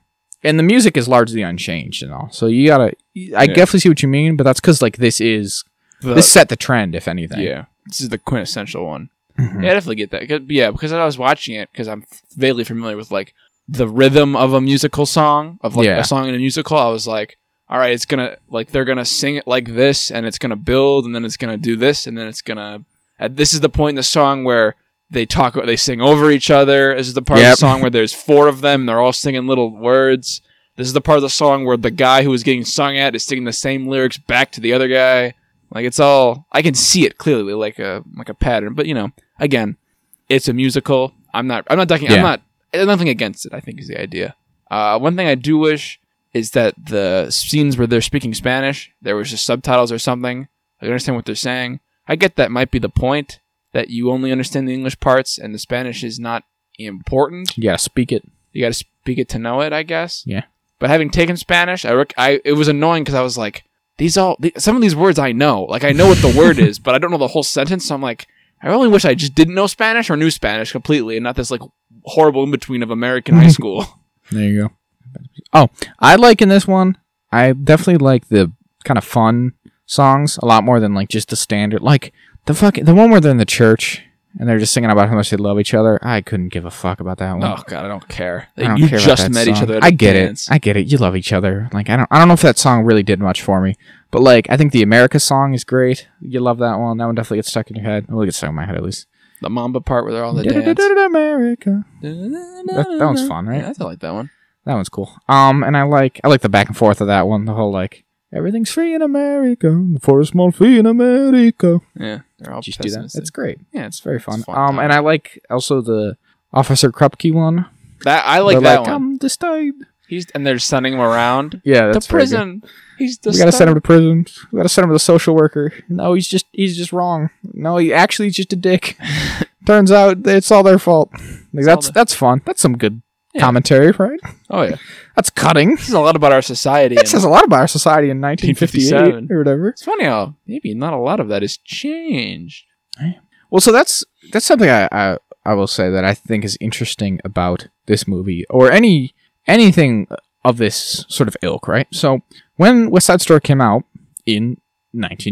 Speaker 2: and the music is largely unchanged and all. So you got to I
Speaker 1: Yeah.
Speaker 2: definitely see what you mean, but that's cuz like this is
Speaker 1: The-
Speaker 2: this set the trend if anything.
Speaker 1: yeah, this is the quintessential one.
Speaker 2: Mhm.
Speaker 1: Yeah, I definitely get that. 'Cause- yeah, because I was watching it because I'm vaguely familiar with like the rhythm of a musical song of like
Speaker 2: Yeah.
Speaker 1: a song in a musical. I was like, all right, it's gonna like they're gonna sing it like this, and it's gonna build, and then it's gonna do this, and then it's gonna. At, this is the point in the song where they talk they sing over each other. This is the part of
Speaker 2: Yep.
Speaker 1: the song where there's four of them and they're all singing little words. This is the part of the song where the guy who is getting sung at is singing the same lyrics back to the other guy. Like it's all I can see it clearly like a like a pattern, but you know, again, it's a musical. I'm not I'm not ducking
Speaker 2: Yeah.
Speaker 1: I'm not there's nothing against it, I think is the idea. Uh, one thing I do wish is that the scenes where they're speaking Spanish, there was just subtitles or something. I can understand what they're saying. I get that might be the point that you only understand the English parts and the Spanish is not important.
Speaker 2: You gotta speak it.
Speaker 1: You got to speak it to know it, I guess.
Speaker 2: Yeah.
Speaker 1: But having taken Spanish, I, rec- I it was annoying because I was like, these all th- some of these words I know. Like I know what the word is, but I don't know the whole sentence. So I'm like, I really wish I just didn't know Spanish or knew Spanish completely and not this like horrible in between of American high school.
Speaker 2: There you go. Oh, I like in this one. I definitely like the kind of fun songs a lot more than like just the standard. Like the fucking the one where they're in the church and they're just singing about how much they love each other. I couldn't give a fuck about that one.
Speaker 1: Oh god, I don't care.
Speaker 2: I don't
Speaker 1: you
Speaker 2: care about
Speaker 1: just
Speaker 2: that
Speaker 1: met each
Speaker 2: song.
Speaker 1: other. At a
Speaker 2: I get
Speaker 1: dance.
Speaker 2: it. I get it. You love each other. Like I don't. I don't know if that song really did much for me, but like I think the America song is great. You love that one. That one definitely gets stuck in your head. It will get stuck in my head at least.
Speaker 1: The Mamba part where they're all in the dance.
Speaker 2: America.
Speaker 1: That,
Speaker 2: that one's fun, right?
Speaker 1: Yeah, I still like that one.
Speaker 2: That one's cool. Um, and I like I like the back and forth of that one. The whole like everything's free in America for a small fee in America.
Speaker 1: Yeah, they're all
Speaker 2: Just do that.
Speaker 1: pessimistic.
Speaker 2: It's great.
Speaker 1: yeah,
Speaker 2: It's very fun.
Speaker 1: It's fun
Speaker 2: um,
Speaker 1: time.
Speaker 2: and I like also the Officer Krupke one.
Speaker 1: that. I like
Speaker 2: They're
Speaker 1: that one.
Speaker 2: I'm this type.
Speaker 1: He's and they're sending him around
Speaker 2: Yeah, that's
Speaker 1: to
Speaker 2: very good.
Speaker 1: prison. He's the
Speaker 2: we gotta send
Speaker 1: star.
Speaker 2: him to prison. We gotta send him to the social worker. No, he's just he's just wrong. No, he actually he's just a dick. Turns out that it's all their fault. Like,
Speaker 1: all
Speaker 2: that's
Speaker 1: the-
Speaker 2: that's fun. That's some good
Speaker 1: Yeah.
Speaker 2: commentary, right?
Speaker 1: Oh yeah,
Speaker 2: That's cutting.
Speaker 1: this is a lot about our society.
Speaker 2: That
Speaker 1: and
Speaker 2: says a lot about our society in 1958
Speaker 1: 1957.
Speaker 2: or whatever.
Speaker 1: it's funny how maybe not a lot of that has changed.
Speaker 2: Well, so that's that's something I, I I will say that I think is interesting about this movie or any anything of this sort of ilk, right? So when West Side Story came out in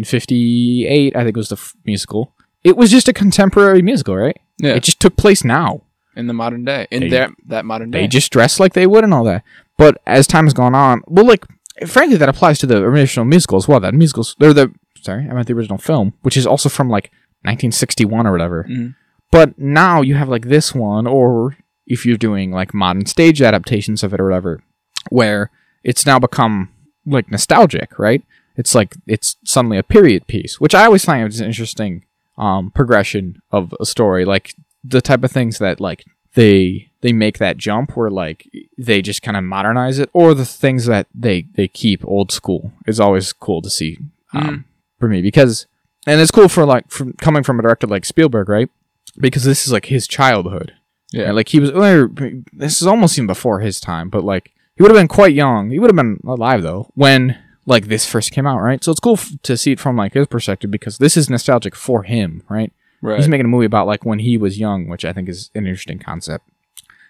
Speaker 2: 1958, I think was the f- musical. It was just a contemporary musical, right?
Speaker 1: Yeah,
Speaker 2: It just took place now.
Speaker 1: in the modern day, in
Speaker 2: They-
Speaker 1: their that modern
Speaker 2: They
Speaker 1: day.
Speaker 2: just dressed like they would and all that. But as time has gone on, well, like frankly, that applies to the original musical as well. That musicals, they're the sorry, I meant the original film, which is also from like 1961 or whatever.
Speaker 1: Mhm.
Speaker 2: But now you have like this one, or if you're doing like modern stage adaptations of it or whatever, where it's now become like nostalgic, right? It's like it's suddenly a period piece, which I always find is an interesting um, progression of a story, like the type of things that like they they make that jump where like they just kind of modernize it, or the things that they they keep old school is always cool to see um, for me because and it's cool for like from coming from a director like Spielberg, right? Because this is like his childhood.
Speaker 1: Yeah.
Speaker 2: And, like he was. or, This is almost even before his time, but like he would have been quite young. He would have been alive though when like this first came out, right? So it's cool f- to see it from like his perspective because this is nostalgic for him, right?
Speaker 1: right.
Speaker 2: He's making a movie about like when he was young, which I think is an interesting concept.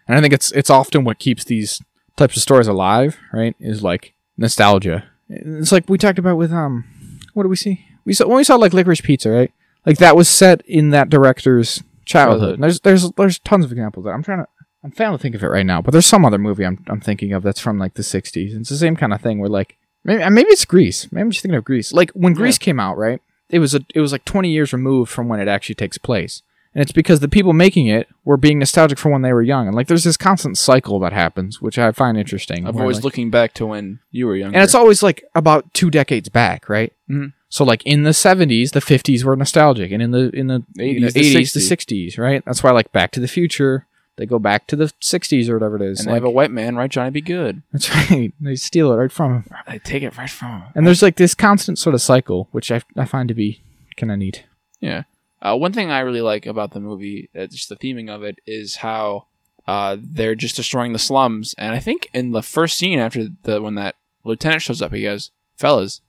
Speaker 2: And I think it's it's often what keeps these types of stories alive, right? Is like nostalgia. It's like we talked about with um what do we see? We saw when we saw like Licorice Pizza, right? Like that was set in that director's childhood.
Speaker 1: Childhood.
Speaker 2: There's there's there's tons of examples of that I'm trying to I'm failing to think of it right now, but there's some other movie I'm I'm thinking of that's from like the 60s. It's the same kind of thing where like maybe uh, maybe it's Greece. Maybe I'm just thinking of Greece. Like when Greece came out, right? It was a it was like 20 years removed from when it actually takes place. And it's because the people making it were being nostalgic for when they were young. And like there's this constant cycle that happens, which I find interesting.
Speaker 1: I'm
Speaker 2: where,
Speaker 1: always
Speaker 2: like-
Speaker 1: looking back to when you were younger.
Speaker 2: and it's always like about two decades back, right?
Speaker 1: Mhm.
Speaker 2: So like in the seventies, the fifties were nostalgic, and in the in the
Speaker 1: 80s, the
Speaker 2: eighties, the sixties, right? That's why like Back to the Future, they go back to the sixties or whatever it is.
Speaker 1: and they
Speaker 2: like,
Speaker 1: have a white man, right? Johnny, be good.
Speaker 2: that's right. They steal it right from 'em.
Speaker 1: They take it right from him.
Speaker 2: And there's like this constant sort of cycle, which I I find to be kind of neat.
Speaker 1: Yeah. Uh, one thing I really like about the movie, uh, just the theming of it, is how uh, they're just destroying the slums. And I think in the first scene after the when that lieutenant shows up, he goes, "Fellas,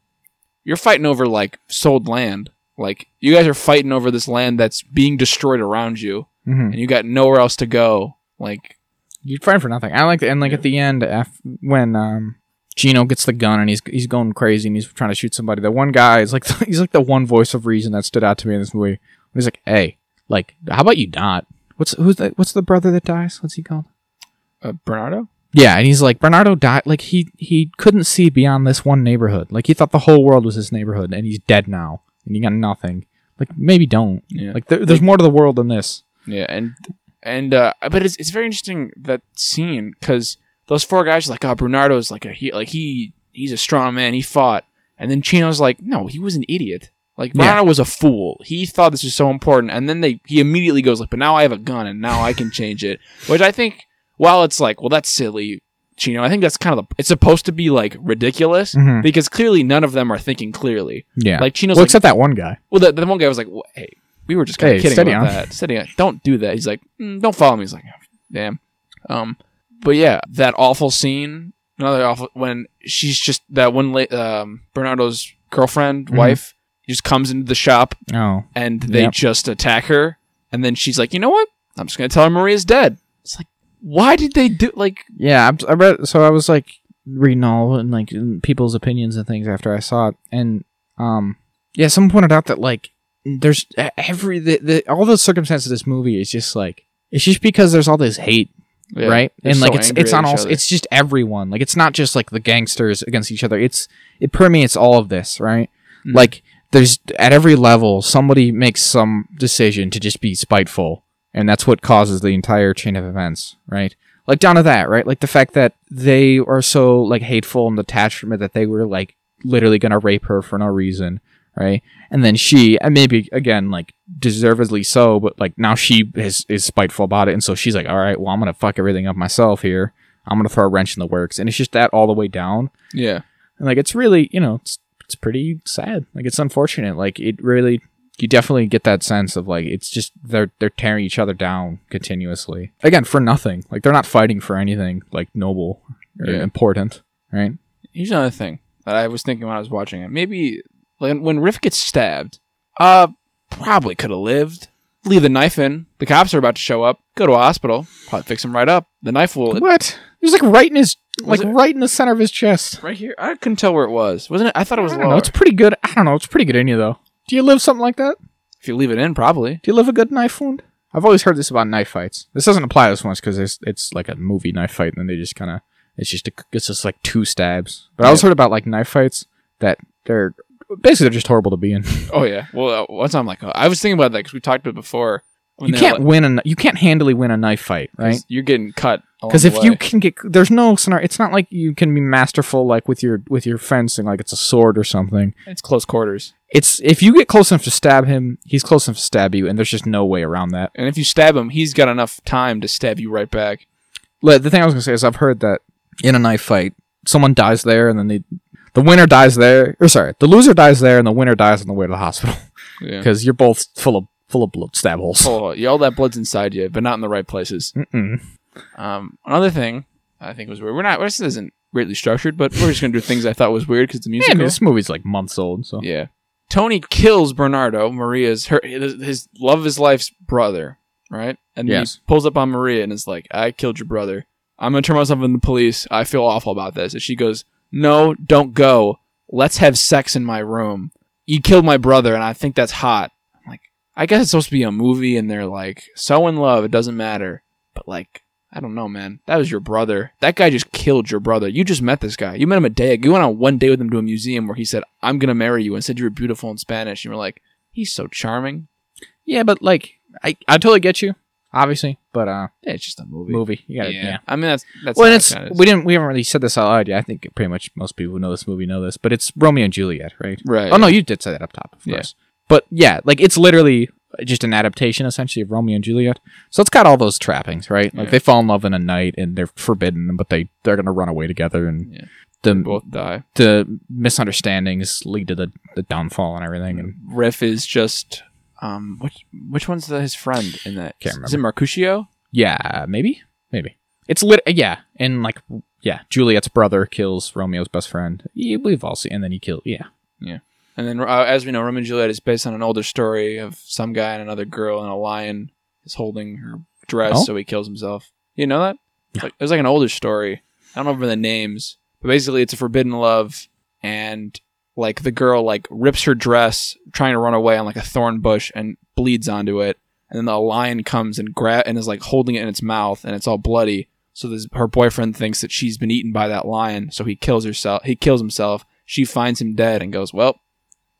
Speaker 1: you're fighting over like sold land. Like you guys are fighting over this land that's being destroyed around you,
Speaker 2: Mm-hmm.
Speaker 1: and you got nowhere else to go. Like,
Speaker 2: You'd find for nothing. I like the and like at the end af- when um Gino gets the gun and he's he's going crazy and he's trying to shoot somebody. The one guy is like he's like the one voice of reason that stood out to me in this movie. He's like, hey, like how about you not? What's who's the what's the brother that dies? What's he called?
Speaker 1: uh, Bernardo?
Speaker 2: Yeah, and he's like Bernardo died. Like he he couldn't see beyond this one neighborhood. Like he thought the whole world was his neighborhood, and he's dead now, and he got nothing. Like maybe don't.
Speaker 1: Yeah.
Speaker 2: Like there, there's more to the world than this.
Speaker 1: Yeah, and and uh, but it's it's very interesting that scene because those four guys are like, oh, Bernardo's like a he like he he's a strong man. He fought, and then Chino's like, no, he was an idiot. Like
Speaker 2: Yeah.
Speaker 1: Bernardo was a fool. He thought this was so important, and then they he immediately goes like, but now I have a gun, and now I can change it. Which I think, while it's like, well, that's silly, Chino. I think that's kind of the, it's supposed to be like ridiculous
Speaker 2: Mhm.
Speaker 1: because clearly none of them are thinking clearly.
Speaker 2: Yeah.
Speaker 1: Like Chino's
Speaker 2: Mm-hmm. well,
Speaker 1: like,
Speaker 2: except that one guy.
Speaker 1: well, the, the one guy was like, well, "Hey, we were just kind of
Speaker 2: Hey,
Speaker 1: kidding
Speaker 2: steady
Speaker 1: about
Speaker 2: on.
Speaker 1: that. Steady on. Don't do that." He's like, mm, "Don't follow me." He's like, "Damn." Um, but yeah, that awful scene. Another awful when she's just that one. La- um, Bernardo's girlfriend,
Speaker 2: Mhm.
Speaker 1: wife, just comes into the shop
Speaker 2: Oh.
Speaker 1: and they
Speaker 2: Yep.
Speaker 1: just attack her. And then she's like, "You know what? I'm just gonna tell her Maria's dead." It's like, why did they do like?
Speaker 2: Yeah, I'm- I read. So I was like reading all and like in people's opinions and things after I saw it, and um, yeah, someone pointed out that like there's e- every the, the all the circumstances of this movie is just like it's just because there's all this hate,
Speaker 1: Yeah,
Speaker 2: right?
Speaker 1: they're
Speaker 2: And like
Speaker 1: so
Speaker 2: it's
Speaker 1: angry
Speaker 2: it's
Speaker 1: at
Speaker 2: on
Speaker 1: each
Speaker 2: all
Speaker 1: other.
Speaker 2: it's just everyone. Like it's not just like the gangsters against each other. It's it permeates all of this, right?
Speaker 1: Mm.
Speaker 2: Like there's at every level somebody makes some decision to just be spiteful, and that's what causes the entire chain of events, right? like down to that, right? Like the fact that they are so like hateful and detached from it that they were like literally gonna rape her for no reason, right? And then she, and maybe again like deservedly so, but like now she is is spiteful about it, and so she's like, all right, well I'm gonna fuck everything up myself here. I'm gonna throw a wrench in the works, and it's just that all the way down.
Speaker 1: yeah,
Speaker 2: And like it's really, you know, it's it's pretty sad. Like it's unfortunate. Like it really you definitely get that sense of like it's just they're they're tearing each other down continuously. Again, for nothing. Like they're not fighting for anything like noble or
Speaker 1: Yeah.
Speaker 2: important, right?
Speaker 1: Here's another thing that I was thinking when I was watching it. Maybe when, when Riff gets stabbed, uh, probably could have lived. Leave the knife in. The cops are about to show up. Go to a hospital. Probably fix him right up. The knife will
Speaker 2: What? It was like right in his
Speaker 1: Was
Speaker 2: like
Speaker 1: it-
Speaker 2: right in the center of his chest.
Speaker 1: right here. I couldn't tell where it was. Wasn't it? I thought it
Speaker 2: I
Speaker 1: was
Speaker 2: don't
Speaker 1: lower.
Speaker 2: know. It's pretty good. I don't know. It's pretty good in you though. Do you live something like that?
Speaker 1: If you leave it in, probably.
Speaker 2: Do you live a good knife wound? I've always heard this about knife fights. This doesn't apply to this one because it's, it's like a movie knife fight, and then they just kind of it's just a, it's just like two stabs. But I always heard about like knife fights that they're basically they're just horrible to be in.
Speaker 1: Oh yeah. Well, uh, once I'm like, oh, I was thinking about that because we talked about it before. When
Speaker 2: you
Speaker 1: they're
Speaker 2: can't
Speaker 1: like-
Speaker 2: win a you can't handily win a knife fight, right?
Speaker 1: 'cause You're getting cut. along
Speaker 2: Because
Speaker 1: the
Speaker 2: if you
Speaker 1: way.
Speaker 2: can get there's no scenario. It's not like you can be masterful like with your with your fencing, like it's a sword or something.
Speaker 1: it's close quarters,
Speaker 2: It's if you get close enough to stab him, he's close enough to stab you, and there's just no way around that.
Speaker 1: and if you stab him, he's got enough time to stab you right back.
Speaker 2: Like, the thing I was gonna say is I've heard that in a knife fight, someone dies there, and then the the winner dies there. Or sorry, the loser dies there, and the winner dies on the way to the hospital
Speaker 1: Yeah.
Speaker 2: because you're both full of full of blood stab holes.
Speaker 1: Oh, yeah, all that blood's inside you, but not in the right places.
Speaker 2: Mm-mm.
Speaker 1: Um, another thing I think was weird. We're not. This isn't greatly structured, but we're just gonna do things I thought was weird because the
Speaker 2: Yeah, I
Speaker 1: music.
Speaker 2: mean, this movie's like months old, so
Speaker 1: yeah. Tony kills Bernardo, Maria's her his his love of his life's brother, right? And
Speaker 2: Yes.
Speaker 1: he pulls up on Maria and is like, "I killed your brother. I'm gonna turn myself in the police. I feel awful about this." And she goes, "No, don't go. Let's have sex in my room. You killed my brother, and I think that's hot." I'm like, I guess it's supposed to be a movie, and they're like so in love, it doesn't matter. But like, I don't know, man. That was your brother. That guy just killed your brother. You just met this guy. You met him a day ago. You went on one day with him to a museum where he said, I'm going to marry you and said you were beautiful in Spanish. And you were like, he's so charming.
Speaker 2: yeah, but like I I totally get you, obviously, but uh,
Speaker 1: Yeah, it's just a movie.
Speaker 2: movie, you gotta, yeah.
Speaker 1: I mean, that's, that's,
Speaker 2: Well, and
Speaker 1: how it
Speaker 2: it's
Speaker 1: kinda is.
Speaker 2: we didn't we haven't really said this out loud yet. I think pretty much most people who know this movie know this, but it's Romeo and Juliet, right?
Speaker 1: right.
Speaker 2: Oh no, you did say that up top, of
Speaker 1: Yeah.
Speaker 2: course. But yeah, like it's literally just an adaptation essentially of Romeo and Juliet. So it's got all those trappings, right? Like
Speaker 1: Yeah.
Speaker 2: they fall in love in a night and they're forbidden, but they they're gonna run away together, and
Speaker 1: Yeah. They
Speaker 2: the
Speaker 1: both die.
Speaker 2: the misunderstandings lead to the, the downfall and everything. And
Speaker 1: Riff is just, um, which, which one's the, his friend in that?
Speaker 2: Can't
Speaker 1: Is it Mercutio?
Speaker 2: yeah, maybe maybe it's lit. uh, Yeah, and like yeah, Juliet's brother kills Romeo's best friend. Yeah, we've all seen, and then he killed. Yeah,
Speaker 1: And then, uh, as we know, Romeo and Juliet is based on an older story of some guy and another girl, and a lion is holding her dress,
Speaker 2: Oh.
Speaker 1: so he kills himself. You know that?
Speaker 2: No.
Speaker 1: Like, it was like an older story. I don't remember the names, but basically, it's a forbidden love, and like the girl like rips her dress, trying to run away on like a thorn bush, and bleeds onto it. And then the lion comes and grab and is like holding it in its mouth, and it's all bloody. So this, her boyfriend thinks that she's been eaten by that lion, so he kills herself. He kills himself. She finds him dead and goes, "Well,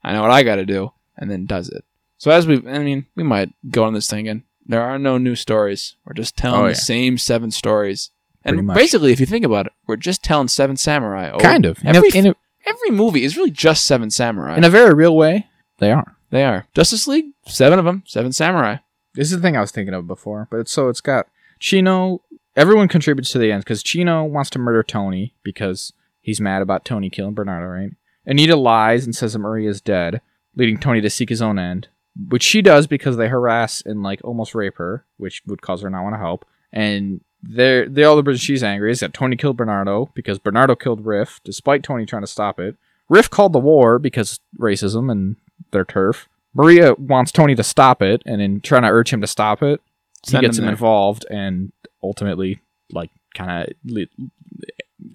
Speaker 1: I know what I got to do," and then does it. So as we, I mean, we might go on this thing and There are no new stories. We're just telling
Speaker 2: Oh, yeah.
Speaker 1: the same seven stories.
Speaker 2: Pretty
Speaker 1: And
Speaker 2: much.
Speaker 1: basically, if you think about it, we're just telling Seven Samurai. over-
Speaker 2: kind of. In a,
Speaker 1: Oh, Every,
Speaker 2: in, a,
Speaker 1: every movie is really just Seven Samurai.
Speaker 2: in a very real way, they are.
Speaker 1: they are. Justice League, seven of them, Seven Samurai.
Speaker 2: This is the thing I was thinking of before, but it's so it's got Chino. Everyone contributes to the end because Chino wants to murder Tony because he's mad about Tony killing Bernardo, right? Anita lies and says that Maria is dead, leading Tony to seek his own end, which she does because they harass and like almost rape her, which would cause her not want to help. And they're, the other reason she's angry is that Tony killed Bernardo because Bernardo killed Riff, despite Tony trying to stop it. Riff called the war because racism and their turf. Maria wants Tony to stop it, and in trying to urge him to stop it, he
Speaker 1: Send
Speaker 2: gets
Speaker 1: him
Speaker 2: him
Speaker 1: there.
Speaker 2: involved, and ultimately, like, kind of,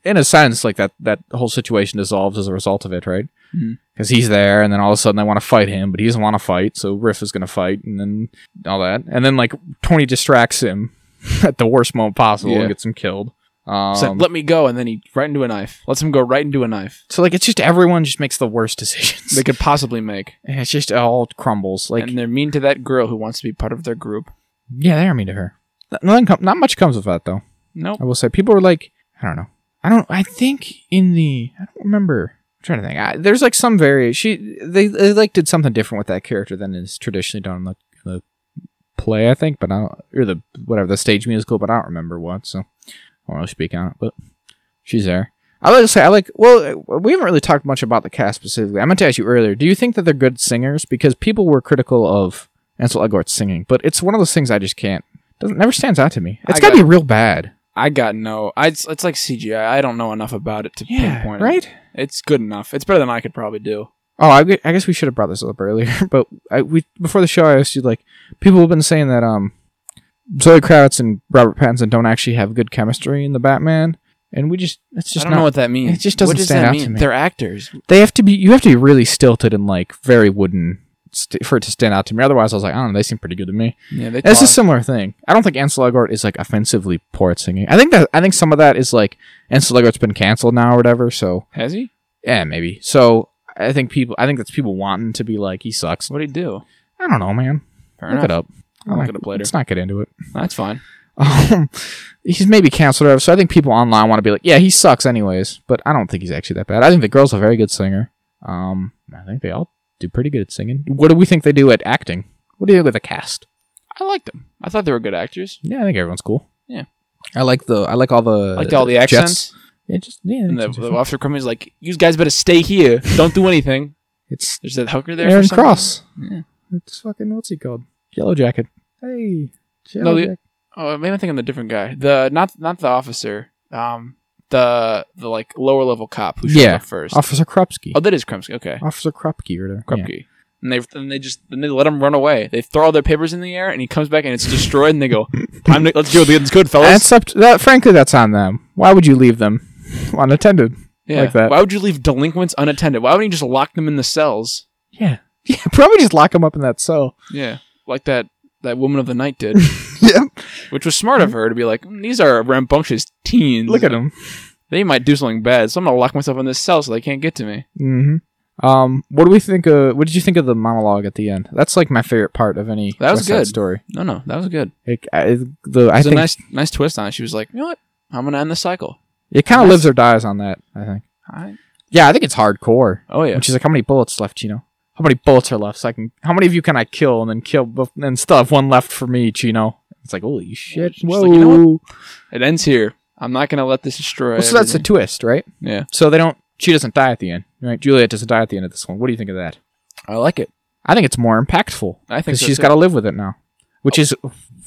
Speaker 2: in a sense, like that that whole situation dissolves as a result of it, right?
Speaker 1: Mhm.
Speaker 2: Because he's there, and then all of a sudden they want to fight him, but he doesn't want to fight, so Riff is going to fight, and then all that, and then like Tony distracts him at the worst moment possible
Speaker 1: Yeah.
Speaker 2: and gets him killed. Um,
Speaker 1: It's like, let me go, and then he right into a knife. Lets him go right into a knife.
Speaker 2: so like it's just everyone just makes the worst decisions.
Speaker 1: They could possibly make.
Speaker 2: And it's just it all crumbles. Like
Speaker 1: and they're mean to that girl who wants to be part of their group.
Speaker 2: yeah, they are mean to her. Th- Nothing com- not much comes of that though.
Speaker 1: Nope.
Speaker 2: I will say people are like I don't know. I don't. I think in the I don't remember. I'm trying to think. I, there's like some variation. She they, they like did something different with that character than is traditionally done in the, the play. I think, but I don't or the whatever the stage musical, but I don't remember what. So I won't really speak on it. But she's there. I like to say I like. Well, we haven't really talked much about the cast specifically. I meant to ask you earlier. Do you think that they're good singers? Because people were critical of Ansel Elgort's singing, but it's one of those things I just can't. Doesn't never stands out to me. It's
Speaker 1: I
Speaker 2: got to
Speaker 1: got-
Speaker 2: be real bad.
Speaker 1: I got no. I, it's, it's like CGI. I don't know enough about it to pinpoint. it.
Speaker 2: right.
Speaker 1: It's good enough. It's better than I could probably do.
Speaker 2: Oh, I, gu- I guess we should have brought this up earlier, but I, we before the show I asked you like people have been saying that um Zoe Kravitz and Robert Pattinson don't actually have good chemistry in the Batman, and we just it's just
Speaker 1: I don't
Speaker 2: not
Speaker 1: know what that means.
Speaker 2: it just doesn't
Speaker 1: what does
Speaker 2: stand
Speaker 1: that
Speaker 2: out to
Speaker 1: mean?
Speaker 2: me.
Speaker 1: They're actors.
Speaker 2: they have to be you have to be really stilted and like very wooden st- for it to stand out to me. Otherwise, I was like I don't know they seem pretty good to me.
Speaker 1: Yeah, they
Speaker 2: It's a
Speaker 1: talk.
Speaker 2: similar thing. I don't think Ansel Elgort is like offensively poor at singing. I think that I think some of that is like Ansel Elgort's been canceled now or whatever, so
Speaker 1: Has he?
Speaker 2: yeah maybe. So I think people I think that's people wanting to be like he sucks.
Speaker 1: What would he do?
Speaker 2: I don't know, man.
Speaker 1: Fair
Speaker 2: Look
Speaker 1: enough.
Speaker 2: it up.
Speaker 1: I'll
Speaker 2: Like,
Speaker 1: look it up later.
Speaker 2: Let's not get into it.
Speaker 1: That's fine.
Speaker 2: Um, he's maybe canceled, or whatever, so I think people online want to be like, yeah, he sucks anyways. But I don't think he's actually that bad. I think the girl's a very good singer. Um, I think they all do pretty good at singing. What do we think they do at acting? What do you think with the cast?
Speaker 1: I liked them. I thought they were good actors.
Speaker 2: Yeah, I think everyone's cool.
Speaker 1: Yeah.
Speaker 2: I like the I like all the
Speaker 1: I liked all the
Speaker 2: Uh, Jets.
Speaker 1: accents.
Speaker 2: Yeah, just yeah.
Speaker 1: And the,
Speaker 2: it's-
Speaker 1: the officer comes he's like, "You guys better stay here. Don't do anything."
Speaker 2: it's
Speaker 1: There's that hooker there. for
Speaker 2: Aaron
Speaker 1: something.
Speaker 2: Cross.
Speaker 1: Yeah.
Speaker 2: It's fucking what's he called? Yellow Jacket. Hey.
Speaker 1: No,
Speaker 2: Yellow
Speaker 1: the-
Speaker 2: Jacket.
Speaker 1: Oh, maybe I'm thinking of the different guy. The not not the officer. Um, the the like lower level cop who showed
Speaker 2: Yeah.
Speaker 1: up first.
Speaker 2: Officer Krupski.
Speaker 1: oh, that is Krupke. Okay,
Speaker 2: Officer Krupke or whatever. Yeah.
Speaker 1: Krupke. And they and they just then they let him run away. They throw all their papers in the air, and he comes back and it's destroyed. and they go, "Time to let's do what the ends good, fellas."
Speaker 2: That's up to- that. Frankly, that's on them. Why would you leave them unattended?
Speaker 1: yeah.
Speaker 2: like that.
Speaker 1: Why would you leave delinquents unattended? Why wouldn't you just lock them in the cells?
Speaker 2: Yeah, yeah. Probably just lock them up in that cell.
Speaker 1: Yeah, like that that woman of the night did,
Speaker 2: yeah,
Speaker 1: which was smart of her to be like, "Mm, "These are rambunctious teens.
Speaker 2: Hmm? look at them.
Speaker 1: They might do something bad, so I'm gonna lock myself in this cell so they can't get to me."
Speaker 2: hmm Um, what do we think of? What did you think of the monologue at the end? That's like my favorite part of any
Speaker 1: That was
Speaker 2: West Side
Speaker 1: good.
Speaker 2: story.
Speaker 1: No, no, that was good.
Speaker 2: It, I, the, I
Speaker 1: It's a
Speaker 2: think
Speaker 1: nice nice twist on it. She was like, you know what? I'm gonna end the cycle.
Speaker 2: it kind of
Speaker 1: nice-
Speaker 2: lives or dies on that. I think.
Speaker 1: I,
Speaker 2: Yeah, I think it's hardcore.
Speaker 1: oh yeah,
Speaker 2: And she's like, "How many bullets left, Chino? How many bullets are left? So I can. How many of you can I kill and then kill bef- and still have one left for me, Chino?" It's like, "Holy shit!
Speaker 1: She's
Speaker 2: Whoa!"
Speaker 1: like, "You know what? it ends here. I'm not gonna let this destroy.
Speaker 2: Well, so that's the
Speaker 1: everything."
Speaker 2: twist, right?
Speaker 1: yeah.
Speaker 2: So they don't. She doesn't die at the end, right? Juliet doesn't die at the end of this one. What do you think of that?
Speaker 1: I like it.
Speaker 2: I think it's more impactful
Speaker 1: I think
Speaker 2: because
Speaker 1: so
Speaker 2: she's
Speaker 1: too.
Speaker 2: got to live with it now, which is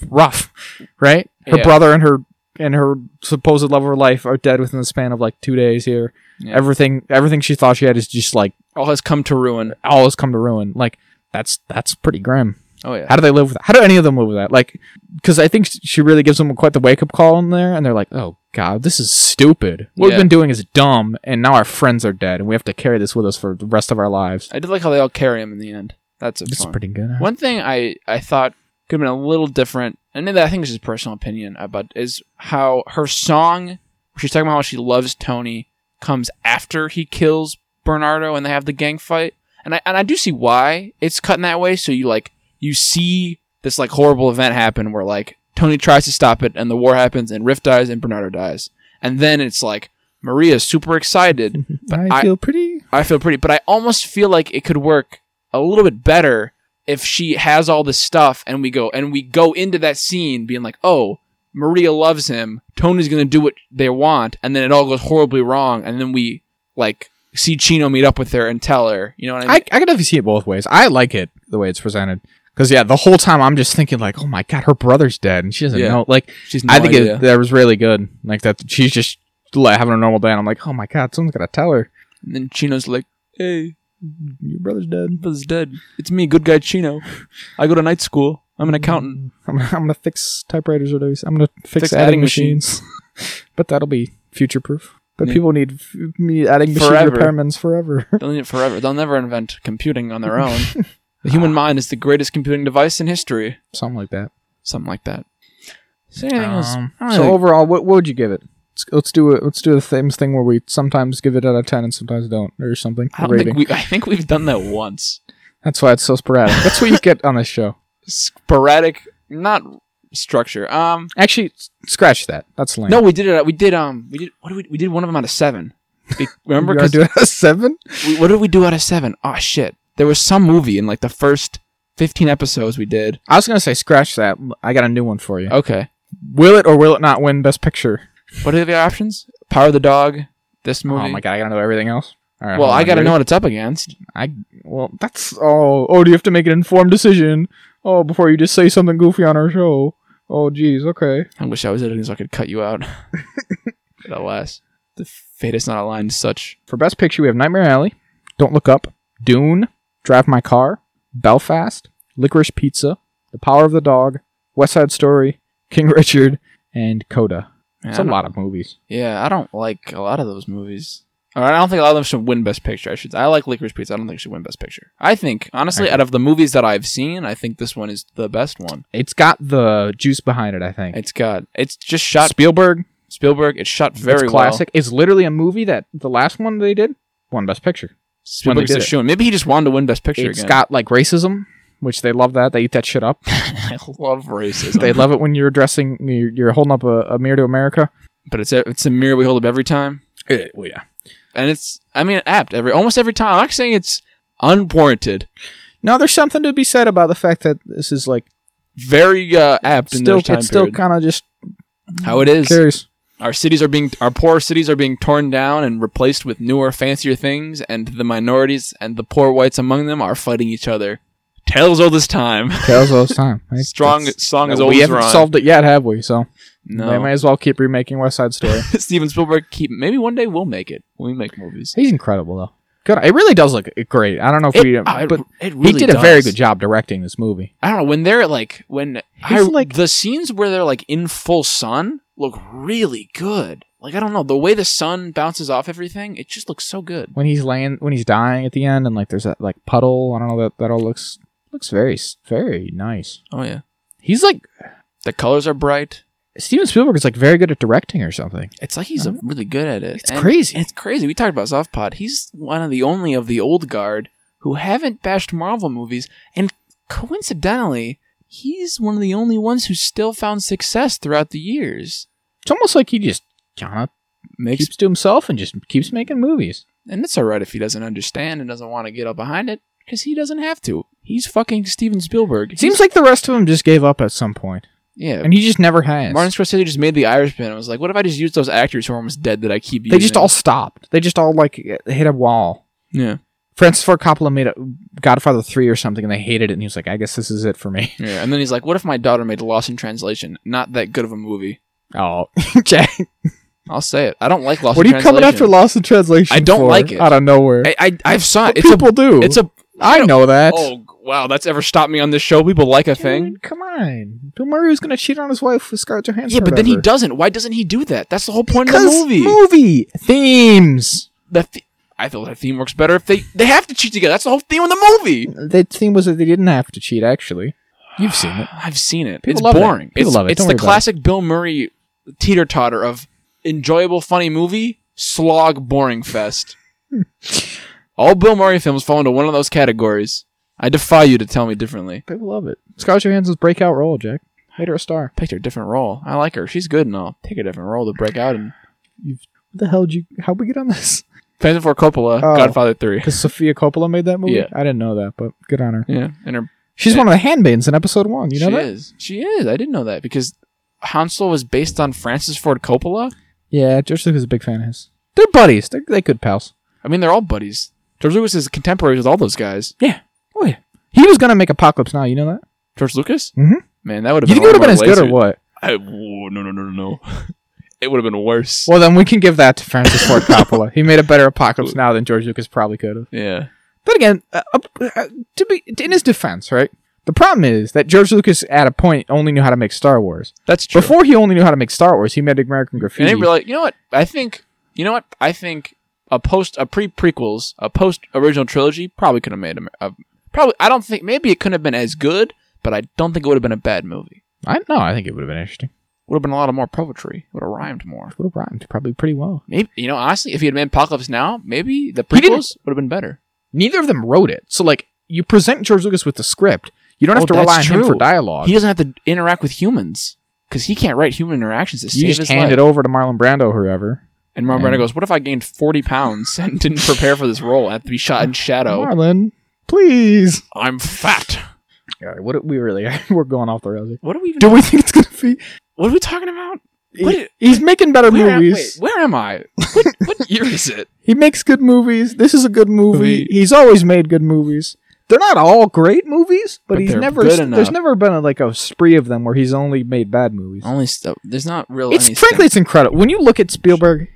Speaker 2: rough, right? Her
Speaker 1: Yeah.
Speaker 2: brother and her and her supposed love of her life are dead within the span of like two days here.
Speaker 1: Yeah.
Speaker 2: Everything, everything she thought she had is just like
Speaker 1: all has come to ruin.
Speaker 2: all has come to ruin. Like that's that's pretty grim.
Speaker 1: Oh yeah.
Speaker 2: How do they live with that? How do any of them live with that? Like, because I think she really gives them quite the wake up call in there, and they're like, oh, God, this is stupid. What
Speaker 1: Yeah.
Speaker 2: we've been doing is dumb, and now our friends are dead, and we have to carry this with us for the rest of our lives.
Speaker 1: I did like how they all carry him in the end. That's a
Speaker 2: It's
Speaker 1: fun.
Speaker 2: pretty good.
Speaker 1: One thing I I thought could have been a little different, and then I think this is personal opinion, uh, but is how her song she's talking about how she loves Tony comes after he kills Bernardo and they have the gang fight, and I and I do see why it's cut in that way. So you like you see this like horrible event happen where like Tony tries to stop it and the war happens and Riff dies and Bernardo dies. And then it's like Maria's super excited. I-
Speaker 2: I feel pretty.
Speaker 1: I feel pretty, but I almost feel like it could work a little bit better if she has all this stuff and we go and we go into that scene being like, "Oh, Maria loves him. Tony's going to do what they want." And then it all goes horribly wrong and then we like see Chino meet up with her and tell her, you know what I
Speaker 2: I, I
Speaker 1: mean?
Speaker 2: can definitely see it both ways. I like it the way it's presented because yeah, the whole time I'm just thinking like, oh my god, her brother's dead, and she doesn't
Speaker 1: Yeah.
Speaker 2: know. Like,
Speaker 1: She's
Speaker 2: I think it, that was really good. Like that she's just like, having a normal day, and I'm like, oh my god, someone's gotta tell her
Speaker 1: and then Chino's like, "Hey,
Speaker 2: your brother's dead.
Speaker 1: brother's dead. It's me, good guy Chino. I go to night school. I'm an accountant."
Speaker 2: I'm, I'm gonna fix typewriters or I'm gonna fix,
Speaker 1: Fix
Speaker 2: adding,
Speaker 1: adding
Speaker 2: machines. but that'll be future proof. But
Speaker 1: Yeah.
Speaker 2: people need f- me adding machine
Speaker 1: Forever.
Speaker 2: repairments forever.
Speaker 1: They'll need it forever. They'll never invent computing on their own. the human mind is the greatest computing device in history.
Speaker 2: Something like that.
Speaker 1: something like that. Is there anything else?
Speaker 2: Um,
Speaker 1: I don't
Speaker 2: so
Speaker 1: know.
Speaker 2: overall, what, what would you give it? Let's, let's do it. Let's do the same thing where we sometimes give it out of ten and sometimes don't, or something.
Speaker 1: I,
Speaker 2: a
Speaker 1: don't
Speaker 2: rating.
Speaker 1: think we, I think we've done that once.
Speaker 2: That's why it's so sporadic. That's what you get on this show.
Speaker 1: Sporadic, not structure. Um,
Speaker 2: Actually, s- scratch that. That's lame.
Speaker 1: no, we did it. We did. Um, we did. What did we? We did one of them out of seven. Be- remember?
Speaker 2: remember you
Speaker 1: 'Cause
Speaker 2: do it a seven.
Speaker 1: we, what did we do out of seven? Oh shit! There was some movie in like the first fifteen episodes we did.
Speaker 2: I was gonna say scratch that. I got a new one for you.
Speaker 1: Okay.
Speaker 2: Will it or will it not win Best Picture?
Speaker 1: What are the other options? Power of the Dog. This movie.
Speaker 2: Oh my god, I gotta know everything else. All right,
Speaker 1: Well,
Speaker 2: hold
Speaker 1: I
Speaker 2: on,
Speaker 1: gotta
Speaker 2: you
Speaker 1: know
Speaker 2: ready?
Speaker 1: what it's up against.
Speaker 2: Well, that's oh oh. Do you have to make an informed decision? Oh, before you just say something goofy on our show. Oh, geez. Okay.
Speaker 1: I wish I was editing so I could cut you out. Alas, the fate is not aligned. Such
Speaker 2: For Best Picture, we have Nightmare Alley, Don't Look Up, Dune, Drive My Car, Belfast, Licorice Pizza, The Power of the Dog, West Side Story, King Richard, and Coda.
Speaker 1: Man,
Speaker 2: It's
Speaker 1: I
Speaker 2: a
Speaker 1: don't-
Speaker 2: lot of movies.
Speaker 1: Yeah, I don't like a lot of those movies. Or I don't think a lot of them should win Best Picture. I should. I like Licorice Pizza. I don't think it should win Best Picture. I think honestly,
Speaker 2: Okay.
Speaker 1: out of the movies that I've seen, I think this one is the best one.
Speaker 2: It's got the juice behind it, I think.
Speaker 1: It's got. It's just shot
Speaker 2: Spielberg,
Speaker 1: Spielberg. It's shot very
Speaker 2: it's classic. It's literally a movie that the last one they did won Best Picture.
Speaker 1: well. Spielberg's
Speaker 2: did
Speaker 1: a
Speaker 2: it.
Speaker 1: shoo-in. Maybe he just wanted to win Best Picture
Speaker 2: It's
Speaker 1: again.
Speaker 2: got like racism, which they love that. They eat that shit up.
Speaker 1: I love racism.
Speaker 2: they love it when you're addressing, you're, you're holding up a, a mirror to America.
Speaker 1: but it's a, it's a mirror we hold up every time,
Speaker 2: well, yeah.
Speaker 1: and it's I mean apt every almost every time. I'm not saying it's unwarranted.
Speaker 2: No, there's something to be said about the fact that this is like
Speaker 1: Very uh, apt in
Speaker 2: still,
Speaker 1: those time
Speaker 2: it's still
Speaker 1: period.
Speaker 2: kind of just
Speaker 1: How it is.
Speaker 2: curious.
Speaker 1: our cities are being our poor cities are being torn down and replaced with newer fancier things and the minorities and the poor whites among them are fighting each other tales all this time
Speaker 2: Tales all the time. right?
Speaker 1: strong
Speaker 2: That's-
Speaker 1: song is
Speaker 2: we
Speaker 1: always
Speaker 2: haven't
Speaker 1: wrong
Speaker 2: solved it yet, have we? So we
Speaker 1: no
Speaker 2: might as well keep remaking West Side Story.
Speaker 1: steven spielberg keep maybe one day we'll make it when we make movies
Speaker 2: He's incredible though. Good. It really does look great. I don't know if we,
Speaker 1: It- oh, it-
Speaker 2: but
Speaker 1: it really
Speaker 2: he did a very
Speaker 1: does.
Speaker 2: good job directing this movie.
Speaker 1: i don't know when they're like when I,
Speaker 2: He's like-
Speaker 1: the scenes where they're like in full sun look really good like i don't know the way the sun bounces off everything it just looks so good
Speaker 2: When he's laying, when he's dying at the end, and like there's that like puddle. I don't know that that all looks looks very s- very nice.
Speaker 1: oh yeah
Speaker 2: He's like
Speaker 1: the colors are bright
Speaker 2: Steven Spielberg is like very good at directing or something.
Speaker 1: It's like he's uh, really good at it.
Speaker 2: It's crazy.
Speaker 1: It's crazy. We talked about Zoffpod. He's one of the only of the old guard who haven't bashed Marvel movies, and coincidentally, he's one of the only ones who still found success throughout the years.
Speaker 2: It's almost like he just kind of
Speaker 1: Makes
Speaker 2: keeps to himself and just keeps making movies.
Speaker 1: and it's all right if he doesn't understand and doesn't want to get up behind it because he doesn't have to. He's fucking Steven Spielberg.
Speaker 2: It seems like the rest of them just gave up at some point,
Speaker 1: yeah.
Speaker 2: and he just never has.
Speaker 1: Martin Scorsese just made the Irishman. and was like, what if I just used those actors who are almost dead that I keep
Speaker 2: They
Speaker 1: using?
Speaker 2: just all stopped. They just all like hit a wall.
Speaker 1: yeah
Speaker 2: Francis Ford Coppola made a Godfather three or something, and they hated it. And he was like, "I guess this is it for me."
Speaker 1: yeah. And then he's like, what if my daughter made Lost in Translation? Not that good of a movie.
Speaker 2: Oh, Jack,
Speaker 1: I'll say it. I don't like Lost
Speaker 2: what are
Speaker 1: in
Speaker 2: you coming after
Speaker 1: Translation.
Speaker 2: Lost in Translation?
Speaker 1: I don't
Speaker 2: for?
Speaker 1: like it.
Speaker 2: out of nowhere.
Speaker 1: I, I I've saw it. It's
Speaker 2: People do.
Speaker 1: a it's a
Speaker 2: I know that.
Speaker 1: oh wow that's ever stopped me on this show. People like a thing.
Speaker 2: Dude, come on, Bill Murray was gonna cheat on his wife with Scarlett Johansson.
Speaker 1: Yeah, but then he
Speaker 2: does
Speaker 1: doesn't. Why doesn't he do that? That's the whole point of the movie.
Speaker 2: movie themes.
Speaker 1: The th- I feel that theme works better if they they have to cheat together. That's the whole theme of the movie.
Speaker 2: The theme was that they didn't have to cheat. Actually, you've seen it.
Speaker 1: I've seen it.
Speaker 2: People
Speaker 1: it's
Speaker 2: love it.
Speaker 1: boring.
Speaker 2: People
Speaker 1: it's
Speaker 2: love it.
Speaker 1: it's
Speaker 2: Don't
Speaker 1: the
Speaker 2: worry about it.
Speaker 1: classic Bill Murray teeter totter of enjoyable funny movie slog boring fest. All Bill Murray films fall into one of those categories. I defy you to tell me differently.
Speaker 2: People love it. Scarlett Johansson's breakout role, Jack. Made her a star.
Speaker 1: Picked a different role. I like her. She's good and all. Pick a different role to break out and.
Speaker 2: What the hell did you? How would we get on this?
Speaker 1: Francis Ford Coppola,
Speaker 2: Oh.
Speaker 1: Godfather Three.
Speaker 2: Because Sophia Coppola made that movie.
Speaker 1: Yeah.
Speaker 2: I didn't know that, but good on her.
Speaker 1: Yeah, and her.
Speaker 2: She's one of the handmaidens in episode one. You know
Speaker 1: she
Speaker 2: that?
Speaker 1: is. She is. I didn't know that because Hansel was based on Francis Ford Coppola.
Speaker 2: Yeah, George Lucas is a big fan of his. They're buddies. They're they good pals.
Speaker 1: I mean, they're all buddies. George Lucas is contemporaries with all those guys.
Speaker 2: Oh yeah. He was gonna make Apocalypse Now. You know that?
Speaker 1: George Lucas.
Speaker 2: Mhm.
Speaker 1: Man, that would have.
Speaker 2: You think it would have been as good or what?
Speaker 1: I, whoa, no, no, no, no, no. it would have been worse.
Speaker 2: Well, then we can give that to Francis Ford Coppola. He made a better Apocalypse Now than George Lucas probably could have.
Speaker 1: Yeah.
Speaker 2: But again, uh, uh, uh, to be in his defense, right? The problem is that George Lucas, at a point, only knew how to make Star Wars.
Speaker 1: That's true.
Speaker 2: Before he only knew how to make Star Wars, he made American
Speaker 1: and
Speaker 2: Graffiti.
Speaker 1: they were like, you know what? I think you know what? I think a post a pre prequels, a post original trilogy probably could have made a, a probably I don't think maybe it couldn't have been as good, but I don't think it would have been a bad movie.
Speaker 2: I no, I think it would have been interesting.
Speaker 1: Would have been a lot of more poetry. Would have rhymed more.
Speaker 2: It would have rhymed probably pretty well.
Speaker 1: Maybe you know honestly, if he had made Apocalypse Now, maybe the
Speaker 2: He didn't-
Speaker 1: prequels would have been better.
Speaker 2: Neither of them wrote it, so like you present George Lucas with the script. You don't
Speaker 1: Oh,
Speaker 2: have to rely on
Speaker 1: that's
Speaker 2: him for
Speaker 1: true.
Speaker 2: dialogue.
Speaker 1: He doesn't have to interact with humans because he can't write human interactions. To
Speaker 2: you
Speaker 1: save
Speaker 2: just
Speaker 1: his
Speaker 2: hand
Speaker 1: life.
Speaker 2: it over to Marlon Brando, whoever.
Speaker 1: And Marlon
Speaker 2: Yeah.
Speaker 1: Brando goes, "What if I gained forty pounds and didn't prepare for this role? I have to be shot in shadow.
Speaker 2: Marlon, please.
Speaker 1: I'm fat.
Speaker 2: All right, what we really are. We're going off the rails. here.
Speaker 1: What are we even?
Speaker 2: Do we think it's gonna be?
Speaker 1: What are we talking about? What
Speaker 2: he-
Speaker 1: i-
Speaker 2: he's making better
Speaker 1: Where am, wait,
Speaker 2: movies.
Speaker 1: where am I? What, what year is it?
Speaker 2: He makes good movies. This is a good movie.
Speaker 1: Movie.
Speaker 2: He's always made good movies. They're not all great movies, but,
Speaker 1: But
Speaker 2: he's
Speaker 1: they're
Speaker 2: never.
Speaker 1: good
Speaker 2: there's
Speaker 1: enough.
Speaker 2: never been a, like a spree of them where he's only made bad movies.
Speaker 1: Only stuff. There's not real.
Speaker 2: It's
Speaker 1: anything.
Speaker 2: frankly, it's incredible when you look at Spielberg.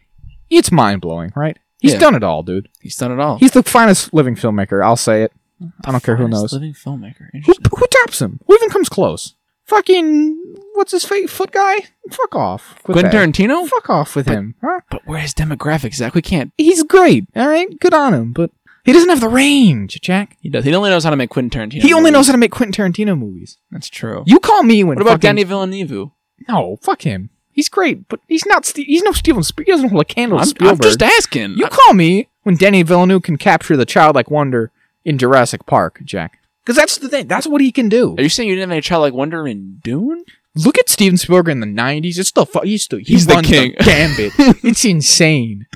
Speaker 2: It's mind blowing, right? He's
Speaker 1: Yeah.
Speaker 2: done it all, dude.
Speaker 1: he's done it all.
Speaker 2: He's the finest living filmmaker. I'll say it. I don't care who
Speaker 1: Finest
Speaker 2: knows.
Speaker 1: Living filmmaker.
Speaker 2: Who,
Speaker 1: Interesting.
Speaker 2: who tops him? Who even comes close? Fucking what's his face? Foot guy? Fuck off. with
Speaker 1: Quentin
Speaker 2: that.
Speaker 1: Tarantino.
Speaker 2: Fuck off with him. Huh?
Speaker 1: But where his demographic, Zach? We can't.
Speaker 2: He's great. All right, good on him, but he doesn't have the range, Jack.
Speaker 1: He does. He only knows how to make Quentin Tarantino.
Speaker 2: He only
Speaker 1: movies.
Speaker 2: knows how to make Quentin Tarantino movies.
Speaker 1: That's true.
Speaker 2: You call me when
Speaker 1: What about
Speaker 2: fucking-
Speaker 1: Danny Villeneuve?
Speaker 2: No, fuck him. He's great, but he's not. Ste- he's no Steven Spielberg. He doesn't hold a candle
Speaker 1: I'm,
Speaker 2: to
Speaker 1: I'm
Speaker 2: Spielberg.
Speaker 1: just asking.
Speaker 2: you
Speaker 1: I-
Speaker 2: call me when Danny Villeneuve can capture the childlike wonder in Jurassic Park, Jack. Because that's the thing. That's what he can do.
Speaker 1: are you saying you didn't have any childlike wonder in Dune?
Speaker 2: Look at Steven Spielberg in the '90s. It's the fu- he's the he
Speaker 1: He's the
Speaker 2: runs
Speaker 1: king.
Speaker 2: gambit. it's insane.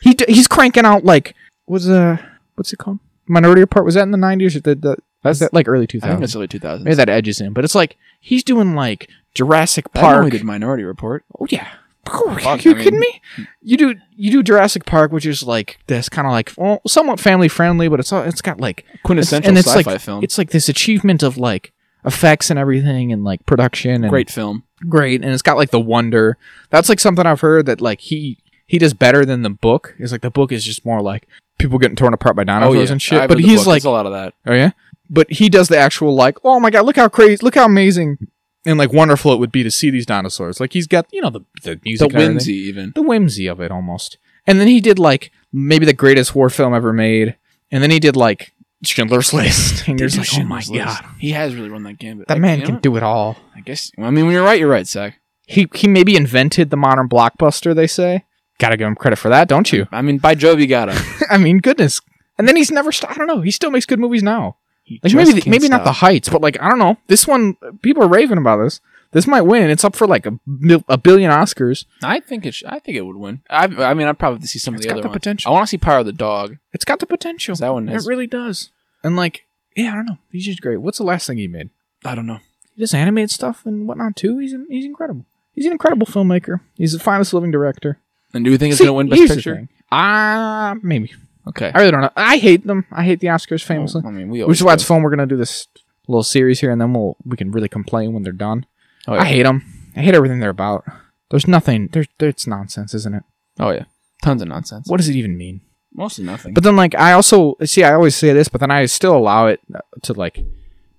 Speaker 2: He d- he's cranking out like what's uh what's it called? Minority Report was that in the '90s or the, the that's that like early
Speaker 1: I think
Speaker 2: 2000s?
Speaker 1: that's early 2000s.
Speaker 2: Maybe that edges in, but it's like he's doing like Jurassic
Speaker 1: I know we
Speaker 2: Park.
Speaker 1: did Minority Report.
Speaker 2: Oh yeah. Oh,
Speaker 1: Fuck,
Speaker 2: you
Speaker 1: I mean-
Speaker 2: kidding me? You do you do Jurassic Park, which is like this kind of like well, somewhat family friendly, but it's all, it's got like it's,
Speaker 1: Quintessential
Speaker 2: and it's
Speaker 1: sci-fi
Speaker 2: like
Speaker 1: film.
Speaker 2: it's like this achievement of like effects and everything and like production and
Speaker 1: great film.
Speaker 2: great and it's got like the wonder that's like something i've heard that like he he does better than the book it's like the book is just more like people getting torn apart by
Speaker 1: Oh,
Speaker 2: dinosaurs and shit
Speaker 1: I've
Speaker 2: but
Speaker 1: read the
Speaker 2: he's
Speaker 1: book.
Speaker 2: like
Speaker 1: There's a lot of that.
Speaker 2: oh yeah but he does the actual like oh my god look how crazy look how amazing and like wonderful it would be to see these dinosaurs like he's got you know the the
Speaker 1: The
Speaker 2: music and everything.
Speaker 1: whimsy, even.
Speaker 2: the whimsy of it almost and then he did like maybe the greatest war film ever made and then he did like Schindler's List and you're
Speaker 1: Dude,
Speaker 2: just like oh my
Speaker 1: Schindler's List.
Speaker 2: god
Speaker 1: he has really run that gambit.
Speaker 2: that
Speaker 1: I-
Speaker 2: man
Speaker 1: you
Speaker 2: can
Speaker 1: know,
Speaker 2: do it all
Speaker 1: I guess. I mean, when you're right, you're right, Zach.
Speaker 2: he he maybe invented the modern blockbuster. They say. Gotta give him credit for that, don't you?
Speaker 1: I mean, by Jove, you got him.
Speaker 2: I mean, goodness. And then he's never. St- I don't know. He still makes good movies now.
Speaker 1: He
Speaker 2: Like
Speaker 1: just
Speaker 2: maybe
Speaker 1: can't
Speaker 2: maybe not the
Speaker 1: stop.
Speaker 2: heights, but like I don't know. This one, people are raving about this. This might win. It's up for like a, mil- a billion Oscars.
Speaker 1: I think it. Sh- I think it would win. I, I mean, I'd probably have to see some of
Speaker 2: It's
Speaker 1: the
Speaker 2: got
Speaker 1: other
Speaker 2: the
Speaker 1: ones.
Speaker 2: potential.
Speaker 1: I want to see Power of the Dog.
Speaker 2: It's got the potential.
Speaker 1: That one
Speaker 2: it
Speaker 1: is.
Speaker 2: really does. And like, yeah, I don't know. He's just great. What's the last thing he made?
Speaker 1: I don't know.
Speaker 2: He does animated stuff and whatnot too. He's he's incredible. He's an incredible filmmaker. He's the finest living director.
Speaker 1: And do you think it's
Speaker 2: See,
Speaker 1: gonna win Best
Speaker 2: here's the
Speaker 1: Picture?
Speaker 2: thing. Ah, maybe.
Speaker 1: Okay.
Speaker 2: I really don't know. I hate them. I hate the Oscars famously,
Speaker 1: Well, I mean, we
Speaker 2: which
Speaker 1: always
Speaker 2: is why
Speaker 1: do.
Speaker 2: it's fun. We're gonna do this little series here, and then we'll we can really complain when they're done.
Speaker 1: Oh yeah.
Speaker 2: I hate them. I hate everything they're about. There's nothing. There's it's nonsense, isn't it?
Speaker 1: oh yeah. Tons of nonsense.
Speaker 2: What does it even mean?
Speaker 1: Mostly nothing.
Speaker 2: But then, like, I also see. I always say this, but then I still allow it to like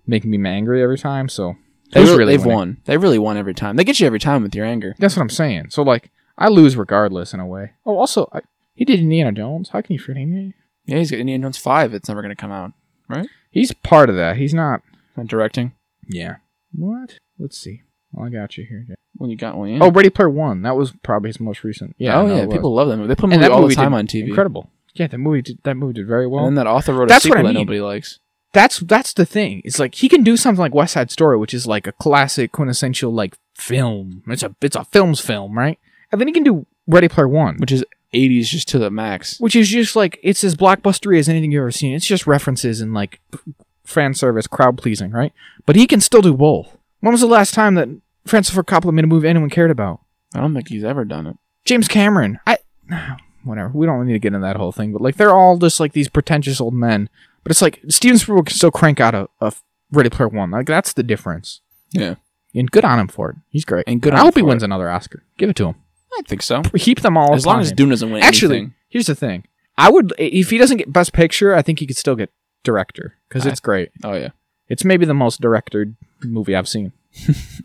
Speaker 2: make me angry every time. So
Speaker 1: they
Speaker 2: it's
Speaker 1: really, they've
Speaker 2: winning.
Speaker 1: won. They really won every time. They get you every time with your anger.
Speaker 2: That's what I'm saying. So like, I lose regardless in a way. Oh, also, I, he did Indiana Jones. How can you forget me?
Speaker 1: Yeah, he's got Indiana Jones five. It's never gonna come out.
Speaker 2: He's part of that. He's not.
Speaker 1: Not directing.
Speaker 2: Yeah. What? Let's see. Well, I got you here. Jack.
Speaker 1: Well, you got one. yeah.
Speaker 2: Oh, Ready Player One. That was probably his most recent. Yeah.
Speaker 1: Mm. oh
Speaker 2: no,
Speaker 1: yeah.
Speaker 2: it was.
Speaker 1: People love that movie. They put
Speaker 2: And
Speaker 1: a movie
Speaker 2: that
Speaker 1: all
Speaker 2: movie
Speaker 1: the time
Speaker 2: did
Speaker 1: on TV.
Speaker 2: Incredible. Yeah, that movie did that movie did very well.
Speaker 1: and then that author wrote a
Speaker 2: That's what
Speaker 1: sequel
Speaker 2: I
Speaker 1: that
Speaker 2: mean.
Speaker 1: nobody likes.
Speaker 2: that's that's the thing. It's like he can do something like West Side Story, which is like a classic, quintessential like film. It's a it's a film's film, right? And then he can do Ready Player One,
Speaker 1: which is 80s just to the max.
Speaker 2: which is just like it's as blockbustery as anything you've ever seen. It's just references and like p- fan service, crowd pleasing, right? But he can still do both. When was the last time that Francis Ford Coppola made a movie anyone cared about?
Speaker 1: I don't think he's ever done it.
Speaker 2: James Cameron. I whatever. We don't need to get into that whole thing, but like they're all just like these pretentious old men. But it's like Steven Spielberg can still crank out a, a Ready Player One. Like that's the difference.
Speaker 1: Yeah.
Speaker 2: And good on him for it. He's great.
Speaker 1: And good
Speaker 2: I
Speaker 1: on
Speaker 2: hope
Speaker 1: him
Speaker 2: he
Speaker 1: for
Speaker 2: wins another Oscar. Give it to him.
Speaker 1: I think so.
Speaker 2: Keep them all
Speaker 1: As long
Speaker 2: upon
Speaker 1: as
Speaker 2: him.
Speaker 1: Dune doesn't win
Speaker 2: Actually,
Speaker 1: anything.
Speaker 2: here's the thing. I would if he doesn't get Best Picture, I think he could still get director because
Speaker 1: I-
Speaker 2: it's great.
Speaker 1: Oh yeah.
Speaker 2: It's maybe the most directed movie I've seen.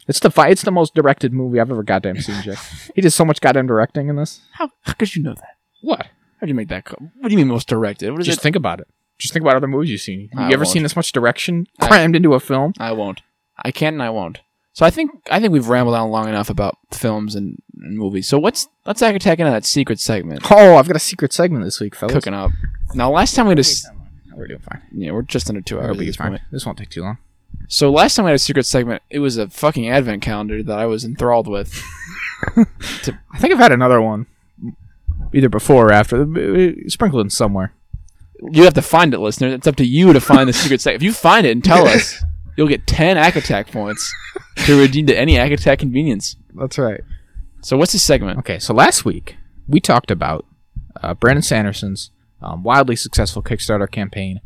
Speaker 2: it's the fi- It's the most directed movie I've ever goddamn seen. Jack. He did so much goddamn directing in this.
Speaker 1: How, how could you know that?
Speaker 2: What?
Speaker 1: How'd you make that call? What do you mean most directed? What is
Speaker 2: Just
Speaker 1: it?
Speaker 2: think about it. Just think about other movies you've seen. You
Speaker 1: I
Speaker 2: ever
Speaker 1: won't.
Speaker 2: seen this much direction
Speaker 1: I-
Speaker 2: crammed into a film?
Speaker 1: I won't. I can and I won't. So I think I think we've rambled on long enough about films and, and movies. So what's let's attack into that secret segment.
Speaker 2: Oh, I've got a secret segment this week, fellas.
Speaker 1: Cooking up. Now last time we had a s-
Speaker 2: We're doing fine.
Speaker 1: yeah we're just under two hours.
Speaker 2: It'll
Speaker 1: at
Speaker 2: be
Speaker 1: this
Speaker 2: fine.
Speaker 1: point.
Speaker 2: This won't take too long.
Speaker 1: So last time we had a secret segment, it was a fucking advent calendar that I was enthralled with.
Speaker 2: I think I've had another one, either before or after, sprinkled in somewhere.
Speaker 1: You have to find it, listener. It's up to you to find the secret segment. If you find it and tell us, you'll get ten Ack Attack points to redeem to any Ack Attack convenience.
Speaker 2: That's right.
Speaker 1: So what's this segment?
Speaker 2: Okay, so last week we talked about uh, Brandon Sanderson's um, wildly successful Kickstarter campaign.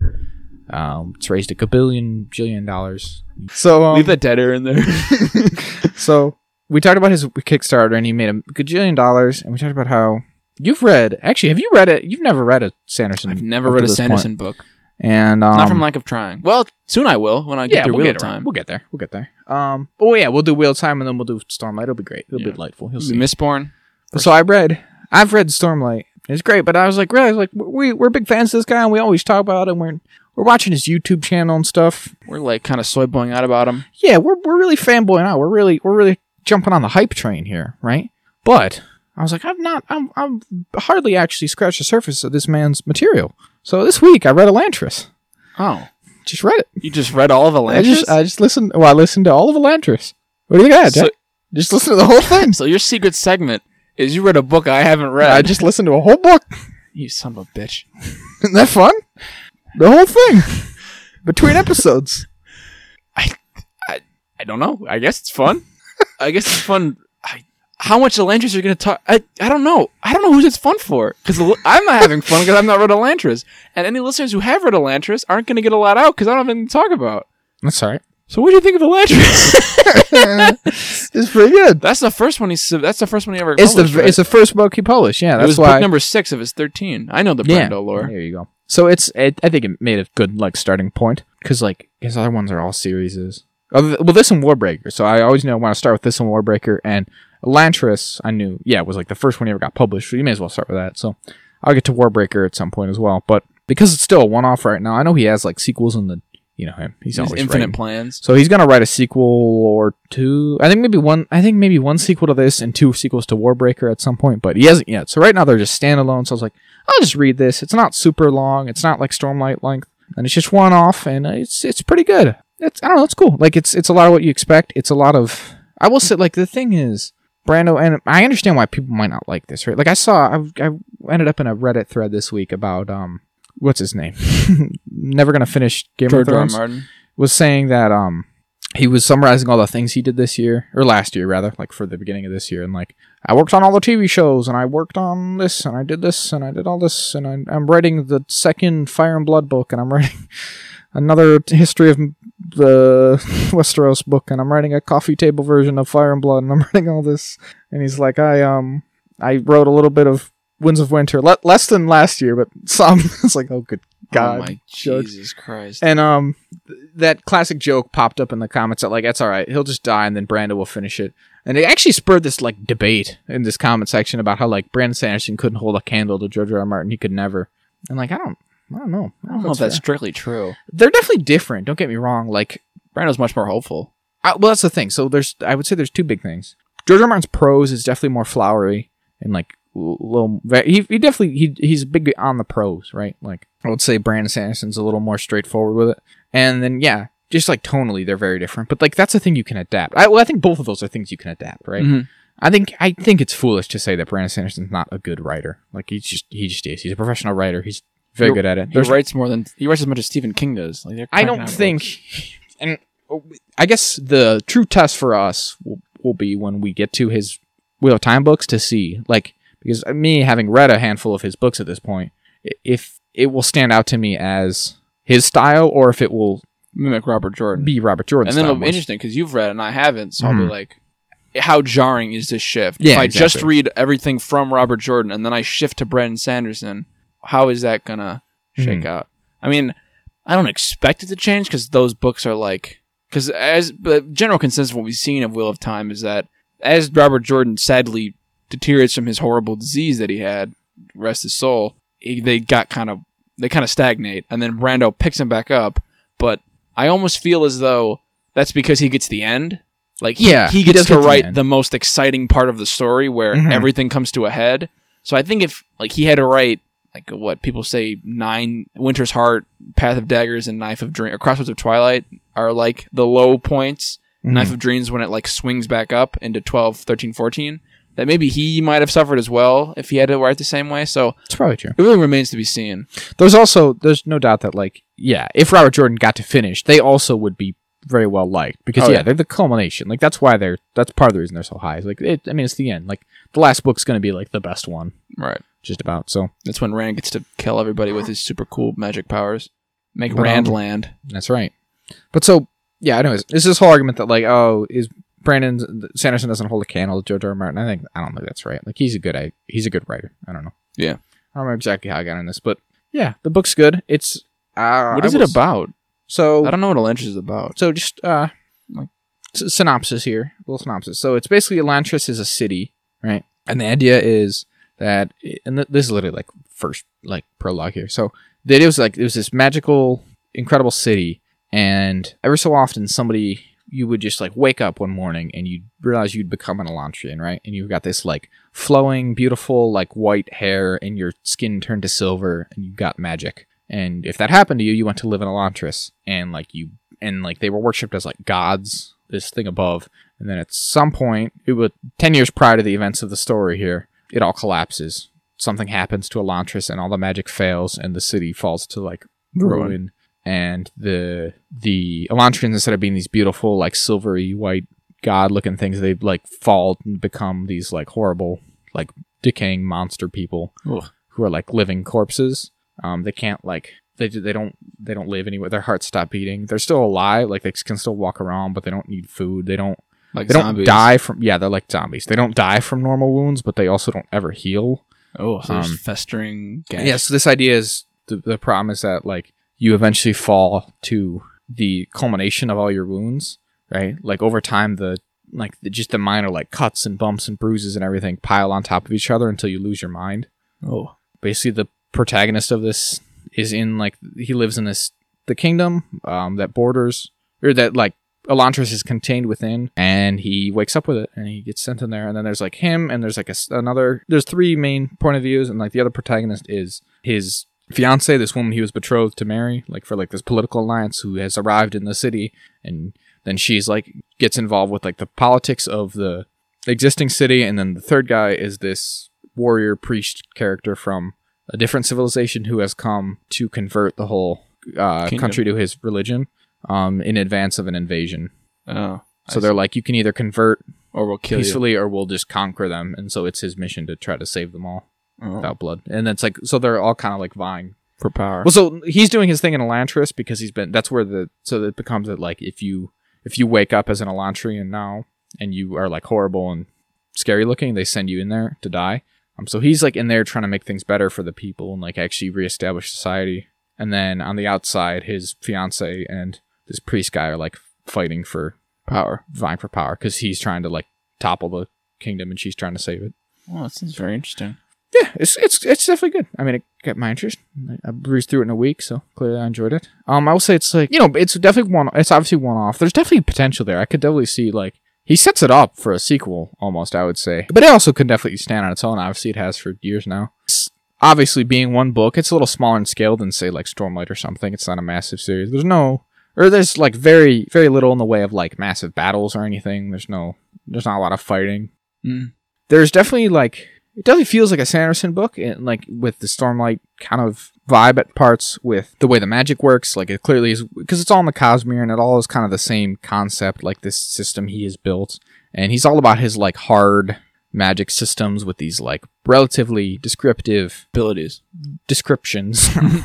Speaker 2: Um, it's raised a billion, jillion dollars. So, um,
Speaker 1: Leave that dead air in there.
Speaker 2: so we talked about his Kickstarter, and he made a gajillion dollars. And we talked about how you've read. Actually, have you read it? You've never read a Sanderson.
Speaker 1: I've never
Speaker 2: up to
Speaker 1: read a
Speaker 2: this point.
Speaker 1: Sanderson book.
Speaker 2: and um,
Speaker 1: Not from lack of trying. Well, soon I will when I get
Speaker 2: yeah,
Speaker 1: through
Speaker 2: we'll
Speaker 1: wheel
Speaker 2: get around-
Speaker 1: time.
Speaker 2: We'll get there. We'll get there. Um, oh yeah, we'll do wheel time, and then we'll do Stormlight. It'll be great. It'll
Speaker 1: Yeah.
Speaker 2: be delightful. You'll
Speaker 1: We'll
Speaker 2: see.
Speaker 1: be Mistborn.
Speaker 2: So I read, I've read Stormlight. It's great, but I was like, really, like we we're big fans of this guy, and we always talk about him. We're we're watching his YouTube channel and stuff.
Speaker 1: We're like kind of soyboying out about him.
Speaker 2: Yeah, we're we're really fanboying out. We're really we're really jumping on the hype train here, right? But I was like, I've not, I'm I'm hardly actually scratched the surface of this man's material. So this week I read Elantris.
Speaker 1: Oh,
Speaker 2: Just read it.
Speaker 1: you just read all of
Speaker 2: I
Speaker 1: Atlantis.
Speaker 2: just I just listened. Well, I listened to all of Elantris. What do you got?
Speaker 1: So-
Speaker 2: Jack? just listen to the whole thing.
Speaker 1: so your secret segment is you read a book I haven't read.
Speaker 2: I just listened to a whole book.
Speaker 1: you son of a bitch.
Speaker 2: Isn't that fun? The whole thing. Between episodes.
Speaker 1: I don't know. I guess it's fun. I guess it's fun. I, how much Elantris are going to talk? I, I don't know. I don't know who it's fun for because I'm not having fun because I've not read Elantris, and any listeners who have read Elantris aren't going to get a lot out because I don't have anything to talk about.
Speaker 2: That's all right.
Speaker 1: So what do you think of Elantris?
Speaker 2: it's pretty good.
Speaker 1: that's the first one he. sub- That's the first one he ever.
Speaker 2: It's the
Speaker 1: published, right?
Speaker 2: it's the first book he published. Yeah,
Speaker 1: it
Speaker 2: that's
Speaker 1: was
Speaker 2: why.
Speaker 1: book number six of his thirteen. I know the
Speaker 2: yeah,
Speaker 1: Brando lore.
Speaker 2: there you go. So it's it, I think it made a good like starting point because like his other ones are all series. Other th- well, this and Warbreaker. So I always know when I start with this and Warbreaker and Elantris. I knew yeah was like the first one he ever got published. So you may as well start with that. So I'll get to Warbreaker at some point as well. But because it's still a one off right now, I know he has like sequels in the you know him. He's
Speaker 1: His
Speaker 2: always
Speaker 1: infinite
Speaker 2: writing.
Speaker 1: plans.
Speaker 2: So he's gonna write a sequel or two. I think maybe one. I think maybe one sequel to this and two sequels to Warbreaker at some point. But he hasn't yet. So right now they're just standalone. So I was like, I'll just read this. It's not super long. It's not like Stormlight length, and it's just one off, and it's it's pretty good. It's I don't know. It's cool. Like it's it's a lot of what you expect. It's a lot of. I will say like the thing is. Brando and I understand why people might not like this, right? Like I saw, I, I ended up in a Reddit thread this week about um, what's his name? Never gonna finish Game
Speaker 1: George
Speaker 2: of
Speaker 1: R. R.
Speaker 2: Thrones
Speaker 1: Martin.
Speaker 2: was saying that um he was summarizing all the things he did this year or last year rather like for the beginning of this year and like i worked on all the tv shows and i worked on this and i did this and i did all this and I, i'm writing the second fire and blood book and i'm writing another t- history of m- the westeros book and i'm writing a coffee table version of fire and blood and i'm writing all this and he's like i um i wrote a little bit of winds of winter le- less than last year but some it's like oh good god
Speaker 1: oh my
Speaker 2: George.
Speaker 1: Jesus Christ.
Speaker 2: and um, th- that classic joke popped up in the comments that like that's all right, he'll just die and then Brando will finish it. And it actually spurred this like debate in this comment section about how like Brandon Sanderson couldn't hold a candle to George R. R. Martin, he could never. And like I don't, I don't know,
Speaker 1: I don't know if Oh, that's strictly true.
Speaker 2: fair. they're definitely different. Don't get me wrong. Like,
Speaker 1: Brando's much more hopeful.
Speaker 2: I, well, that's the thing. So there's, I would say there's two big things. George R. R. Martin's prose is definitely more flowery and like l- little. ve- He, he definitely he he's big on the prose, right? Like I would say Brandon Sanderson's a little more straightforward with it. And then yeah, just like tonally they're very different, but like that's a thing you can adapt. I well I think both of those are things you can adapt, right?
Speaker 1: Mhm.
Speaker 2: I think I think it's foolish to say that Brandon Sanderson's not a good writer. Like he's just he just is. He's a professional writer. He's very
Speaker 1: You're-
Speaker 2: good at it.
Speaker 1: He
Speaker 2: There's-
Speaker 1: writes more than he writes as much as Stephen King does. Like they're
Speaker 2: I
Speaker 1: cracking
Speaker 2: don't
Speaker 1: out
Speaker 2: think, and I guess the true test for us will, will be when we get to his Wheel of Time books to see, like, because uh, me having read a handful of his books at this point, i- if it will stand out to me as his style or if it will
Speaker 1: mimic Robert Jordan.
Speaker 2: be Robert Jordan's
Speaker 1: and then
Speaker 2: style.
Speaker 1: it'll be
Speaker 2: more.
Speaker 1: interesting because you've read it and I haven't, so I'll
Speaker 2: Mhm.
Speaker 1: be like, how jarring is this shift?
Speaker 2: Yeah,
Speaker 1: if I just
Speaker 2: exactly.
Speaker 1: read everything from Robert Jordan and then I shift to Brandon Sanderson, how is that gonna
Speaker 2: Hmm.
Speaker 1: shake out? I mean, I don't expect it to change because those books are like because as the general consensus of what we've seen of Wheel of Time is that as Robert Jordan sadly deteriorates from his horrible disease that he had, rest his soul, he, they got kind of they kind of stagnate, and then Brando picks him back up. But I almost feel as though that's because he gets the end. Like he-
Speaker 2: Yeah,
Speaker 1: he,
Speaker 2: he
Speaker 1: gets
Speaker 2: does
Speaker 1: to
Speaker 2: get to the
Speaker 1: write
Speaker 2: end.
Speaker 1: the most exciting part of the story where
Speaker 2: Mhm.
Speaker 1: everything comes to a head. So I think if like he had to write like what people say nine Winter's Heart, Path of Daggers, and Knife of Dream or Crossroads of Twilight are like the low points.
Speaker 2: Mhm.
Speaker 1: Knife of Dreams when it like swings back up into 12, 13, 14. That maybe he might have suffered as well if he had to write the same way. So
Speaker 2: It's probably true.
Speaker 1: it really remains to be seen.
Speaker 2: There's also there's no doubt that like yeah, if Robert Jordan got to finish, they also would be very well liked because
Speaker 1: Oh,
Speaker 2: yeah,
Speaker 1: yeah.
Speaker 2: they're the culmination. Like that's why they're that's part of the reason they're so high. It's like it, I mean, it's the end. Like the last book's gonna be like the best one,
Speaker 1: Right.
Speaker 2: just about. So
Speaker 1: That's when Rand gets to kill everybody with his super cool magic powers. Make
Speaker 2: But,
Speaker 1: Rand
Speaker 2: um,
Speaker 1: land.
Speaker 2: that's right. But so yeah, anyways, it's this whole argument that like oh is Brandon Sanderson doesn't hold a candle to Joe Dirt Martin. I think I don't think that's right. Like he's a good I, he's a good writer. I don't know.
Speaker 1: Yeah.
Speaker 2: I don't remember exactly how I got on this, but yeah, the book's good. It's uh,
Speaker 1: What
Speaker 2: I Oh.
Speaker 1: is it
Speaker 2: will s-
Speaker 1: about?
Speaker 2: So
Speaker 1: I don't know what Elantris is about.
Speaker 2: So just uh,
Speaker 1: Like-
Speaker 2: s- synopsis here, little synopsis. So it's basically Elantris is a city, right? And the idea is that, and th- this is literally like first like prologue here. So the idea was like it was this magical, incredible city, and every so often somebody you would just like wake up one morning and you'd realize you'd become an Elantrian, right? And you've got this like flowing, beautiful, like white hair, and your skin turned to silver, and you got magic. And if that happened to you, you went to live in Elantris, and like you, and like they were worshipped as like gods, this thing above. And then at some point, it was ten years prior to the events of the story here, it all collapses. Something happens to Elantris, and all the magic fails, and the city falls to like
Speaker 1: Ruin.
Speaker 2: ruin. And the the Elantrians, instead of being these beautiful, like silvery white god-looking things, they like fall and become these like horrible, like decaying monster people
Speaker 1: Ugh.
Speaker 2: who are like living corpses. Um, they can't like they they don't they don't live anywhere. Their hearts stop beating. They're still alive, like they can still walk around, but they don't need food. They don't
Speaker 1: Like
Speaker 2: they don't die from yeah. They're like zombies. They don't die from normal wounds, but they also don't ever heal.
Speaker 1: Oh, so there's
Speaker 2: Um,
Speaker 1: festering gas.
Speaker 2: Yes, this idea is the, the problem is that like you eventually fall to the culmination of all your wounds, right? Like over time, the like the, just the minor like cuts and bumps and bruises and everything pile on top of each other until you lose your mind.
Speaker 1: Oh,
Speaker 2: basically the protagonist of this is in like he lives in this the kingdom um, that borders or that like Elantris is contained within, and he wakes up with it, and he gets sent in there. And then there's like him, and there's like a s another. There's three main point of views, and like the other protagonist is his fiance, this woman he was betrothed to marry, like for like this political alliance, who has arrived in the city, and then she's like gets involved with like the politics of the existing city, and then the third guy is this warrior priest character from a different civilization who has come to convert the whole uh,
Speaker 1: Kingdom.
Speaker 2: country to his religion um, in advance of an invasion.
Speaker 1: oh, I
Speaker 2: So they're like, you can either convert
Speaker 1: or we'll kill you.
Speaker 2: peacefully or we'll just conquer them. And so it's his mission to try to save them all
Speaker 1: Oh,
Speaker 2: without blood. And it's like, so they're all kind of like vying.
Speaker 1: for power.
Speaker 2: Well, so he's doing his thing in Elantris because he's been, that's where the, so it becomes that like, if you, if you wake up as an Elantrian now and you are like horrible and scary looking, they send you in there to die. Um, so he's like in there trying to make things better for the people and like actually reestablish society. And then on the outside, his fiance and this priest guy are like fighting for
Speaker 1: power.
Speaker 2: vying for power because he's trying to like topple the kingdom and she's trying to save it.
Speaker 1: Oh, that sounds very interesting.
Speaker 2: Yeah, it's it's it's definitely good. I mean, it got my interest. I- I breezed through it in a week, so clearly I enjoyed it. Um, I will say it's like you know, it's definitely one. It's obviously one off. There's definitely potential there. I could definitely see like he sets it up for a sequel almost. I would say, but it also could definitely stand on its own. Obviously, it has for years now. It's obviously being one book, it's a little smaller in scale than say like Stormlight or something. It's not a massive series. There's no or there's like very very little in the way of like massive battles or anything. There's no there's not a lot of fighting.
Speaker 1: Mm.
Speaker 2: There's definitely like it definitely feels like a Sanderson book and like with the Stormlight kind of vibe at parts with the way the magic works. Like it clearly is because it's all in the Cosmere and it all is kind of the same concept. Like this system he has built and he's all about his like hard magic systems with these like relatively descriptive
Speaker 1: abilities.
Speaker 2: descriptions,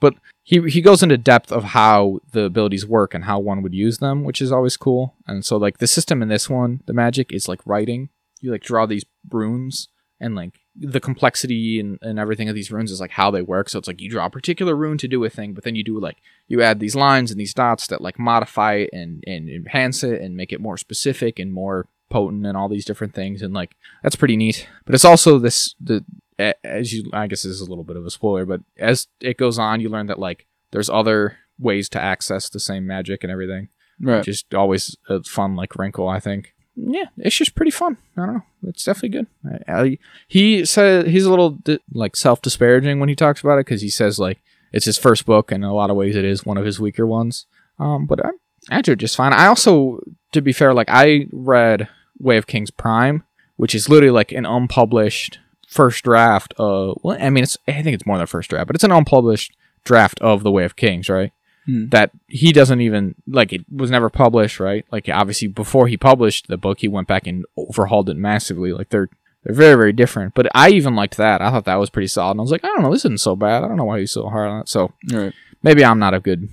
Speaker 2: but he he goes into depth of how the abilities work and how one would use them, which is always cool. And so like the system in this one, the magic is like writing. You like draw these runes and like the complexity and, and everything of these runes is like how they work. So it's like you draw a particular rune to do a thing, but then you do like you add these lines and these dots that like modify it and, and enhance it and make it more specific and more potent and all these different things and like that's pretty neat but it's also this the a- as you i guess this is a little bit of a spoiler but as it goes on you learn that like there's other ways to access the same magic and everything
Speaker 1: Right.
Speaker 2: just always a fun like wrinkle i think yeah it's just pretty fun i don't know it's definitely good I, I, he said he's a little di- like self-disparaging when he talks about it because he says like it's his first book and in a lot of ways it is one of his weaker ones um but i i did just fine i also to be fair like i read way of kings prime which is literally like an unpublished first draft of well i mean it's i think it's more than a first draft but it's an unpublished draft of the way of kings right
Speaker 1: Hmm.
Speaker 2: that he doesn't even like it was never published right like obviously before he published the book he went back and overhauled it massively like they're they're very very different but i even liked that i thought that was pretty solid and i was like i don't know this isn't so bad i don't know why he's so hard on it so
Speaker 1: Right.
Speaker 2: maybe i'm not a good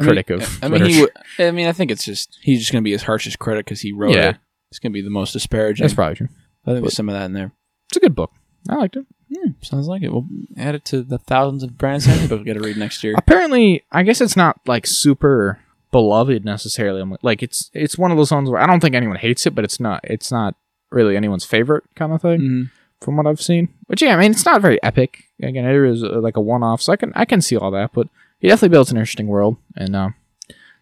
Speaker 2: critic of
Speaker 1: I mean, he
Speaker 2: literature.
Speaker 1: w- I mean, I think it's just he's just gonna be his harshest critic because he wrote
Speaker 2: Yeah.
Speaker 1: it. It's gonna be the most disparaging.
Speaker 2: that's probably true
Speaker 1: I think there's some of that in there.
Speaker 2: it's a good book i liked it
Speaker 1: Yeah, sounds like it. We'll add it to the thousands of Brian Sanderson books we got to read next year.
Speaker 2: Apparently, I guess it's not like super beloved necessarily. I'm like it's it's one of those songs where I don't think anyone hates it, but it's not it's not really anyone's favorite kind of thing
Speaker 1: Mhm.
Speaker 2: from what I've seen. But yeah, I mean, it's not very epic. Again, it is uh, like a one-off, so I can I can see all that. But he definitely builds an interesting world and uh,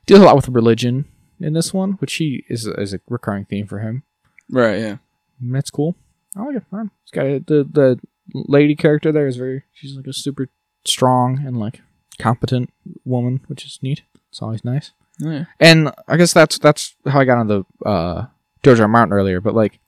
Speaker 2: deals a lot with religion in this one, which he is is a recurring theme for him.
Speaker 1: Right. Yeah.
Speaker 2: And that's cool. I like it. man. It's got a, the the lady character there is very. She's like a super strong and like competent woman, which is neat. It's always nice.
Speaker 1: Yeah.
Speaker 2: And I guess that's that's how I got on the uh, George R. R. Martin earlier. But like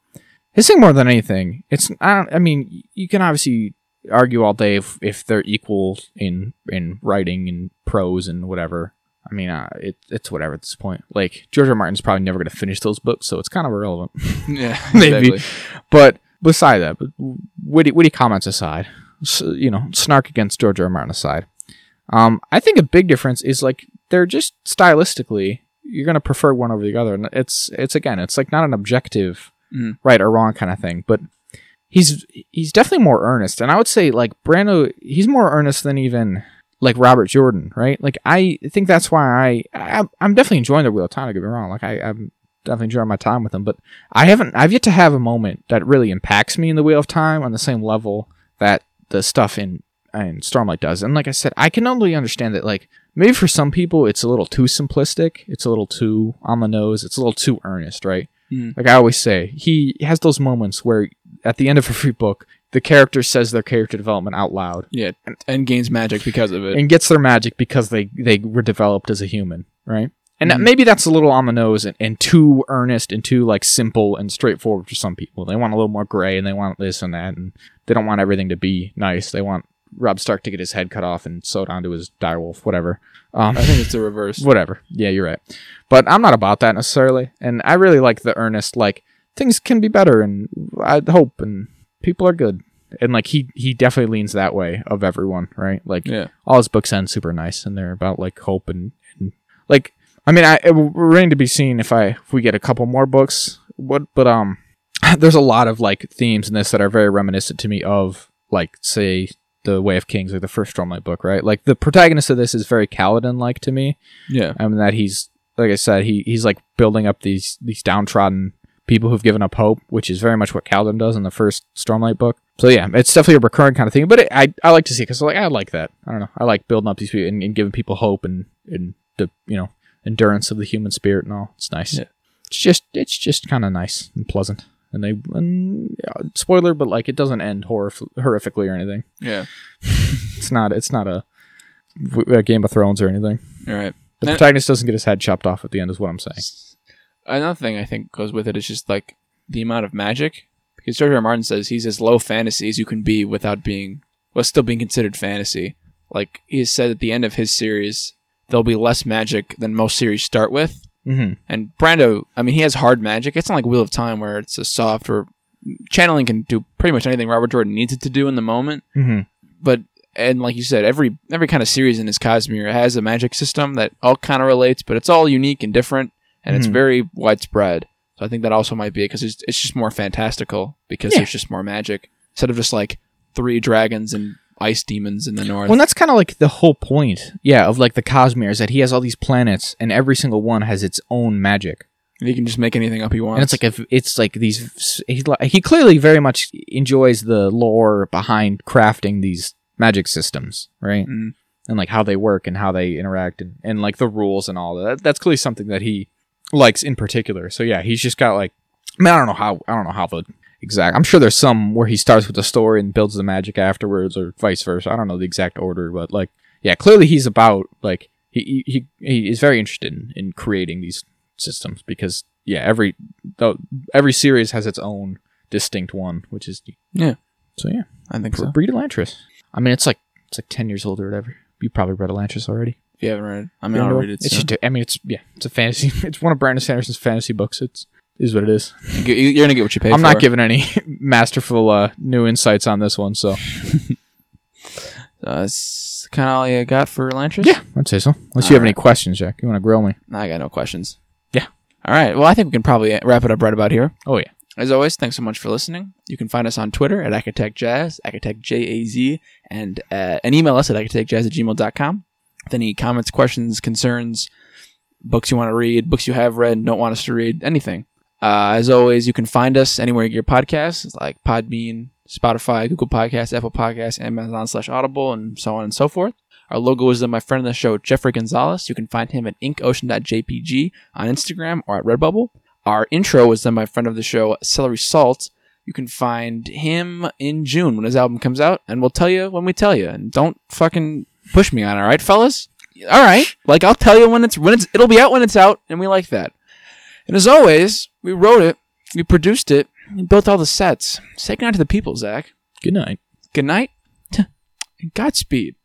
Speaker 2: his thing more than anything, it's I don't. I mean, y- you can obviously argue all day if, if they're equal in in writing and prose and whatever. I mean, uh, it, it's whatever at this point. Like George R. R. Martin's probably never going to finish those books, so it's kind of irrelevant.
Speaker 1: Yeah.
Speaker 2: Maybe.
Speaker 1: exactly.
Speaker 2: But beside that, but witty, witty comments aside, s you know, snark against George R. R. Martin aside, um, I think a big difference is like they're just stylistically you're gonna prefer one over the other, and it's it's again it's like not an objective
Speaker 1: Mm.
Speaker 2: right or wrong kind of thing, but he's he's definitely more earnest, and I would say like Brando he's more earnest than even like Robert Jordan, right? Like I think that's why I, I I'm definitely enjoying the Wheel of Time. Don't get me wrong, like I, I'm definitely enjoying my time with him, but I haven't I've yet to have a moment that really impacts me in the Wheel of Time on the same level that the stuff in in Stormlight does. And like I said, I can only understand that like maybe for some people it's a little too simplistic, it's a little too on the nose, it's a little too earnest, right?
Speaker 1: Mm.
Speaker 2: Like I always say, he has those moments where at the end of every book, the character says their character development out loud
Speaker 1: Yeah. And gains magic because of it.
Speaker 2: and gets their magic because they they were developed as a human, right? And that-
Speaker 1: Mhm.
Speaker 2: maybe that's a little on the nose and, and too earnest and too like simple and straightforward for some people. They want a little more gray and they want this and that and they don't want everything to be nice. They want Rob Stark to get his head cut off and sewed onto his direwolf, whatever. Um,
Speaker 1: I think it's the reverse.
Speaker 2: whatever. Yeah, you're right. But I'm not about that necessarily. And I really like the earnest, like things can be better, and I hope, and people are good. And like he he definitely leans that way of everyone, right? Like
Speaker 1: Yeah.
Speaker 2: all his books end super nice, and they're about like hope and, and like I mean, I it will remain to be seen if I if we get a couple more books. What, but um, there's a lot of like themes in this that are very reminiscent to me of like say the Way of Kings or the first Stormlight book, right? Like the protagonist of this is very Kaladin like to me.
Speaker 1: Yeah.
Speaker 2: I mean that he's like I said, he he's like building up these these downtrodden people who've given up hope, which is very much what Calden does in the first Stormlight book. So yeah, it's definitely a recurring kind of thing, but it, I I like to see because like I like that. I don't know, I like building up these people and, and giving people hope and and the you know endurance of the human spirit and all. It's nice.
Speaker 1: Yeah.
Speaker 2: It's just it's just kind of nice and pleasant. And they and, yeah, spoiler, but like it doesn't end horrif- horrifically or anything.
Speaker 1: Yeah.
Speaker 2: It's not it's not a, a Game of Thrones or anything.
Speaker 1: All right.
Speaker 2: The
Speaker 1: And-
Speaker 2: protagonist doesn't get his head chopped off at the end, is what I'm saying.
Speaker 1: Another thing I think goes with it is just like the amount of magic. Because George R. R. Martin says he's as low fantasy as you can be without being, well, still being considered fantasy. Like he has said at the end of his series, there'll be less magic than most series start with.
Speaker 2: Mm-hmm.
Speaker 1: And Brando, I mean, he has hard magic. It's not like Wheel of Time where it's a soft or channeling can do pretty much anything Robert Jordan needs it to do in the moment.
Speaker 2: Mm-hmm.
Speaker 1: But and like you said, every every kind of series in his Cosmere has a magic system that all kind of relates, but it's all unique and different, and it's
Speaker 2: Mhm.
Speaker 1: very widespread. So I think that also might be because it's it's just more fantastical because
Speaker 2: Yeah.
Speaker 1: there's just more magic instead of just like three dragons and ice demons in the north.
Speaker 2: Well, and that's kind of like the whole point, yeah, of like the Cosmere is that he has all these planets, and every single one has its own magic.
Speaker 1: and he can just make anything up he wants.
Speaker 2: and it's like if it's like these he, li- he clearly very much enjoys the lore behind crafting these magic systems right
Speaker 1: Mm.
Speaker 2: and like how they work and how they interact and, and like the rules and all that that's clearly something that he likes in particular so yeah he's just got like i mean i don't know how i don't know how the exact i'm sure there's some where he starts with the story and builds the magic afterwards or vice versa i don't know the exact order but like yeah clearly he's about like he he, he he is very interested in, in creating these systems because yeah every though every series has its own distinct one, which is
Speaker 1: Yeah.
Speaker 2: So yeah,
Speaker 1: I think so.
Speaker 2: read Elantris. I mean, it's like it's like ten years old or whatever. You probably read Elantris already.
Speaker 1: If you haven't read, it. I mean, I'll read it.
Speaker 2: It's
Speaker 1: soon.
Speaker 2: just, I mean, it's yeah, it's a fantasy. It's one of Brandon Sanderson's fantasy books. It's is what it is.
Speaker 1: You- You're gonna get what you pay
Speaker 2: I'm
Speaker 1: for.
Speaker 2: not giving any masterful uh, new insights on this one. So
Speaker 1: Uh, that's kind of all you got for Elantris?
Speaker 2: yeah, I'd say so. Unless you have
Speaker 1: All
Speaker 2: any questions, Jack, you want to grill me?
Speaker 1: I got no questions.
Speaker 2: Yeah.
Speaker 1: All right. Well, I think we can probably wrap it up right about here.
Speaker 2: Oh yeah,
Speaker 1: As always, thanks so much for listening. You can find us on Twitter at Architect Jazz, Architect J A Z, and uh, and email us at architectjazz at gmail.com with any comments, questions, concerns, books you want to read, books you have read, and don't want us to read, anything. Uh, as always, you can find us anywhere you get your podcasts, it's like Podbean, Spotify, Google Podcasts, Apple Podcasts, Amazon slash Audible, and so on and so forth. Our logo is of my friend of the show, Jeffrey Gonzalez. You can find him at inkocean.jpg on Instagram or at Redbubble. Our intro was done by a friend of the show, Celery Salt. You can find him in June when his album comes out, and we'll tell you when we tell you. And don't fucking push me on, all right, fellas? All right, like I'll tell you when it's when it's it'll be out when it's out, and we like that. And as always, we wrote it, we produced it, we built all the sets. Say goodnight to the people, Zach.
Speaker 2: good night.
Speaker 1: Good night, and Godspeed.